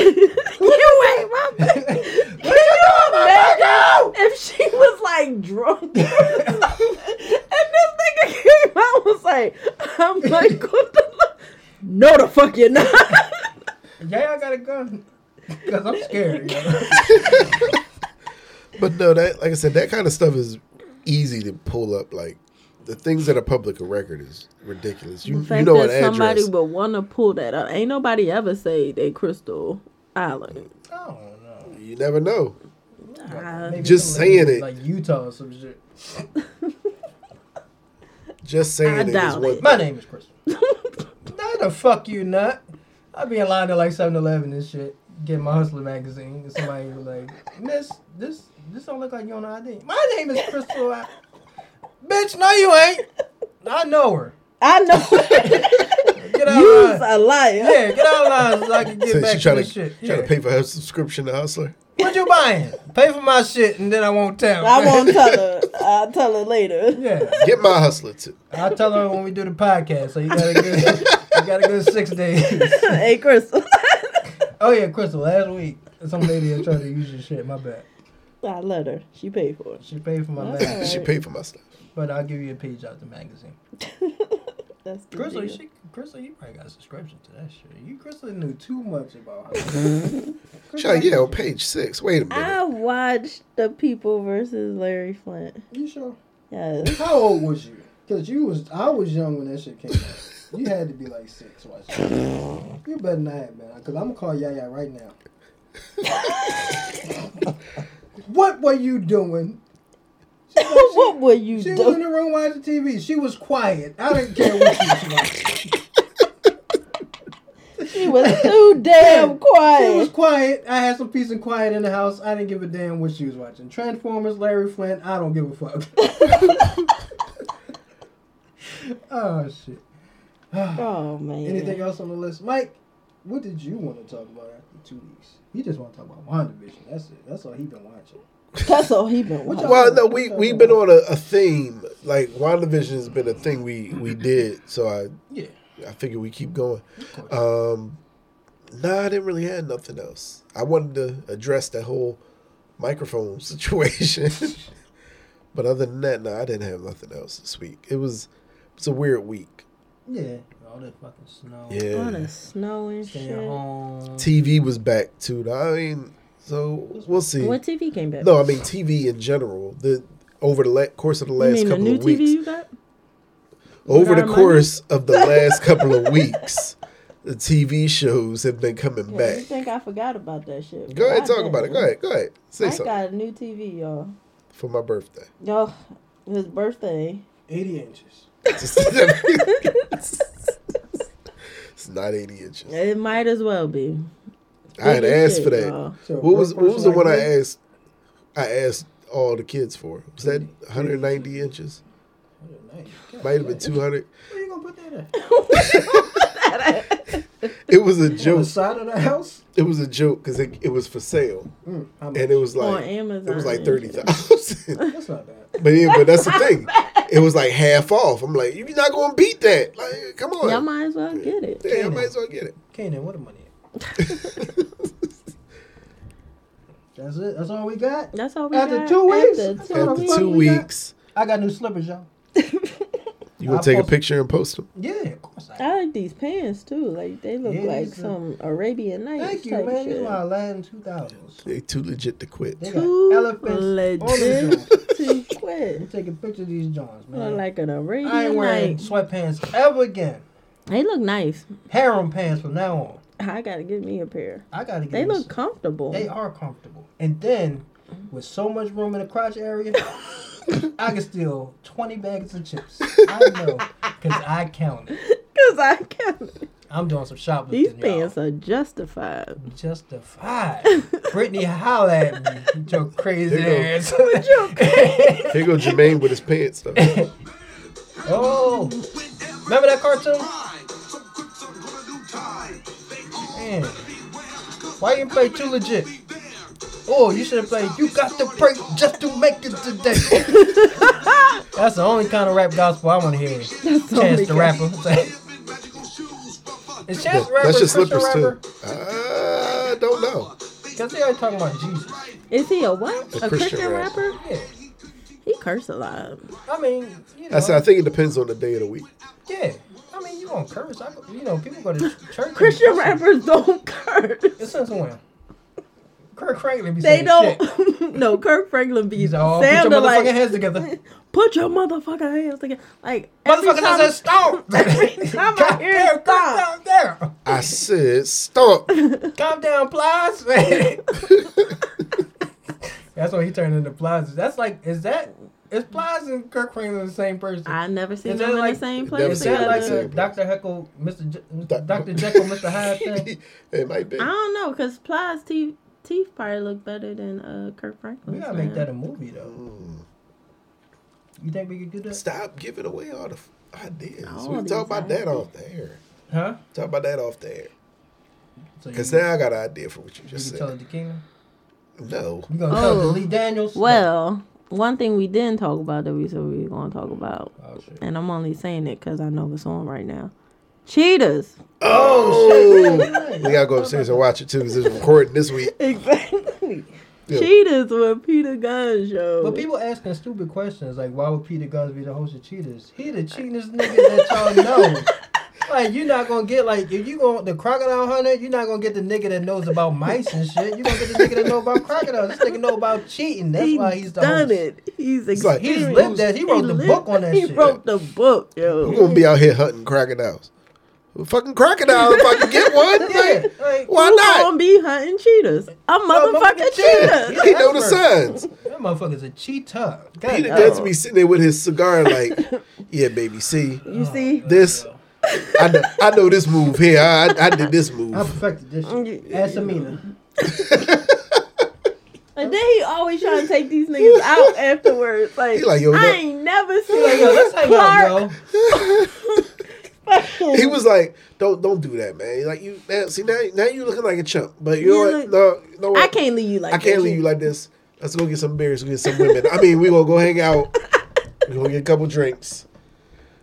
Speaker 2: you
Speaker 3: baby.
Speaker 2: ain't my baby. Can you imagine if she was like drunk? and this nigga came out was like, I'm like, what the fuck? No, the fuck you're not.
Speaker 3: Yeah, I got a gun. Cause I'm scared. Yo.
Speaker 1: But no, that like I said, that kind of stuff is easy to pull up. Like the things that are public record is ridiculous. You,
Speaker 2: the
Speaker 1: you
Speaker 2: fact
Speaker 1: know an
Speaker 2: that somebody
Speaker 1: address.
Speaker 2: would want to pull that up. Ain't nobody ever say they Crystal Island.
Speaker 3: I don't know.
Speaker 1: You never know.
Speaker 2: Uh,
Speaker 3: Maybe
Speaker 1: Just
Speaker 3: something like-
Speaker 1: saying it.
Speaker 3: Like Utah or some shit.
Speaker 1: Just saying
Speaker 2: I
Speaker 1: it is
Speaker 2: doubt
Speaker 1: one.
Speaker 2: it.
Speaker 3: My name is Crystal. no, the fuck you not. I be in line at like 7-Eleven and shit. Get my Hustler magazine. And somebody was like, Miss, this this don't look like you on the ID. My name is Crystal. I- Bitch, no you ain't. I know her.
Speaker 2: I know.
Speaker 3: Get out
Speaker 2: You's
Speaker 3: of line.
Speaker 2: a liar.
Speaker 3: Yeah, get out of line so I can get
Speaker 1: Since
Speaker 3: back
Speaker 1: she
Speaker 3: to
Speaker 1: trying
Speaker 3: this
Speaker 1: to
Speaker 3: shit.
Speaker 1: trying
Speaker 3: Yeah.
Speaker 1: to pay for her subscription to Hustler.
Speaker 3: What you buying? Pay for my shit and then I won't tell.
Speaker 2: I won't tell her. I'll tell her later.
Speaker 3: Yeah.
Speaker 1: Get my Hustler too.
Speaker 3: I'll tell her when we do the podcast. So you got a good, you got a good six days.
Speaker 2: hey, Crystal.
Speaker 3: Oh yeah, Crystal. Last week, some lady had tried to use your shit. My bad.
Speaker 2: I let her. She paid for
Speaker 3: She paid for my
Speaker 2: All
Speaker 3: magazine,
Speaker 1: she
Speaker 2: right.
Speaker 1: paid for my stuff.
Speaker 3: but I'll give you a page out the magazine.
Speaker 2: it. That's the
Speaker 3: Crystal,
Speaker 2: deal.
Speaker 3: she, Crystal, you probably got a subscription to that shit. You Crystal knew too much about her.
Speaker 1: She like, yeah, on page six. Wait a minute.
Speaker 2: I watched the People versus Larry Flint.
Speaker 3: You sure?
Speaker 2: Yes,
Speaker 3: How old was you? Cause you was, I was young when that shit came out. You had to be like six, watching. You better not, man. Cause I'm gonna call Yaya right now. what were you doing? She like, she-
Speaker 2: what were you
Speaker 3: She was in
Speaker 2: doing?
Speaker 3: the room watching TV. She was quiet. I didn't care what she was watching.
Speaker 2: She was too damn quiet.
Speaker 3: She was quiet. I had some peace and quiet in the house. I didn't give a damn what she was watching. Transformers, Larry Flint. I don't give a fuck. oh shit.
Speaker 2: oh man.
Speaker 3: Anything else on the list, Mike? What did you want to talk about after two weeks? He just want to talk about WandaVision. That's it. That's all he been watching.
Speaker 2: That's all he been
Speaker 3: What
Speaker 2: watching.
Speaker 1: Well,
Speaker 3: y'all-
Speaker 1: no, we we've been on a, a theme. Like WandaVision has been a thing we we did. So I
Speaker 3: Yeah.
Speaker 1: I figure we keep going. Um, nah, I didn't really have nothing else. I wanted to address that whole microphone situation, but other than that, no, I didn't have nothing else this week. It was it's a weird week.
Speaker 3: Yeah. All that fucking snow.
Speaker 2: All
Speaker 1: Yeah,
Speaker 2: the snow and
Speaker 3: Staying
Speaker 2: shit.
Speaker 3: home.
Speaker 1: TV was back too. I mean, so we'll see.
Speaker 2: What TV came back?
Speaker 1: No, I mean TV in general. The over the la- course of the
Speaker 2: you
Speaker 1: last
Speaker 2: mean the
Speaker 1: couple
Speaker 2: new
Speaker 1: of weeks,
Speaker 2: TV you got?
Speaker 1: over
Speaker 2: With
Speaker 1: the
Speaker 2: our money?
Speaker 1: course of the last couple of weeks, the TV shows have been coming
Speaker 2: Yeah, you
Speaker 1: back.
Speaker 2: think I forgot about that shit?
Speaker 1: Go ahead,
Speaker 2: I
Speaker 1: talk
Speaker 2: didn't.
Speaker 1: about it. Go ahead, go ahead. Say
Speaker 2: I
Speaker 1: something
Speaker 2: got a new TV, y'all.
Speaker 1: for my birthday.
Speaker 2: Y'all, his birthday.
Speaker 3: Eighty inches.
Speaker 1: it's not eighty inches.
Speaker 2: It might as well be.
Speaker 1: I had
Speaker 2: Big as
Speaker 1: asked
Speaker 2: shit,
Speaker 1: for that.
Speaker 2: y'all.
Speaker 3: So
Speaker 1: What was
Speaker 3: a
Speaker 1: what was the
Speaker 3: person
Speaker 1: one
Speaker 3: like
Speaker 1: I
Speaker 3: me-
Speaker 1: asked? I asked all the kids for. Was that one hundred ninety inches? Might have been two hundred.
Speaker 3: Where you gonna put that at?
Speaker 1: It was a
Speaker 3: On the
Speaker 1: joke.
Speaker 3: side of the house?
Speaker 1: It was a joke because it, it was for sale,
Speaker 3: Mm, how much?
Speaker 1: and it was
Speaker 2: on
Speaker 1: like
Speaker 2: Amazon.
Speaker 1: it was like thirty thousand.
Speaker 3: That's not bad.
Speaker 1: But yeah, but that's the thing. It was like half off. I'm like, you're not gonna beat that. Like, come on.
Speaker 2: Y'all might as well get it.
Speaker 1: yeah, I might as well get it.
Speaker 3: Kanan, what the money at? That's it. That's all we got.
Speaker 2: That's all we
Speaker 3: After
Speaker 2: got.
Speaker 3: two weeks?
Speaker 2: After two
Speaker 1: After
Speaker 2: weeks.
Speaker 1: two
Speaker 3: we got-
Speaker 1: weeks,
Speaker 3: I got new slippers, y'all.
Speaker 1: you gonna
Speaker 3: I'll
Speaker 1: take a
Speaker 3: post-
Speaker 1: picture and post them.
Speaker 3: Yeah, of course I.
Speaker 2: I like these pants too. Like they look
Speaker 3: Yeah,
Speaker 2: like
Speaker 3: these are-
Speaker 2: some Arabian Nights.
Speaker 3: Thank you,
Speaker 2: type
Speaker 3: man. These
Speaker 2: shit.
Speaker 3: are my Aladdin two thousands.
Speaker 1: They too legit to quit.
Speaker 3: They got
Speaker 2: Too
Speaker 3: elephants on the joint.
Speaker 2: legit to
Speaker 3: I'm
Speaker 2: quit.
Speaker 3: taking pictures of these johns,
Speaker 2: Look
Speaker 3: man.
Speaker 2: like an Arabian
Speaker 3: I ain't wearing
Speaker 2: Night.
Speaker 3: sweatpants ever again.
Speaker 2: They look nice.
Speaker 3: Harem pants from now on.
Speaker 2: I gotta get me a pair.
Speaker 3: I gotta get.
Speaker 2: They
Speaker 3: me
Speaker 2: look
Speaker 3: some-
Speaker 2: comfortable.
Speaker 3: They are comfortable. And then, with so much room in the crotch area, I can steal 20 bags of chips. I know, because I counted.
Speaker 2: Cause I can't.
Speaker 3: I'm doing some shoplifting.
Speaker 2: These
Speaker 3: y'all.
Speaker 2: pants are justified.
Speaker 3: Justified. Brittany, holla at me. with Your crazy
Speaker 1: There
Speaker 3: ass.
Speaker 1: Here goes Jermaine with his pants though.
Speaker 3: oh, remember that cartoon? Man, why you play too legit? Oh, you should have played. You got to break just to make it today. That's the only kind of rap gospel I want to hear.
Speaker 2: only
Speaker 3: Chance the
Speaker 2: kind.
Speaker 3: rapper. Is Chance the rapper
Speaker 1: That's just
Speaker 3: a Christian
Speaker 1: slippers
Speaker 3: rapper?
Speaker 1: too. I don't know.
Speaker 3: Because they always talking about Jesus.
Speaker 2: Is he a what?
Speaker 1: A
Speaker 2: A,
Speaker 1: Christian
Speaker 2: Christian
Speaker 1: rapper.
Speaker 2: rapper?
Speaker 3: Yeah.
Speaker 2: He curse a lot.
Speaker 3: I mean, you know.
Speaker 1: I said I think it depends on the day of the week.
Speaker 3: Yeah, I mean, you don't curse. I, you know, people go to ch- church.
Speaker 2: Christian
Speaker 3: and-
Speaker 2: rappers don't curse.
Speaker 3: It's not someone. Kirk Franklin be
Speaker 2: They
Speaker 3: saying
Speaker 2: don't.
Speaker 3: Shit.
Speaker 2: no, Kirk Franklin be
Speaker 3: He's all put your
Speaker 2: sounding
Speaker 3: motherfucking
Speaker 2: like
Speaker 3: hands together.
Speaker 2: put your motherfucking hands together. Like every
Speaker 3: Motherfucker,
Speaker 2: time-
Speaker 3: that's a stomp.
Speaker 2: time I
Speaker 3: Calm
Speaker 2: hear
Speaker 3: down, calm
Speaker 2: stomp.
Speaker 3: down,
Speaker 1: I said stomp.
Speaker 3: calm down, Plies. that's when he turned into Plies. That's like, is that is Plies and Kirk Franklin the same person?
Speaker 2: I never seen
Speaker 3: Is
Speaker 2: them
Speaker 3: that
Speaker 2: in
Speaker 3: like-
Speaker 2: the same
Speaker 1: That
Speaker 2: place
Speaker 1: was
Speaker 3: is that
Speaker 1: Never
Speaker 3: like
Speaker 1: seen
Speaker 2: together.
Speaker 1: them
Speaker 3: a
Speaker 1: in the
Speaker 3: Dr. Heckle, Mr. Je- Dr.
Speaker 1: Doc-
Speaker 3: Jekyll, Mr. Hyde thing?
Speaker 1: it might be.
Speaker 2: I don't know, cause Plies teeth teeth probably look better than uh Kirk Franklin.
Speaker 3: We gotta make that a movie though. You think we could do that?
Speaker 1: Mm, Stop giving away all the f- ideas.
Speaker 2: All
Speaker 1: we
Speaker 2: these
Speaker 1: talk about that off the air.
Speaker 3: Huh?
Speaker 1: Talk about that off the air.
Speaker 3: So you,
Speaker 1: Cause now I got an idea for what you
Speaker 3: you
Speaker 1: just
Speaker 3: can tell
Speaker 1: said.
Speaker 3: it to Kingman.
Speaker 1: No,
Speaker 3: You gonna tell
Speaker 2: Oh.
Speaker 3: it to Lee Daniels?
Speaker 2: Well, one thing we didn't talk about that we said we were gonna talk about,
Speaker 3: Oh shit.
Speaker 2: and I'm only saying it cause I know it's on right now. Cheetahs.
Speaker 1: Oh, we gotta go upstairs and watch it too because it's recording this week.
Speaker 2: Exactly.
Speaker 1: Yeah.
Speaker 2: Cheetahs with Peter Gunn show.
Speaker 3: But people asking stupid questions like, why would Peter Guns be the host of Cheaters? He the cheatest nigga that y'all know. Like you're not gonna get like if you go the crocodile hunter, you're not gonna get the nigga that knows about mice and shit. You're gonna get the nigga that know about crocodiles. This nigga know about cheating. That's
Speaker 2: He
Speaker 3: why he's the
Speaker 2: done
Speaker 3: host.
Speaker 2: it. He's
Speaker 1: like-
Speaker 2: experienced.
Speaker 3: He's lived that. He wrote the
Speaker 2: lived-
Speaker 3: book on that
Speaker 2: he
Speaker 3: shit.
Speaker 2: wrote the book, yo.
Speaker 1: We're gonna be out here hunting crocodiles. Fucking crocodile if I can get one.
Speaker 3: Yeah,
Speaker 1: Like,
Speaker 3: like,
Speaker 1: why
Speaker 2: Who
Speaker 1: not?
Speaker 2: gonna be hunting cheetahs? A motherfucking
Speaker 3: motherfucking cheetah.
Speaker 2: cheetah.
Speaker 1: He know the signs.
Speaker 3: that motherfucker's a cheetah. God,
Speaker 1: Peter
Speaker 3: damn.
Speaker 1: Guns be sitting there with his cigar like, yeah, baby, see,
Speaker 2: You
Speaker 3: Oh,
Speaker 2: see,
Speaker 1: this, I know, I know this move here. I, I did this
Speaker 3: I
Speaker 1: move.
Speaker 3: perfected this shit.
Speaker 2: Yeah.
Speaker 3: Ask Amina.
Speaker 2: and then he always trying to take these niggas out afterwards. Like,
Speaker 1: He like, yo,
Speaker 2: I
Speaker 1: no-
Speaker 2: ain't never
Speaker 3: He
Speaker 2: seen
Speaker 3: Like, yo, let's hang out,
Speaker 2: Clark.
Speaker 3: yo.
Speaker 1: He was like, don't don't do that, man. Like you now, see now now you looking like a chump. But you
Speaker 2: You
Speaker 1: know what? No,
Speaker 2: look-
Speaker 1: you know what?
Speaker 2: I can't leave you like
Speaker 1: I can't
Speaker 2: that.
Speaker 1: leave you like this. Let's go get some beers. We get some women. I mean, we gonna go hang out. We gonna get a couple drinks,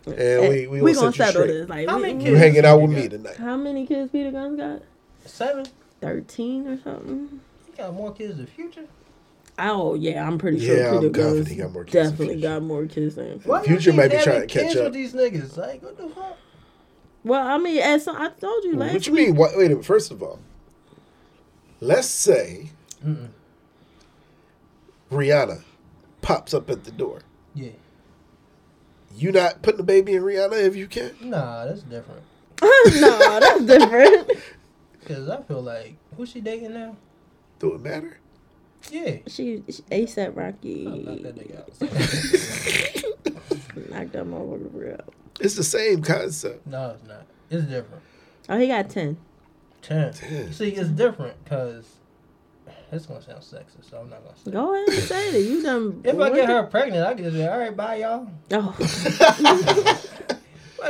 Speaker 1: and we we,
Speaker 2: Eh, we
Speaker 1: gonna
Speaker 2: gonna
Speaker 1: set
Speaker 2: settle
Speaker 1: you
Speaker 2: this.
Speaker 1: straight.
Speaker 2: Like,
Speaker 3: How
Speaker 2: we-
Speaker 3: many
Speaker 1: You
Speaker 3: kids?
Speaker 1: hanging out with me tonight?
Speaker 2: How many kids Peter Guns got?
Speaker 3: Seven.
Speaker 2: Thirteen or something.
Speaker 3: He got more kids in the future.
Speaker 2: Oh yeah, I'm pretty sure
Speaker 1: Yeah, I'm
Speaker 2: Peter
Speaker 1: confident
Speaker 2: Guns
Speaker 1: he got more kids than
Speaker 2: definitely
Speaker 1: Future.
Speaker 2: got more kids than.
Speaker 3: Why do
Speaker 1: Future
Speaker 3: these
Speaker 1: might be
Speaker 3: having
Speaker 1: trying to
Speaker 3: kids
Speaker 1: catch up.
Speaker 3: With these niggas, like what the fuck?
Speaker 2: Well, I mean, as I told you
Speaker 1: What
Speaker 2: last
Speaker 1: you mean? What, wait a minute. First of all, let's say
Speaker 3: Mm-mm.
Speaker 1: Rihanna pops up at the door.
Speaker 3: Yeah,
Speaker 1: You not putting the baby in Rihanna if you can?
Speaker 3: nah, that's different.
Speaker 2: no, that's different.
Speaker 3: Cause I feel like who's she dating now?
Speaker 1: Do it matter?
Speaker 3: Yeah,
Speaker 2: She, she ASAP
Speaker 3: I knocked that
Speaker 2: Rocky
Speaker 3: nigga out.
Speaker 2: knocked that motherfucker for real.
Speaker 1: It's the same concept.
Speaker 3: no, it's not. It's different.
Speaker 2: Oh, he got ten.
Speaker 3: Ten.
Speaker 1: Ten.
Speaker 3: See, it's different because it's gonna sound sexist, so I'm not gonna say. it.
Speaker 2: Go ahead and say that you done.
Speaker 3: If I
Speaker 2: what
Speaker 3: get
Speaker 2: the-
Speaker 3: her pregnant, I can just say, all right, bye, y'all.
Speaker 2: oh,
Speaker 3: But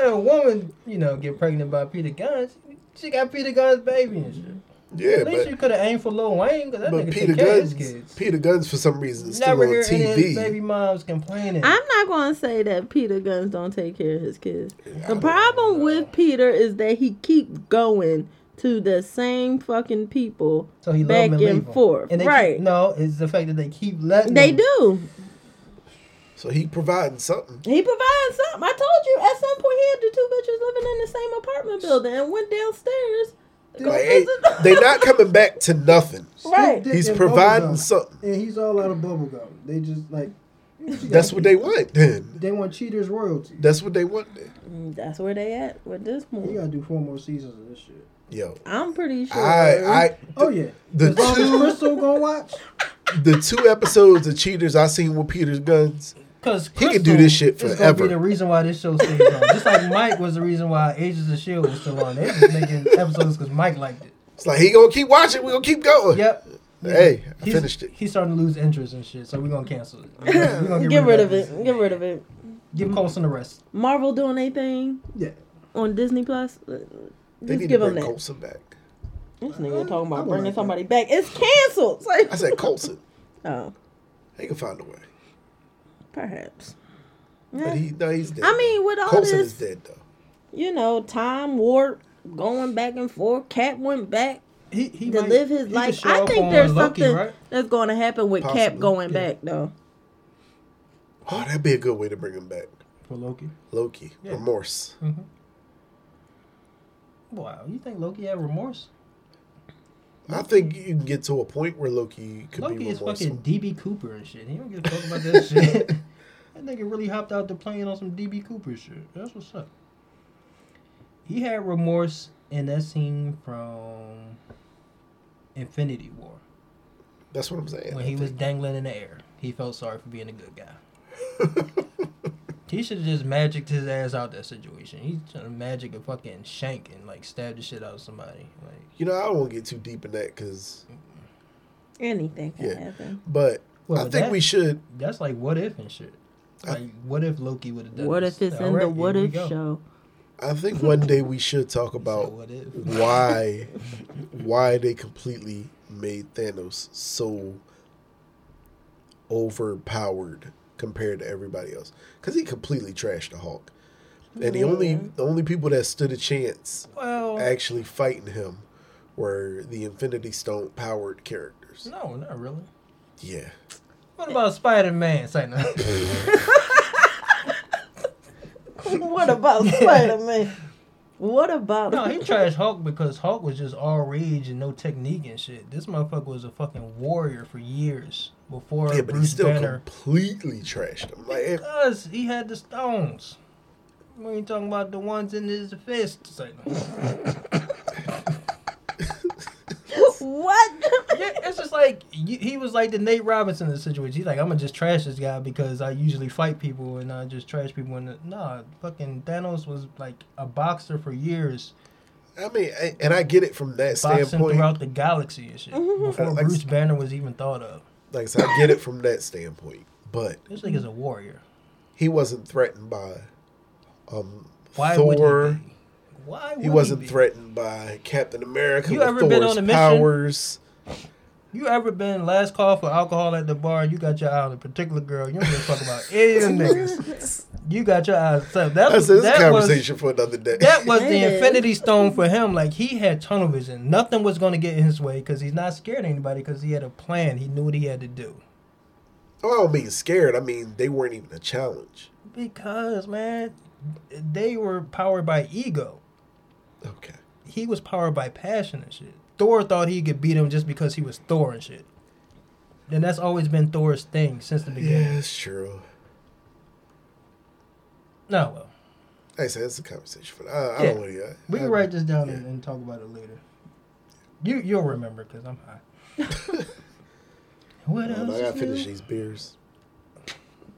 Speaker 3: a woman, you know, get pregnant by Peter Guns, she got Peter Guns' baby and shit.
Speaker 1: Yeah,
Speaker 3: At least
Speaker 1: but
Speaker 3: you could have aimed for Lil Wayne, because that
Speaker 1: but
Speaker 3: nigga
Speaker 1: Peter
Speaker 3: took care of his
Speaker 1: Guns,
Speaker 3: kids.
Speaker 1: Peter Guns for some reason is still
Speaker 3: Never
Speaker 1: on
Speaker 3: hear any of his
Speaker 1: TV.
Speaker 3: baby moms complaining.
Speaker 2: I'm not gonna say that Peter Guns don't take care of his kids.
Speaker 1: Yeah, I
Speaker 2: The
Speaker 1: don't
Speaker 2: problem
Speaker 3: know.
Speaker 2: with Peter is that he keep going to the same fucking people.
Speaker 3: so he love
Speaker 2: back
Speaker 3: him and, leave
Speaker 2: and
Speaker 3: him.
Speaker 2: forth,
Speaker 3: And they
Speaker 2: right.
Speaker 3: Keep, no, it's the fact that they keep letting.
Speaker 2: They
Speaker 3: him.
Speaker 2: do.
Speaker 1: So he providing something.
Speaker 2: He provides something. I told you at some point he had the two bitches living in the same apartment building and went downstairs. to go
Speaker 1: Like, hey,
Speaker 2: visit-
Speaker 1: they not coming back to nothing.
Speaker 2: Right.
Speaker 3: Stick dick
Speaker 1: He's
Speaker 3: and
Speaker 1: providing
Speaker 3: bubblegum.
Speaker 1: something.
Speaker 3: And he's all out of bubble gum. They just like.
Speaker 1: That's what they want. Then
Speaker 3: They want cheaters royalty.
Speaker 1: that's what they want. Then.
Speaker 2: Mm, That's where they at with this
Speaker 3: You
Speaker 2: one.
Speaker 3: gotta do four more seasons of this shit.
Speaker 1: Yo,
Speaker 2: I'm pretty sure.
Speaker 1: I
Speaker 3: Oh yeah.
Speaker 1: The
Speaker 3: as long as
Speaker 1: two-
Speaker 3: Crystal gonna watch.
Speaker 1: I the two episodes of Cheaters I seen with Peter's guns
Speaker 3: Because
Speaker 1: He could do this shit forever.
Speaker 3: Be the reason why this show stays on, just like Mike was the reason why Agents of Shield E was still on. They just making episodes because Mike liked it.
Speaker 1: It's like he gonna keep watching. We gonna keep going.
Speaker 3: Yep.
Speaker 1: Hey, I
Speaker 3: He's-
Speaker 1: finished it.
Speaker 3: He's starting to lose interest and shit, so we're gonna cancel it. We're gonna- we're gonna
Speaker 2: Get rid of
Speaker 3: that.
Speaker 2: it. Get rid of it.
Speaker 3: Give Colson the rest.
Speaker 2: Marvel doing anything
Speaker 3: Mm-hmm. Yeah.
Speaker 2: on Disney Plus? Uh,
Speaker 1: They
Speaker 2: Just
Speaker 1: need to
Speaker 2: give them
Speaker 1: bring
Speaker 2: that.
Speaker 1: Colson back.
Speaker 2: This nigga talking
Speaker 3: I
Speaker 2: about
Speaker 3: would
Speaker 2: bringing
Speaker 3: like
Speaker 2: somebody back. It's canceled. It's like,
Speaker 1: I said Colson.
Speaker 2: oh,
Speaker 1: They can find a way.
Speaker 2: perhaps.
Speaker 1: But he, no, he's dead.
Speaker 2: I mean, with all
Speaker 1: Colson
Speaker 2: this,
Speaker 1: is dead though.
Speaker 2: you know, time warp going back and forth. Cat went back
Speaker 3: He he
Speaker 2: to
Speaker 3: might-
Speaker 2: live his
Speaker 3: he could
Speaker 2: life.
Speaker 3: show
Speaker 2: I
Speaker 3: up
Speaker 2: think
Speaker 3: on
Speaker 2: there's
Speaker 3: Loki,
Speaker 2: something
Speaker 3: right?
Speaker 2: that's going to happen with Cap
Speaker 1: Possibly,
Speaker 2: going
Speaker 1: yeah.
Speaker 2: back though.
Speaker 1: Oh, that'd be a good way to bring him back.
Speaker 3: for Loki.
Speaker 1: Loki,
Speaker 3: Yeah.
Speaker 1: remorse.
Speaker 3: hmm Wow, you think Loki had remorse?
Speaker 1: I think you can get to a point where Loki could be
Speaker 3: Loki is
Speaker 1: remorseful.
Speaker 3: fucking DB Cooper and shit. He don't give a fuck about that shit. That nigga really hopped out the plane on some DB Cooper shit. That's what's up. He had remorse in that scene from Infinity War
Speaker 1: That's what I'm saying.
Speaker 3: when
Speaker 1: I
Speaker 3: he was
Speaker 1: think.
Speaker 3: dangling in the air. He felt sorry for being a good guy. He should have just magicked his ass out that situation. He should have magic a fucking shank and like stabbed the shit out of somebody. Like
Speaker 1: you know, I won't get too deep in that because,
Speaker 2: Anything can
Speaker 1: Yeah.
Speaker 2: happen.
Speaker 1: but
Speaker 3: Well,
Speaker 1: I
Speaker 3: with
Speaker 1: think
Speaker 3: that-
Speaker 1: we should.
Speaker 3: That's like what if and shit.
Speaker 1: I-
Speaker 3: Like what if Loki would have done?
Speaker 2: What
Speaker 3: this?
Speaker 2: if it's
Speaker 3: All
Speaker 2: in
Speaker 3: right,
Speaker 2: the
Speaker 3: here
Speaker 2: what
Speaker 3: we
Speaker 2: if
Speaker 3: go.
Speaker 2: show?
Speaker 1: I think one day we should talk
Speaker 3: So
Speaker 1: about
Speaker 3: what if?
Speaker 1: why why they completely made Thanos so overpowered compared to everybody else because he completely trashed the Hulk, and the only
Speaker 3: Mm-hmm.
Speaker 1: the only people that stood a chance
Speaker 3: Well,
Speaker 1: actually fighting him were the Infinity Stone powered characters.
Speaker 3: no, not really.
Speaker 1: Yeah,
Speaker 3: What about Spider Man? Say no.
Speaker 2: what about Spider Man? What about
Speaker 3: no, he trashed Hulk because Hulk was just all rage and no technique and shit. This motherfucker was a fucking warrior for years before
Speaker 1: yeah, but he
Speaker 3: Bruce
Speaker 1: still
Speaker 3: Banner.
Speaker 1: completely trashed him. Like, it-
Speaker 3: Because he had the stones. We ain't talking about the ones in his fist. Say no.
Speaker 2: what?
Speaker 3: Yeah, it's just like you, he was like the Nate Robinson in the situation. He's like, I'm gonna just trash this guy because I usually fight people and I just trash people. And nah, fucking Thanos was like a boxer for years,
Speaker 1: I mean, I- and I get it from that
Speaker 3: boxing
Speaker 1: standpoint.
Speaker 3: throughout the galaxy and shit before
Speaker 1: Like-
Speaker 3: Bruce Banner was even thought of.
Speaker 1: like, so I get it from that standpoint, but
Speaker 3: This nigga's a warrior.
Speaker 1: he wasn't threatened by um
Speaker 3: Why would
Speaker 1: Thor.
Speaker 3: he be? Why would
Speaker 1: He wasn't
Speaker 3: be?
Speaker 1: threatened by Captain America.
Speaker 3: You
Speaker 1: with
Speaker 3: ever been
Speaker 1: Thor's
Speaker 3: on a mission?
Speaker 1: powers.
Speaker 3: You ever been last call for alcohol at the bar and you got your eye on a particular girl? You don't give a fuck about any of them niggas. You got your eyes. So that
Speaker 1: That's
Speaker 3: was,
Speaker 1: this
Speaker 3: that was
Speaker 1: conversation for another day.
Speaker 3: That was the
Speaker 2: It is.
Speaker 3: Infinity Stone for him. Like he had tunnel vision. Nothing was going to get in his way because he's not scared of anybody. Because he had a plan. He knew what he had to do.
Speaker 1: well, I don't mean scared. I mean they weren't even a challenge.
Speaker 3: Because man, they were powered by ego.
Speaker 1: Okay.
Speaker 3: He was powered by passion and shit. Thor thought he could beat him just because he was Thor and shit. And that's always been Thor's thing since the beginning.
Speaker 1: Yeah, it's true.
Speaker 3: No, well,
Speaker 1: Like I said it's a conversation for. uh, I, I
Speaker 3: Yeah.
Speaker 1: don't want to.
Speaker 3: we
Speaker 1: I,
Speaker 3: can write this down
Speaker 1: yeah.
Speaker 3: and, and talk about it later. You you'll remember because I'm high. what
Speaker 1: Oh, I,
Speaker 3: else?
Speaker 1: I gotta
Speaker 3: is
Speaker 1: finish
Speaker 3: new?
Speaker 1: these beers.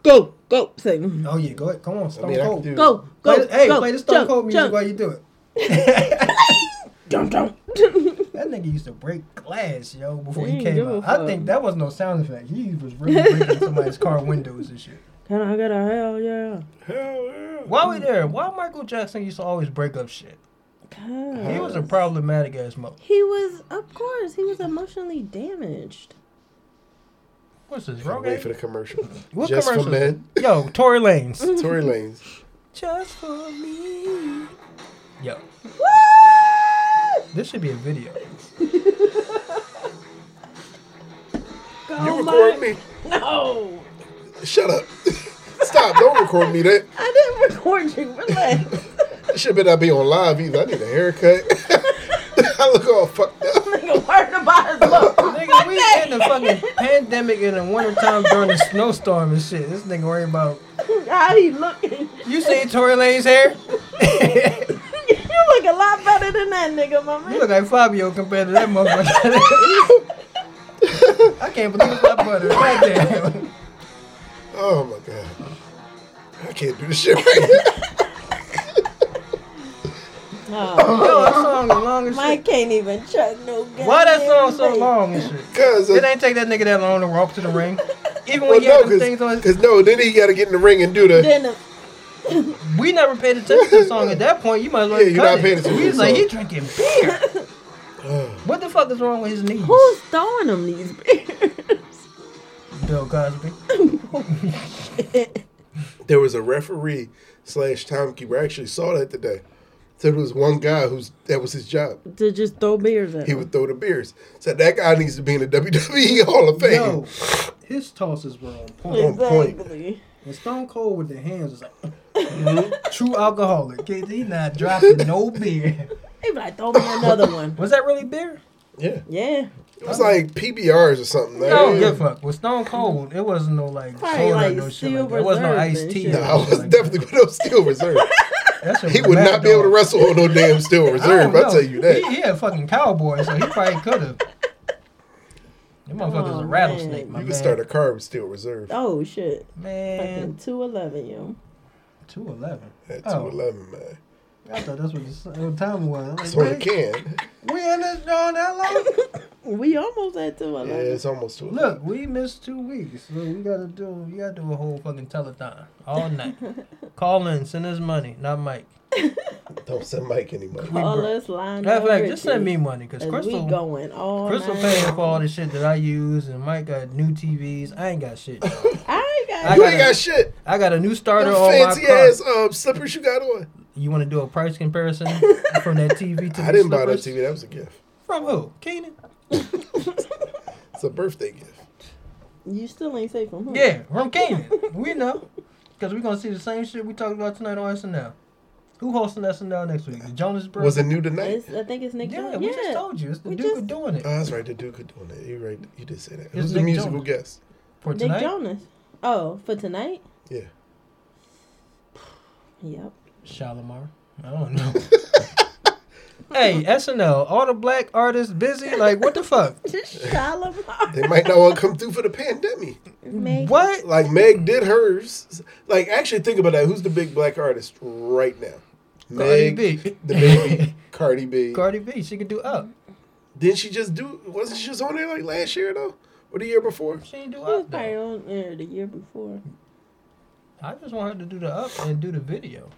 Speaker 2: Go, go, sing.
Speaker 3: Oh yeah, go ahead. Come on, Stone
Speaker 1: I mean, I
Speaker 3: Cold.
Speaker 1: can do.
Speaker 2: Go,
Speaker 3: Play
Speaker 2: go,
Speaker 3: the- hey,
Speaker 2: go,
Speaker 3: play the Stone
Speaker 2: jump,
Speaker 3: Cold music
Speaker 2: jump.
Speaker 3: while you do it.
Speaker 2: Dun, dun.
Speaker 3: that nigga used to break glass, yo, before he
Speaker 2: Dang,
Speaker 3: came
Speaker 2: give a
Speaker 3: out. I
Speaker 2: fuck.
Speaker 3: think that was no sound effect. He was really breaking somebody's car windows and shit.
Speaker 2: Can I get a hell yeah?
Speaker 1: Hell yeah.
Speaker 3: While we there, why Michael Jackson used to always break up shit? He was a
Speaker 2: Cause-
Speaker 3: problematic ass mother.
Speaker 2: He was, of course, he was emotionally damaged.
Speaker 3: What's this,
Speaker 1: Can't
Speaker 3: wrong?
Speaker 1: Wait for the commercial.
Speaker 3: What
Speaker 1: Just for
Speaker 3: commercial?
Speaker 1: men.
Speaker 3: Yo, Tory Lanez.
Speaker 1: Tory Lanez.
Speaker 3: Just for me. Yo,
Speaker 2: Woo!
Speaker 3: this should be a video.
Speaker 2: Go,
Speaker 3: Oh
Speaker 1: You
Speaker 2: Mike.
Speaker 1: record me.
Speaker 2: No,
Speaker 1: Shut up. Stop. Don't record me. That
Speaker 2: I didn't record you. Relax.
Speaker 1: should better not be on live either. I need a haircut. I look all fucked up.
Speaker 2: Nigga, worried about his look.
Speaker 3: Nigga, we in the fucking pandemic in the wintertime during the snowstorm and shit. This nigga worried about
Speaker 2: How he looking?
Speaker 3: You see Tory Lane's hair? you
Speaker 2: you look a lot better than that nigga, my man.
Speaker 3: look like Fabio compared to that motherfucker. I can't believe that butter. Goddamn.
Speaker 1: Oh my god. can't do this shit right now.
Speaker 2: Oh,
Speaker 3: Yo, that song the longest
Speaker 2: Mike
Speaker 3: shit.
Speaker 2: can't even check no goddamn
Speaker 3: Why that song so
Speaker 2: thing.
Speaker 3: long and shit?
Speaker 1: Cause
Speaker 3: It
Speaker 1: uh,
Speaker 3: ain't take that nigga that long to walk to the ring. Even
Speaker 1: well,
Speaker 3: when he
Speaker 1: no,
Speaker 3: had them things on
Speaker 1: cause,
Speaker 3: his,
Speaker 1: 'cause no, then he got to get in the ring and do the.
Speaker 2: Then, uh,
Speaker 3: we never paid attention to the song at that point. You might as well
Speaker 1: Yeah, you're
Speaker 3: cut
Speaker 1: not
Speaker 3: it.
Speaker 1: paying attention
Speaker 3: We
Speaker 1: to
Speaker 3: was
Speaker 1: the
Speaker 3: like,
Speaker 1: song.
Speaker 3: he drinking beer.
Speaker 1: Ugh.
Speaker 3: What the fuck is wrong with his knees?
Speaker 2: who's throwing them these beers?
Speaker 3: Bill Cosby.
Speaker 1: there was a referee slash timekeeper. I actually saw that today. So there was one guy who's that was his job.
Speaker 2: to just throw beers at
Speaker 1: He
Speaker 2: them.
Speaker 1: would throw the beers. So that guy needs to be in the WWE Hall of Fame.
Speaker 3: Yo, his tosses were on point.
Speaker 1: on point.
Speaker 2: Exactly.
Speaker 3: And Stone Cold with the hands was like, "Mm-hmm." true alcoholic. Kid, He not dropping no beer.
Speaker 2: They be like, throw me another one.
Speaker 3: Was that really beer?
Speaker 1: Yeah,
Speaker 2: Yeah.
Speaker 1: it was like PBRs or something.
Speaker 3: I don't
Speaker 1: Like,
Speaker 3: give a fuck. With Stone Cold, it wasn't no like
Speaker 2: Probably,
Speaker 3: soda,
Speaker 2: like,
Speaker 3: no shit. Like
Speaker 2: Silver
Speaker 3: that. It wasn't no
Speaker 2: Reserve
Speaker 3: iced
Speaker 2: and
Speaker 3: tea.
Speaker 2: shit.
Speaker 1: No,
Speaker 3: or
Speaker 1: I
Speaker 3: nothing
Speaker 1: was
Speaker 3: like
Speaker 1: definitely with no steel reserve.
Speaker 3: that. That shit
Speaker 1: He
Speaker 3: was
Speaker 1: would
Speaker 3: mad
Speaker 1: not be able to
Speaker 3: dog.
Speaker 1: wrestle on no damn steel reserve.
Speaker 3: I
Speaker 1: I'll tell
Speaker 3: don't know.
Speaker 1: you that.
Speaker 3: He, he a fucking cowboy, so he probably could have. Them motherfuckers
Speaker 2: Oh,
Speaker 3: a rattlesnake,
Speaker 2: man.
Speaker 3: my
Speaker 1: You
Speaker 3: man.
Speaker 1: could start a car with steel reserve
Speaker 2: Oh shit. Fucking
Speaker 3: man.
Speaker 2: two eleven, yo.
Speaker 3: Two eleven.
Speaker 1: at two
Speaker 3: Oh,
Speaker 1: eleven, man.
Speaker 3: I thought that's what the s- what time was. I'm
Speaker 1: That's
Speaker 3: like,
Speaker 1: what it
Speaker 3: man,
Speaker 1: can.
Speaker 3: we in this John that long?
Speaker 2: We almost at two
Speaker 1: Yeah,
Speaker 2: eleven.
Speaker 1: it's almost two.
Speaker 3: Look, we missed two weeks, so we gotta do we gotta do a whole fucking telethon all night. Call in, send us money, not Mike.
Speaker 1: Don't send Mike any money.
Speaker 3: we
Speaker 2: Call
Speaker 3: broke.
Speaker 2: us line.
Speaker 3: Matter of fact, just send me money, cause
Speaker 2: we
Speaker 3: Crystal
Speaker 2: going all
Speaker 3: Crystal
Speaker 2: night
Speaker 3: paying for
Speaker 2: long.
Speaker 3: all the shit that I use, and Mike got new TVs. I ain't got shit.
Speaker 2: I ain't
Speaker 3: I
Speaker 2: got.
Speaker 1: you
Speaker 3: gotta-
Speaker 1: ain't got shit.
Speaker 3: I got a new starter
Speaker 1: Them
Speaker 3: on my
Speaker 1: fancy
Speaker 3: car.
Speaker 1: ass uh, slippers you got on.
Speaker 3: You want to do a price comparison from that TV to
Speaker 1: I
Speaker 3: the
Speaker 1: didn't buy that
Speaker 3: slippers?
Speaker 1: TV. That was a gift.
Speaker 3: From who? Keenan?
Speaker 1: It's a birthday gift.
Speaker 2: you still ain't safe from home.
Speaker 3: Yeah, from Keenan. we know. Because we're going to see the same shit we talked about tonight on SNL. Who hosting SNL next week? The Jonas Brothers?
Speaker 1: Was it new tonight?
Speaker 2: It's, I think it's Nick.
Speaker 3: Yeah,
Speaker 2: Jonas.
Speaker 3: we just told you. It's the
Speaker 2: We
Speaker 3: Duke
Speaker 2: just-
Speaker 3: of doing it.
Speaker 1: Oh, that's right. The Duke could doing it. You right. You did say that.
Speaker 3: It's
Speaker 1: Who's the
Speaker 3: Nick
Speaker 1: musical
Speaker 3: Jonas.
Speaker 1: guest?
Speaker 3: For
Speaker 2: Nick
Speaker 3: tonight?
Speaker 2: Jonas. Oh, for tonight.
Speaker 1: Yeah.
Speaker 2: Yep.
Speaker 3: Shalimar. I don't know. hey, SNL. All the black artists busy? Like, what the fuck?
Speaker 2: Just Shalimar.
Speaker 1: They might not want to come through for the pandemic.
Speaker 2: Make-
Speaker 3: What?
Speaker 1: Like Meg did hers. Like actually think about that. Who's the big black artist right now?
Speaker 3: Cardi
Speaker 1: Meg,
Speaker 3: B.
Speaker 1: the baby, Cardi B.
Speaker 3: Cardi B. She could do up.
Speaker 1: Didn't she just do? Wasn't she just on there like last year though, or the year before?
Speaker 3: She ain't do
Speaker 2: He was
Speaker 3: up,
Speaker 2: probably
Speaker 3: though.
Speaker 2: on there the year before.
Speaker 3: I just want her to do the up and do the video.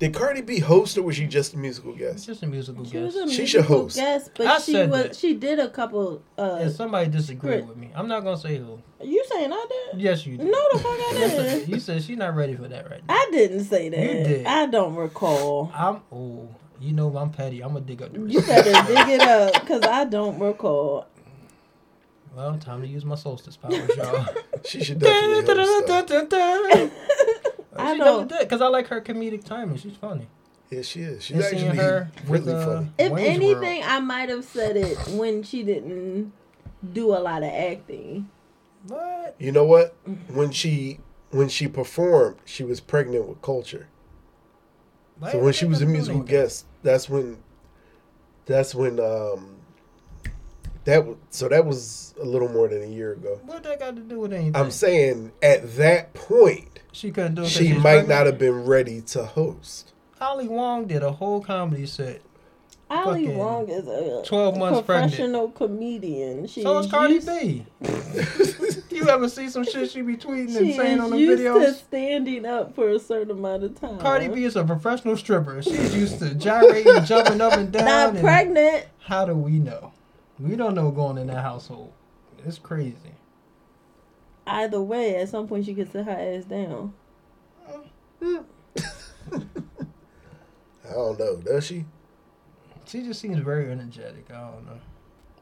Speaker 1: Did Cardi B host or was she just a musical
Speaker 3: It's
Speaker 1: guest?
Speaker 3: just a musical
Speaker 2: She was
Speaker 3: guest.
Speaker 2: a
Speaker 1: She should
Speaker 2: musical
Speaker 1: host.
Speaker 2: guest, but
Speaker 3: I
Speaker 2: she
Speaker 3: said
Speaker 2: was
Speaker 3: that.
Speaker 2: she did a couple. Uh,
Speaker 3: Yeah, somebody disagreed
Speaker 2: Great.
Speaker 3: with me. I'm not gonna say who.
Speaker 2: You saying I did?
Speaker 3: Yes, you did.
Speaker 2: No, the fuck I
Speaker 3: Listen,
Speaker 2: didn't.
Speaker 3: you said she's not ready for that right now.
Speaker 2: I didn't say that.
Speaker 3: You did.
Speaker 2: I don't recall.
Speaker 3: I'm oh, you know I'm petty. I'm gonna dig up the
Speaker 2: You
Speaker 3: receipt.
Speaker 2: better dig it up because I don't recall.
Speaker 3: Well, time to use my solstice powers, y'all.
Speaker 1: She should definitely host. though.
Speaker 3: Dun-dun-dun-dun-dun.
Speaker 2: I
Speaker 3: Oh, She
Speaker 2: know.
Speaker 3: does it because I like her comedic timing. She's funny.
Speaker 1: Yeah, she is. She's
Speaker 3: And seeing
Speaker 1: actually
Speaker 3: her with
Speaker 1: really
Speaker 3: uh,
Speaker 1: funny.
Speaker 2: If
Speaker 3: Wayne's World.
Speaker 2: anything, I might have said it when she didn't do a lot of acting.
Speaker 3: what?
Speaker 1: You know what? When she when she performed, she was pregnant with culture.
Speaker 3: Why
Speaker 1: So
Speaker 3: are
Speaker 1: when she
Speaker 3: they
Speaker 1: was a
Speaker 3: doing
Speaker 1: musical
Speaker 3: that?
Speaker 1: guest, that's when, that's when, um, that was, so that was a little more than a year ago.
Speaker 3: what that got to do with anything?
Speaker 1: I'm saying at that point,
Speaker 3: she couldn't do it. 'cause
Speaker 1: she
Speaker 3: she's
Speaker 1: might
Speaker 3: pregnant?
Speaker 1: not have been ready to host.
Speaker 3: Holly Wong did a whole comedy set.
Speaker 2: Ali
Speaker 3: Fucking
Speaker 2: Wong is a
Speaker 3: 12 months pregnant.
Speaker 2: professional comedian. She
Speaker 3: So is Cardi
Speaker 2: used-
Speaker 3: B. You ever see some shit she be tweeting
Speaker 2: She
Speaker 3: and
Speaker 2: is
Speaker 3: saying on the
Speaker 2: used to
Speaker 3: videos?
Speaker 2: standing up for a certain amount of time.
Speaker 1: Uh-huh.
Speaker 3: Cardi B is a professional stripper. She's used to gyrating, jumping up and down.
Speaker 2: not
Speaker 3: and
Speaker 2: pregnant.
Speaker 3: How do we know? We don't know going in that household. It's crazy.
Speaker 2: Either way, at some point she gets her ass down.
Speaker 1: I don't know, does she?
Speaker 3: She just seems very energetic. I don't know.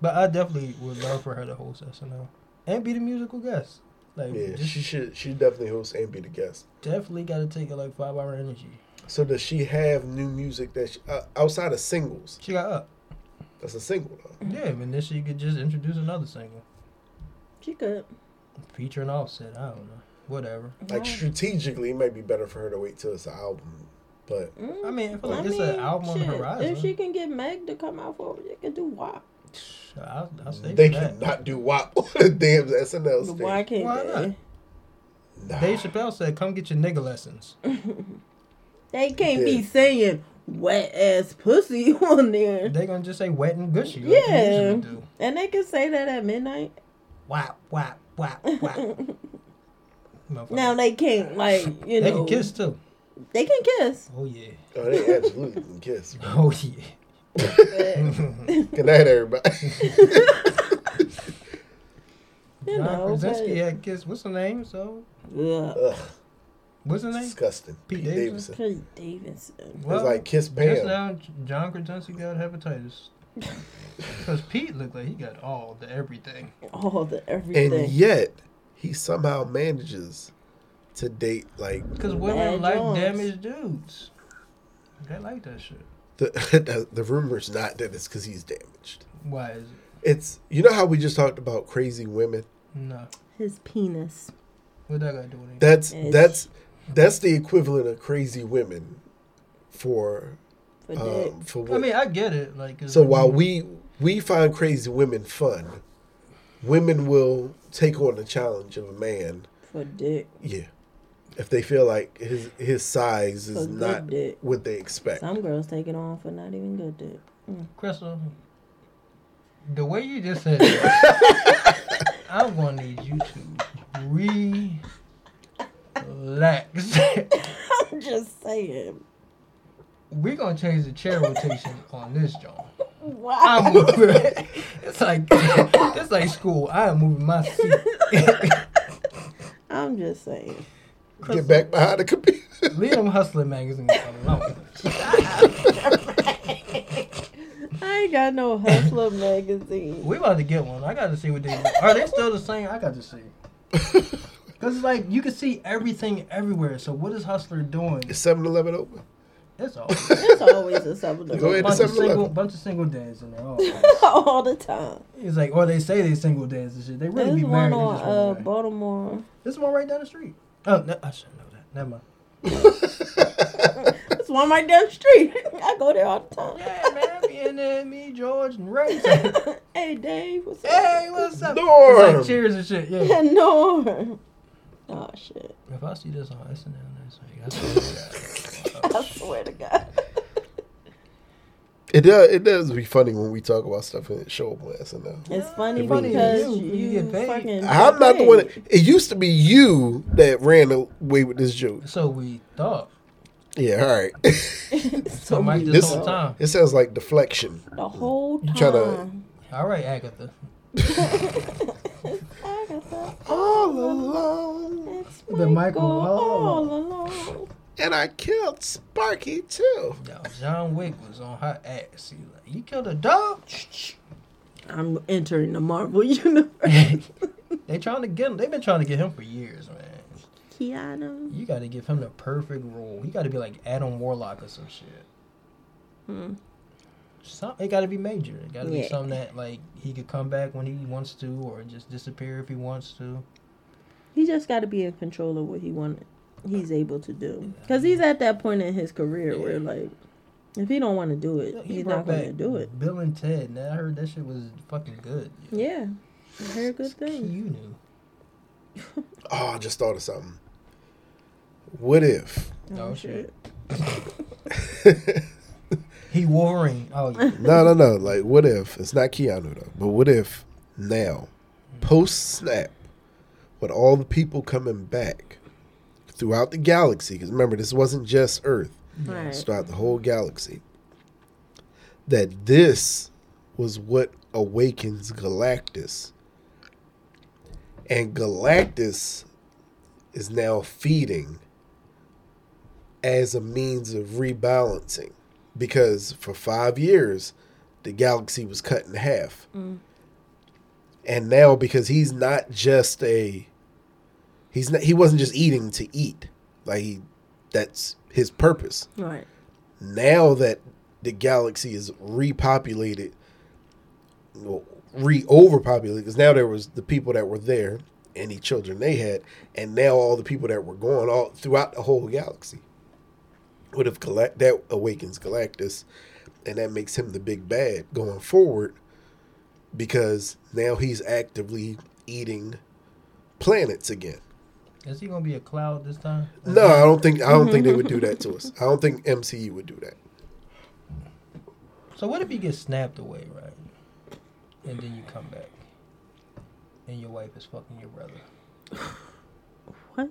Speaker 3: But I definitely would love for her to host SNL and be the musical guest. Like,
Speaker 1: Yeah,
Speaker 3: just
Speaker 1: she should. She definitely hosts and be the guest.
Speaker 3: definitely got to take it like five hour energy.
Speaker 1: So does she have new music that she, uh, outside of singles?
Speaker 3: She got up.
Speaker 1: That's a single though.
Speaker 3: Yeah, and then she could just introduce another single
Speaker 2: She could.
Speaker 3: featuring Offset. I don't know. Whatever.
Speaker 1: Like
Speaker 2: Right.
Speaker 1: strategically, it might be better for her to wait till it's an album. But
Speaker 2: Mm,
Speaker 3: I mean, I feel like it's an album on the
Speaker 2: shit,
Speaker 3: horizon.
Speaker 2: If she can get Meg to come out for it, she can do WAP.
Speaker 3: I, I say
Speaker 1: they
Speaker 3: for that.
Speaker 1: cannot do WAP on the damn SNL stage.
Speaker 2: Why can't
Speaker 3: Why
Speaker 2: they?
Speaker 1: Nah.
Speaker 3: Dave Chappelle said, "Come get your nigga lessons."
Speaker 2: They can't
Speaker 1: Yeah.
Speaker 2: be saying wet ass pussy on there.
Speaker 3: They gonna just say wet and gushy. Like they
Speaker 2: Yeah.
Speaker 3: usually do.
Speaker 2: And they can say that at midnight.
Speaker 3: Whap whap whap whap. Motherfucker.
Speaker 2: Now they can't like you
Speaker 3: they
Speaker 2: know
Speaker 3: can kiss too.
Speaker 2: They can kiss.
Speaker 3: Oh yeah.
Speaker 1: Oh, they absolutely can kiss.
Speaker 3: Oh yeah.
Speaker 2: But,
Speaker 1: Good night, everybody.
Speaker 2: you
Speaker 3: John
Speaker 2: know,
Speaker 3: Krasinski had kissed. What's her name? So
Speaker 2: but,
Speaker 1: Ugh,
Speaker 3: what's her name?
Speaker 1: disgusting.
Speaker 3: Pete
Speaker 1: Pete
Speaker 3: Davidson?
Speaker 1: Davidson.
Speaker 2: yeah. Pete Davidson.
Speaker 1: It was like kiss
Speaker 3: just
Speaker 1: Pam.
Speaker 3: now, J- John Krasinski got hepatitis. Cause Pete looked like he got all the everything.
Speaker 2: All the everything.
Speaker 1: And yet, he somehow manages to date like
Speaker 3: Cause
Speaker 2: Mad
Speaker 3: women like
Speaker 2: Jones.
Speaker 3: damaged dudes. They like that shit.
Speaker 1: the the, the rumor's not that it's because he's damaged.
Speaker 3: Why is it?
Speaker 1: It's you know how we just talked about crazy women.
Speaker 3: No.
Speaker 2: His penis.
Speaker 3: What that got to do with it?
Speaker 1: That's
Speaker 2: It's-
Speaker 1: that's that's the equivalent of crazy women for
Speaker 2: For dick.
Speaker 1: um, for
Speaker 3: I
Speaker 1: women.
Speaker 3: mean, I get it. Like, it's
Speaker 1: so
Speaker 3: like-
Speaker 1: while we we find crazy women fun, women will take on the challenge of a man.
Speaker 2: For dick.
Speaker 1: Yeah, if they feel like his his size
Speaker 2: For
Speaker 1: is
Speaker 2: good
Speaker 1: not
Speaker 2: dick.
Speaker 1: what they expect.
Speaker 2: Some girls take it on for not even good dick.
Speaker 3: Crystal, the way you just said it, I'm gonna need you to relax.
Speaker 2: I'm just saying.
Speaker 3: We're gonna change the chair rotation on this joint.
Speaker 2: Wow.
Speaker 3: I'm moving. It's like it's like school. I am moving my seat.
Speaker 2: I'm just saying.
Speaker 1: Get back behind the computer.
Speaker 3: Leave them hustler magazines alone.
Speaker 2: I ain't got no hustler magazine.
Speaker 3: We about to get one. I got to see what they are. They still the same. I got to see. Cause it's like you can see everything everywhere. So what is Hustler doing?
Speaker 1: Is 7-Eleven open?
Speaker 3: It's all
Speaker 2: It's always a supplement.
Speaker 1: Go ahead and
Speaker 3: bunch of
Speaker 1: 7-Eleven.
Speaker 3: single, bunch of single dads in there. all
Speaker 2: All the time.
Speaker 3: it's like, or they say they single dads and shit. They really
Speaker 2: There's
Speaker 3: be married.
Speaker 2: one
Speaker 3: They
Speaker 2: on
Speaker 3: just run
Speaker 2: uh,
Speaker 3: away.
Speaker 2: Baltimore.
Speaker 3: This one right down the street. Oh, no, I should know that. Never mind.
Speaker 2: There's one right down the street. I go there all the time.
Speaker 3: Yeah, man, me and uh, me, George, and Ray.
Speaker 2: hey Dave, what's up?
Speaker 3: hey, what's up?
Speaker 1: Norm.
Speaker 3: It's like cheers and shit. Yeah.
Speaker 2: Norm. Oh shit!
Speaker 3: If I see this on SNL next week, I swear to God.
Speaker 2: I swear to God.
Speaker 1: It does. It does be funny when we talk about stuff and it show up on SNL.
Speaker 2: It's funny
Speaker 3: It's funny
Speaker 2: because
Speaker 3: you-
Speaker 2: you,
Speaker 3: you get paid.
Speaker 2: fucking.
Speaker 1: I'm not
Speaker 2: get
Speaker 1: the
Speaker 2: paid.
Speaker 1: one. That, it used to be you that ran away with this joke.
Speaker 3: So we thought.
Speaker 1: Yeah, all right.
Speaker 3: So Mike
Speaker 2: we
Speaker 3: this
Speaker 1: know.
Speaker 3: whole time.
Speaker 1: it sounds like deflection.
Speaker 2: the whole
Speaker 1: You
Speaker 2: time.
Speaker 1: tryna-
Speaker 3: All right, Agatha.
Speaker 2: Agatha,
Speaker 1: All alone,
Speaker 2: it's
Speaker 3: The Michael
Speaker 2: all
Speaker 3: Hall.
Speaker 2: along.
Speaker 1: and I killed Sparky too.
Speaker 3: Yo, John Wick was on her ass. He was like, you killed a dog?
Speaker 2: I'm entering the Marvel universe.
Speaker 3: they trying to get him. They've been trying to get him for years, man.
Speaker 2: Keanu.
Speaker 3: You got to give him the perfect role. He got to be like Adam Warlock or some shit.
Speaker 2: Hmm.
Speaker 3: Some, it got to be major. It got to be
Speaker 2: Yeah.
Speaker 3: something that like he could come back when he wants to, or just disappear if he wants to.
Speaker 2: He just got to be in control of what he wanted. He's able to do because he's at that point in his career where like, if he don't want to do it,
Speaker 3: Look,
Speaker 2: he's not going to do it.
Speaker 3: Bill and Ted. Now I heard that shit was fucking good.
Speaker 2: Yeah, I heard good thing.
Speaker 3: You knew.
Speaker 1: Oh, I just thought of something. What if?
Speaker 3: Oh, shit. He Wolverine. Oh yeah.
Speaker 1: no, no, no. Like, what if it's not Keanu though? But what if now, post snap, with all the people coming back throughout the galaxy? Because remember, this wasn't just Earth.
Speaker 2: Right.
Speaker 1: It's throughout the whole galaxy. That this was what awakens Galactus. And Galactus is now feeding as a means of rebalancing. Because for five years, the galaxy was cut in half. And now, because he's not just a. He's not, he wasn't just eating to eat. Like, he, that's his purpose
Speaker 2: Right.
Speaker 1: now that the galaxy is repopulated, well, re-overpopulated, because now there was the people that were there, any children they had, and now all the people that were gone all throughout the whole galaxy. What if Galac- that awakens Galactus, and that makes him the big bad going forward, because now he's actively eating planets again.
Speaker 3: Is he gonna be a cloud this time?
Speaker 1: No, I don't think I don't think they would do that to us. I don't think MCU would do that.
Speaker 3: So what if you get snapped away, right? And then you come back, and your wife is fucking your brother.
Speaker 2: What?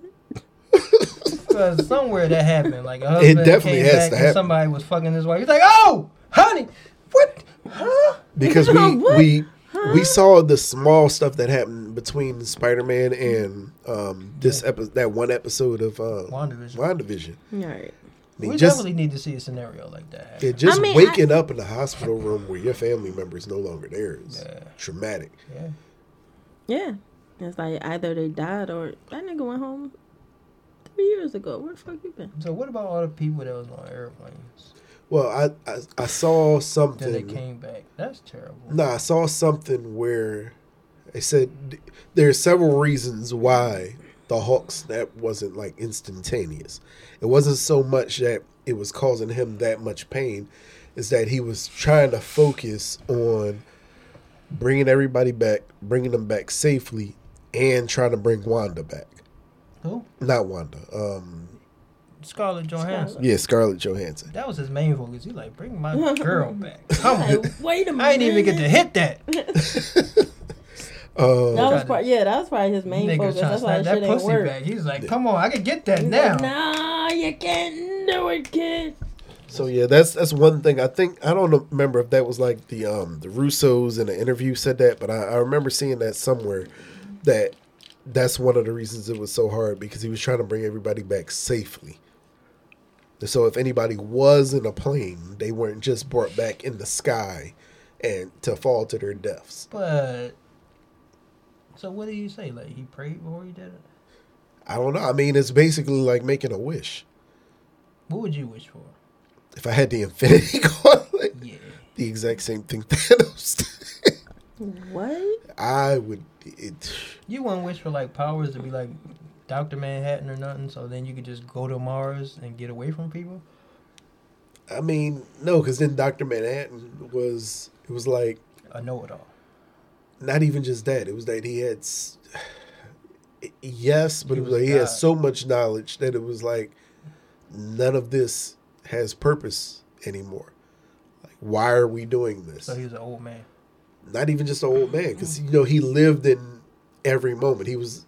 Speaker 3: Because somewhere that happened, like a husband
Speaker 1: definitely
Speaker 3: came
Speaker 1: has
Speaker 3: back
Speaker 1: to
Speaker 3: and
Speaker 1: happen.
Speaker 3: somebody was fucking his wife. He's like, "Oh, honey, what? Huh?"
Speaker 1: Because we
Speaker 2: What?
Speaker 1: we we saw the small stuff that happened between Spider Man and um, this episode, that one episode of uh,
Speaker 3: WandaVision.
Speaker 1: WandaVision. I
Speaker 2: All right.
Speaker 1: mean,
Speaker 3: we
Speaker 1: just
Speaker 3: definitely need to see a scenario like that. happen.
Speaker 1: yeah, just
Speaker 2: I mean,
Speaker 1: waking up in the hospital room where your family member is no longer there is
Speaker 3: Yeah.
Speaker 1: traumatic.
Speaker 3: Yeah.
Speaker 2: Yeah. It's like either they died or that nigga went home three years ago. Where the fuck you been?
Speaker 3: So what about all the people that was on airplanes?
Speaker 1: Well, I I, I saw
Speaker 3: Then they
Speaker 1: something.
Speaker 3: came back. That's terrible.
Speaker 1: No, I saw something where they said th- there are several reasons why the Hulk snap wasn't like instantaneous. It wasn't so much that it was causing him that much pain, is that he was trying to focus on bringing everybody back, bringing them back safely, and trying to bring Wanda back.
Speaker 3: Who?
Speaker 1: Not Wanda. Um,
Speaker 3: Scarlett Johansson.
Speaker 1: yeah, Scarlett Johansson.
Speaker 3: That was his main focus. He like, bring my girl back. Come
Speaker 2: Like,
Speaker 3: on.
Speaker 2: wait a minute.
Speaker 3: I ain't even get to hit that.
Speaker 1: Um,
Speaker 2: That was
Speaker 3: Tryna-
Speaker 2: probably yeah. That was probably his main
Speaker 3: Nigga was
Speaker 2: focus.
Speaker 3: trying to
Speaker 2: That's why that
Speaker 3: snap that
Speaker 2: shit ain't
Speaker 3: pussy
Speaker 2: work.
Speaker 3: back. He's like, come on, I can get that
Speaker 2: He's
Speaker 3: now.
Speaker 2: like, nah, you can't do it, kid.
Speaker 1: So yeah, that's that's one thing. I think I don't remember if that was like the um the Russos in the interview said that, but I, I remember seeing that somewhere that that's one of the reasons it was so hard because he was trying to bring everybody back safely. And so if anybody was in a plane, they weren't just brought back in the sky and to fall to their deaths.
Speaker 3: But so what did he say? Like he prayed before he did it?
Speaker 1: I don't know. I mean, it's basically like making a wish.
Speaker 3: What would you wish for?
Speaker 1: If I had the Infinity Gauntlet,
Speaker 3: Yeah.
Speaker 1: the exact same thing Thanos. did,
Speaker 2: What?
Speaker 1: I would. It,
Speaker 3: You wouldn't wish for like powers to be like Doctor Manhattan or nothing, so then you could just go to Mars and get away from people.
Speaker 1: I mean, no, because then Doctor Manhattan was it was like
Speaker 3: I know it all.
Speaker 1: not even just that. It was that he had s- yes, but
Speaker 3: He
Speaker 1: it was
Speaker 3: was
Speaker 1: like he had
Speaker 3: God.
Speaker 1: so much knowledge that it was like none of this has purpose anymore. Like, why are we doing this?
Speaker 3: So he was an old man.
Speaker 1: not even just an old man, because you know he lived in every moment. He was,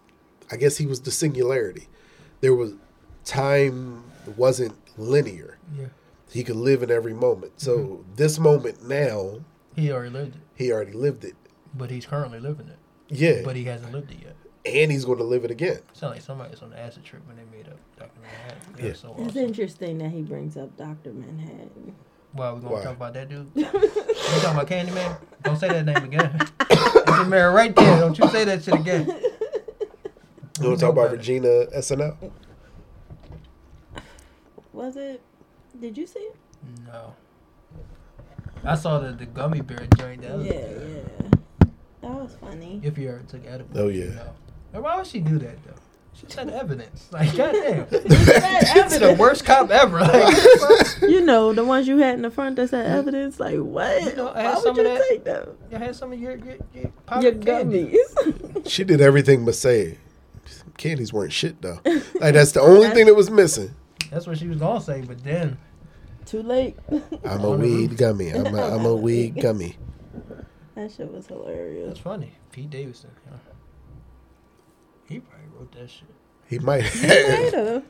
Speaker 1: I guess, he was the singularity. There was time wasn't linear.
Speaker 3: Yeah.
Speaker 1: He could live in every moment. So
Speaker 3: Mm-hmm.
Speaker 1: this moment now
Speaker 3: He already lived it.
Speaker 1: he already lived it.
Speaker 3: But he's currently living it.
Speaker 1: Yeah,
Speaker 3: But he hasn't lived it yet.
Speaker 1: and he's going to live it again.
Speaker 3: Sound like somebody's on the acid trip when they made up Doctor Manhattan. That's
Speaker 1: Yeah.
Speaker 3: so
Speaker 2: It's
Speaker 3: awesome.
Speaker 2: interesting that he brings up Doctor Manhattan.
Speaker 3: Why we gonna
Speaker 1: Why?
Speaker 3: talk about that dude? you talking about Candyman? Don't say that name again. it's a mirror right there. Don't you say that shit again.
Speaker 1: You want to talk about Regina SNL?
Speaker 2: Was it? Did you see it?
Speaker 3: No. I saw the, the gummy bear joint. That was,
Speaker 2: Yeah, yeah. That was funny.
Speaker 3: If you ever took edibles.
Speaker 1: Oh, yeah.
Speaker 3: you know. And why would she do that though? She said evidence. Like goddamn.
Speaker 2: That
Speaker 3: That's the
Speaker 2: evidence.
Speaker 3: worst cop ever. Like,
Speaker 2: You know the ones you had in the front that said evidence. Like what?
Speaker 3: You know, I had
Speaker 2: Why would
Speaker 3: some
Speaker 2: you
Speaker 3: of that-
Speaker 2: take them?
Speaker 3: you had some of your your, your
Speaker 2: Your
Speaker 3: pocket candy.
Speaker 2: gummies.
Speaker 1: she did everything but say it. candies weren't shit though. Like that's the only thing that was missing.
Speaker 3: That's what she was gonna say, but then
Speaker 2: Too late.
Speaker 1: I'm a weed gummy. I'm a, I'm a weed gummy.
Speaker 2: that shit was
Speaker 3: That's
Speaker 2: hilarious.
Speaker 3: funny. Pete Davidson. Huh? He probably wrote that shit.
Speaker 1: He might
Speaker 2: Might
Speaker 1: have,
Speaker 2: have.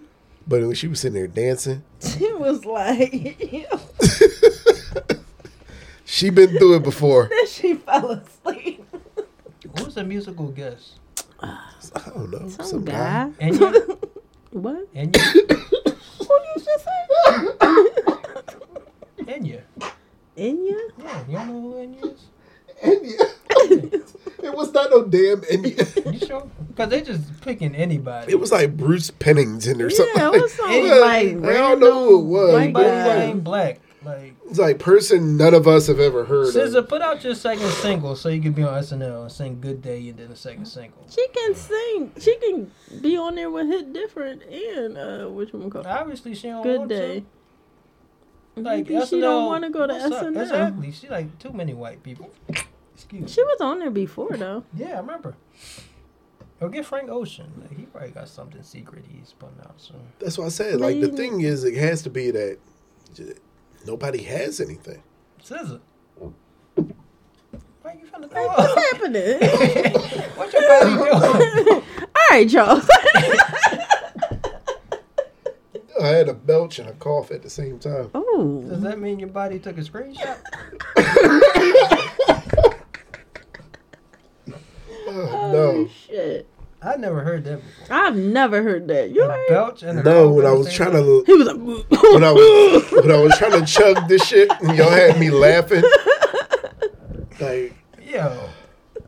Speaker 1: but when she was sitting there dancing,
Speaker 2: She was like,
Speaker 1: she been through it before.
Speaker 2: then she fell asleep.
Speaker 3: Who was the musical guest?
Speaker 1: I don't know.
Speaker 2: Some, guy.
Speaker 3: And you,
Speaker 2: What?
Speaker 3: and you,
Speaker 2: What did you just say?
Speaker 3: and you.
Speaker 2: Enya?
Speaker 3: Yeah, you don't know who Enya is?
Speaker 1: India. it was not no damn India.
Speaker 3: You sure? Because they just picking anybody.
Speaker 1: It was like Bruce Pennington or something.
Speaker 2: Yeah, it was something
Speaker 3: Enya.
Speaker 2: like
Speaker 1: I don't know who it was,
Speaker 2: random
Speaker 1: but
Speaker 3: Anybody
Speaker 1: it
Speaker 2: white
Speaker 1: was
Speaker 3: that
Speaker 1: like-
Speaker 2: guy.
Speaker 3: ain't black. Like,
Speaker 1: It's like person none of us have ever heard
Speaker 3: SZA,
Speaker 1: of.
Speaker 3: put out your second single so you can be on SNL and sing "Good Day" and then the second single.
Speaker 2: She can sing. She can be on there with Hit Different and uh, which one called?
Speaker 3: Obviously, she don't
Speaker 2: Good
Speaker 3: want
Speaker 2: day.
Speaker 3: to. Like,
Speaker 2: Maybe she don't want to go to
Speaker 3: what's up?
Speaker 2: SNL.
Speaker 3: Exactly. She like too many white people. Excuse me.
Speaker 2: She was on there before though.
Speaker 3: Yeah, I remember. Or get Frank Ocean. Like, he probably got something secret he's putting out soon.
Speaker 1: That's what I said. Like the
Speaker 2: Maybe.
Speaker 1: thing is, it has to be that j- nobody has anything.
Speaker 3: Scissor. Why you finna throw
Speaker 2: What's
Speaker 3: up?
Speaker 2: happening?
Speaker 3: what your body doing?
Speaker 2: All right, y'all.
Speaker 1: I had a belch and a cough at the same time.
Speaker 3: Does
Speaker 2: oh,
Speaker 3: that mean your body took a screenshot?
Speaker 1: Oh,
Speaker 2: oh
Speaker 1: no.
Speaker 2: shit!
Speaker 3: I never heard that before.
Speaker 2: I've never heard that. You
Speaker 3: A
Speaker 2: heard?
Speaker 3: belch and a
Speaker 1: No,
Speaker 3: cough
Speaker 1: when
Speaker 3: at
Speaker 1: I
Speaker 3: the
Speaker 1: was
Speaker 3: same
Speaker 1: trying
Speaker 3: time?
Speaker 1: to
Speaker 2: He was like,
Speaker 1: when I was when I was trying to chug this shit and y'all had me laughing. Like
Speaker 3: Yo,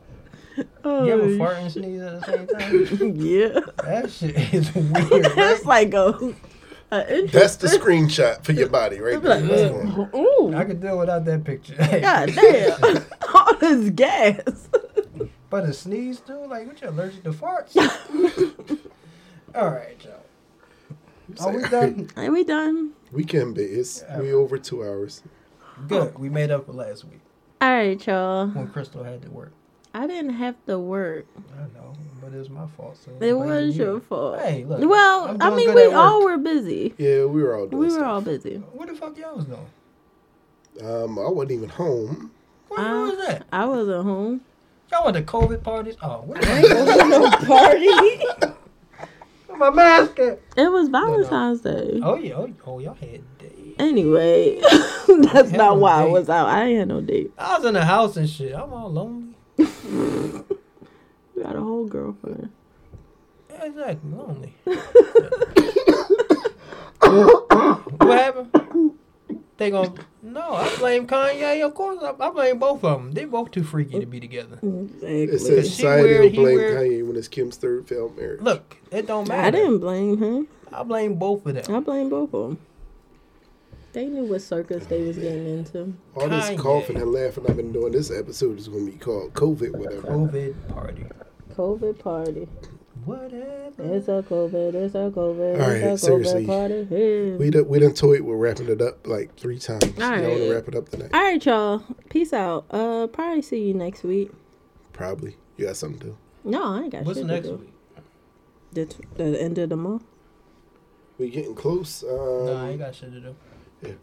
Speaker 2: oh,
Speaker 3: you ever fart and sneeze at the same time?
Speaker 2: yeah.
Speaker 3: That shit is weird.
Speaker 2: That's
Speaker 3: Right?
Speaker 2: like a, a interesting.
Speaker 1: that's the screenshot for your body right
Speaker 2: It'd be like,
Speaker 1: there. That's one.
Speaker 2: uh, ooh,
Speaker 3: I could deal without that picture.
Speaker 2: god damn, all this gas.
Speaker 3: But a sneeze, dude? Like, what you allergic to farts? All right, Joe. Are we done?
Speaker 2: Are we done?
Speaker 1: We can be. It's we over two hours.
Speaker 3: Good. We made up for last week
Speaker 2: All right, y'all.
Speaker 3: when Crystal had to work.
Speaker 2: I didn't have to work.
Speaker 3: I know, but it was my fault. So
Speaker 2: It
Speaker 3: blame
Speaker 2: was
Speaker 3: you.
Speaker 2: your fault.
Speaker 3: Hey, look.
Speaker 2: well,
Speaker 3: I'm
Speaker 2: I
Speaker 3: doing
Speaker 2: mean,
Speaker 3: good
Speaker 2: we
Speaker 3: at
Speaker 2: all
Speaker 3: work.
Speaker 2: were busy.
Speaker 1: Yeah, we were all doing
Speaker 2: We were
Speaker 1: stuff.
Speaker 2: all busy.
Speaker 3: What the fuck y'all was doing?
Speaker 1: Um, I wasn't even home.
Speaker 3: Where,
Speaker 2: Uh,
Speaker 3: where was that?
Speaker 2: I was at home.
Speaker 3: Y'all went to COVID parties? Oh, what the
Speaker 2: no party.
Speaker 3: fuck? My mask. at?
Speaker 2: It was Valentine's Day.
Speaker 3: Oh yeah. Oh, oh y'all had days.
Speaker 2: Anyway, that's
Speaker 3: had
Speaker 2: not
Speaker 3: no
Speaker 2: why I
Speaker 3: date.
Speaker 2: was out. I ain't had no date.
Speaker 3: I was in the house and shit. I'm all lonely.
Speaker 2: You got a whole girlfriend.
Speaker 3: Yeah, Exactly, lonely. what happened? They gonna no. I blame Kanye. Of course, I, I blame both of them. They both too freaky to be together.
Speaker 1: It
Speaker 2: Exactly.
Speaker 1: says
Speaker 3: she
Speaker 1: society
Speaker 3: weird,
Speaker 1: will
Speaker 3: he
Speaker 1: blame
Speaker 3: weird.
Speaker 1: Kanye when it's Kim's third failed marriage.
Speaker 3: Look, it don't matter.
Speaker 2: I didn't blame him.
Speaker 3: I blame both of them.
Speaker 2: I blame both of them. They knew what circus they was getting into.
Speaker 1: all this
Speaker 3: Kanye.
Speaker 1: coughing and laughing I've been doing this episode is gonna be called COVID whatever.
Speaker 3: COVID party.
Speaker 2: COVID party.
Speaker 3: Whatever.
Speaker 2: It's a COVID. It's a COVID.
Speaker 1: All
Speaker 2: it's
Speaker 1: right,
Speaker 2: a COVID
Speaker 1: seriously.
Speaker 2: party.
Speaker 1: We done, we done toyed with wrapping it up like three times.
Speaker 2: All
Speaker 1: Y'all wanna
Speaker 2: right.
Speaker 1: wrap it up tonight?
Speaker 2: All right, y'all. Peace out. Uh, probably see you next week.
Speaker 1: Probably. You got something to do.
Speaker 2: No, I ain't got
Speaker 3: What's
Speaker 2: shit
Speaker 3: next
Speaker 2: to do.
Speaker 3: week?
Speaker 2: The, t- the end of the month.
Speaker 1: We getting close. Um,
Speaker 3: No, I ain't got shit to do.
Speaker 1: Yeah.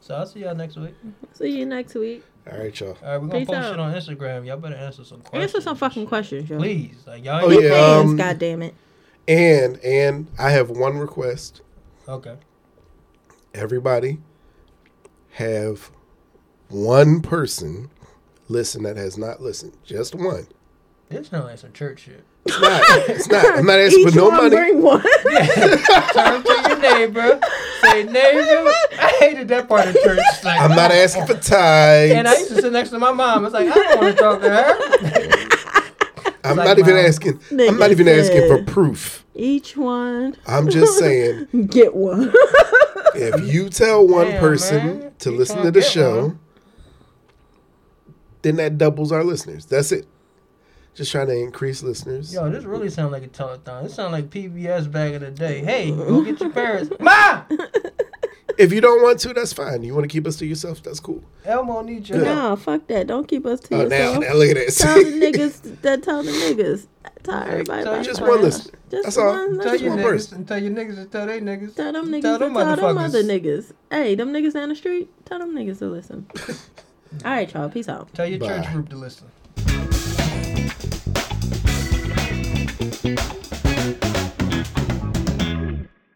Speaker 3: So I'll see y'all next week.
Speaker 2: See you next week.
Speaker 1: all right, y'all.
Speaker 3: All right, we're gonna
Speaker 2: Peace
Speaker 3: post
Speaker 2: out.
Speaker 3: shit on Instagram. Y'all better answer some questions.
Speaker 2: Answer some
Speaker 3: and
Speaker 2: fucking
Speaker 3: shit.
Speaker 2: questions, y'all.
Speaker 3: Please, like y'all.
Speaker 1: Oh,
Speaker 3: ain't-
Speaker 1: yeah,
Speaker 2: Hands,
Speaker 1: um,
Speaker 2: God damn it.
Speaker 1: And and I have one request.
Speaker 3: Okay.
Speaker 1: Everybody have one person listen that has not listened. Just one.
Speaker 3: This sounds like some church shit.
Speaker 1: It's not. it's not. I'm not asking
Speaker 2: Each
Speaker 1: for no
Speaker 2: one
Speaker 1: money.
Speaker 2: bring one.
Speaker 3: Turn to your neighbor. Say, neighbor. I hated that part of church. Like,
Speaker 1: I'm not asking for tithes.
Speaker 3: And I used to sit next to my mom. It's like I don't want to talk to her.
Speaker 1: I'm
Speaker 3: like
Speaker 1: not even
Speaker 3: my-
Speaker 1: asking. I'm
Speaker 2: Nigga
Speaker 1: not even asking for
Speaker 2: said.
Speaker 1: proof.
Speaker 2: Each one
Speaker 1: I'm just saying,
Speaker 2: get one.
Speaker 1: if you tell one
Speaker 3: Damn,
Speaker 1: person
Speaker 3: man.
Speaker 1: to
Speaker 3: You
Speaker 1: listen to
Speaker 3: can't
Speaker 1: the
Speaker 3: get
Speaker 1: show,
Speaker 3: one.
Speaker 1: then that doubles our listeners. That's it. Just trying to increase listeners.
Speaker 3: Yo, this really sounds like a telethon. This sounds like PBS back in the day. Hey, go get your parents. Ma,
Speaker 1: If you don't want to, that's fine. You want to keep us to yourself, that's cool.
Speaker 3: Elmo needs your help.
Speaker 2: no, fuck that. Don't keep us to
Speaker 1: Oh, now,
Speaker 2: yourself.
Speaker 1: now look at this.
Speaker 2: tell the niggas that tell the niggas. Tell everybody.
Speaker 3: Tell
Speaker 2: about
Speaker 3: just
Speaker 2: something
Speaker 1: one
Speaker 2: else.
Speaker 1: listener.
Speaker 2: Just
Speaker 1: That's all.
Speaker 2: one
Speaker 1: Tell
Speaker 3: Tell
Speaker 1: Just
Speaker 3: your
Speaker 1: one
Speaker 3: niggas
Speaker 2: listener.
Speaker 1: person.
Speaker 3: and tell your niggas and tell they niggas.
Speaker 2: Tell them niggas
Speaker 3: Tell
Speaker 2: to
Speaker 3: them
Speaker 2: tell them
Speaker 3: motherfuckers.
Speaker 2: other niggas. Hey, them niggas down the street, tell them niggas to listen. All right, y'all. Peace out.
Speaker 3: Tell your
Speaker 1: Bye.
Speaker 3: church group to listen.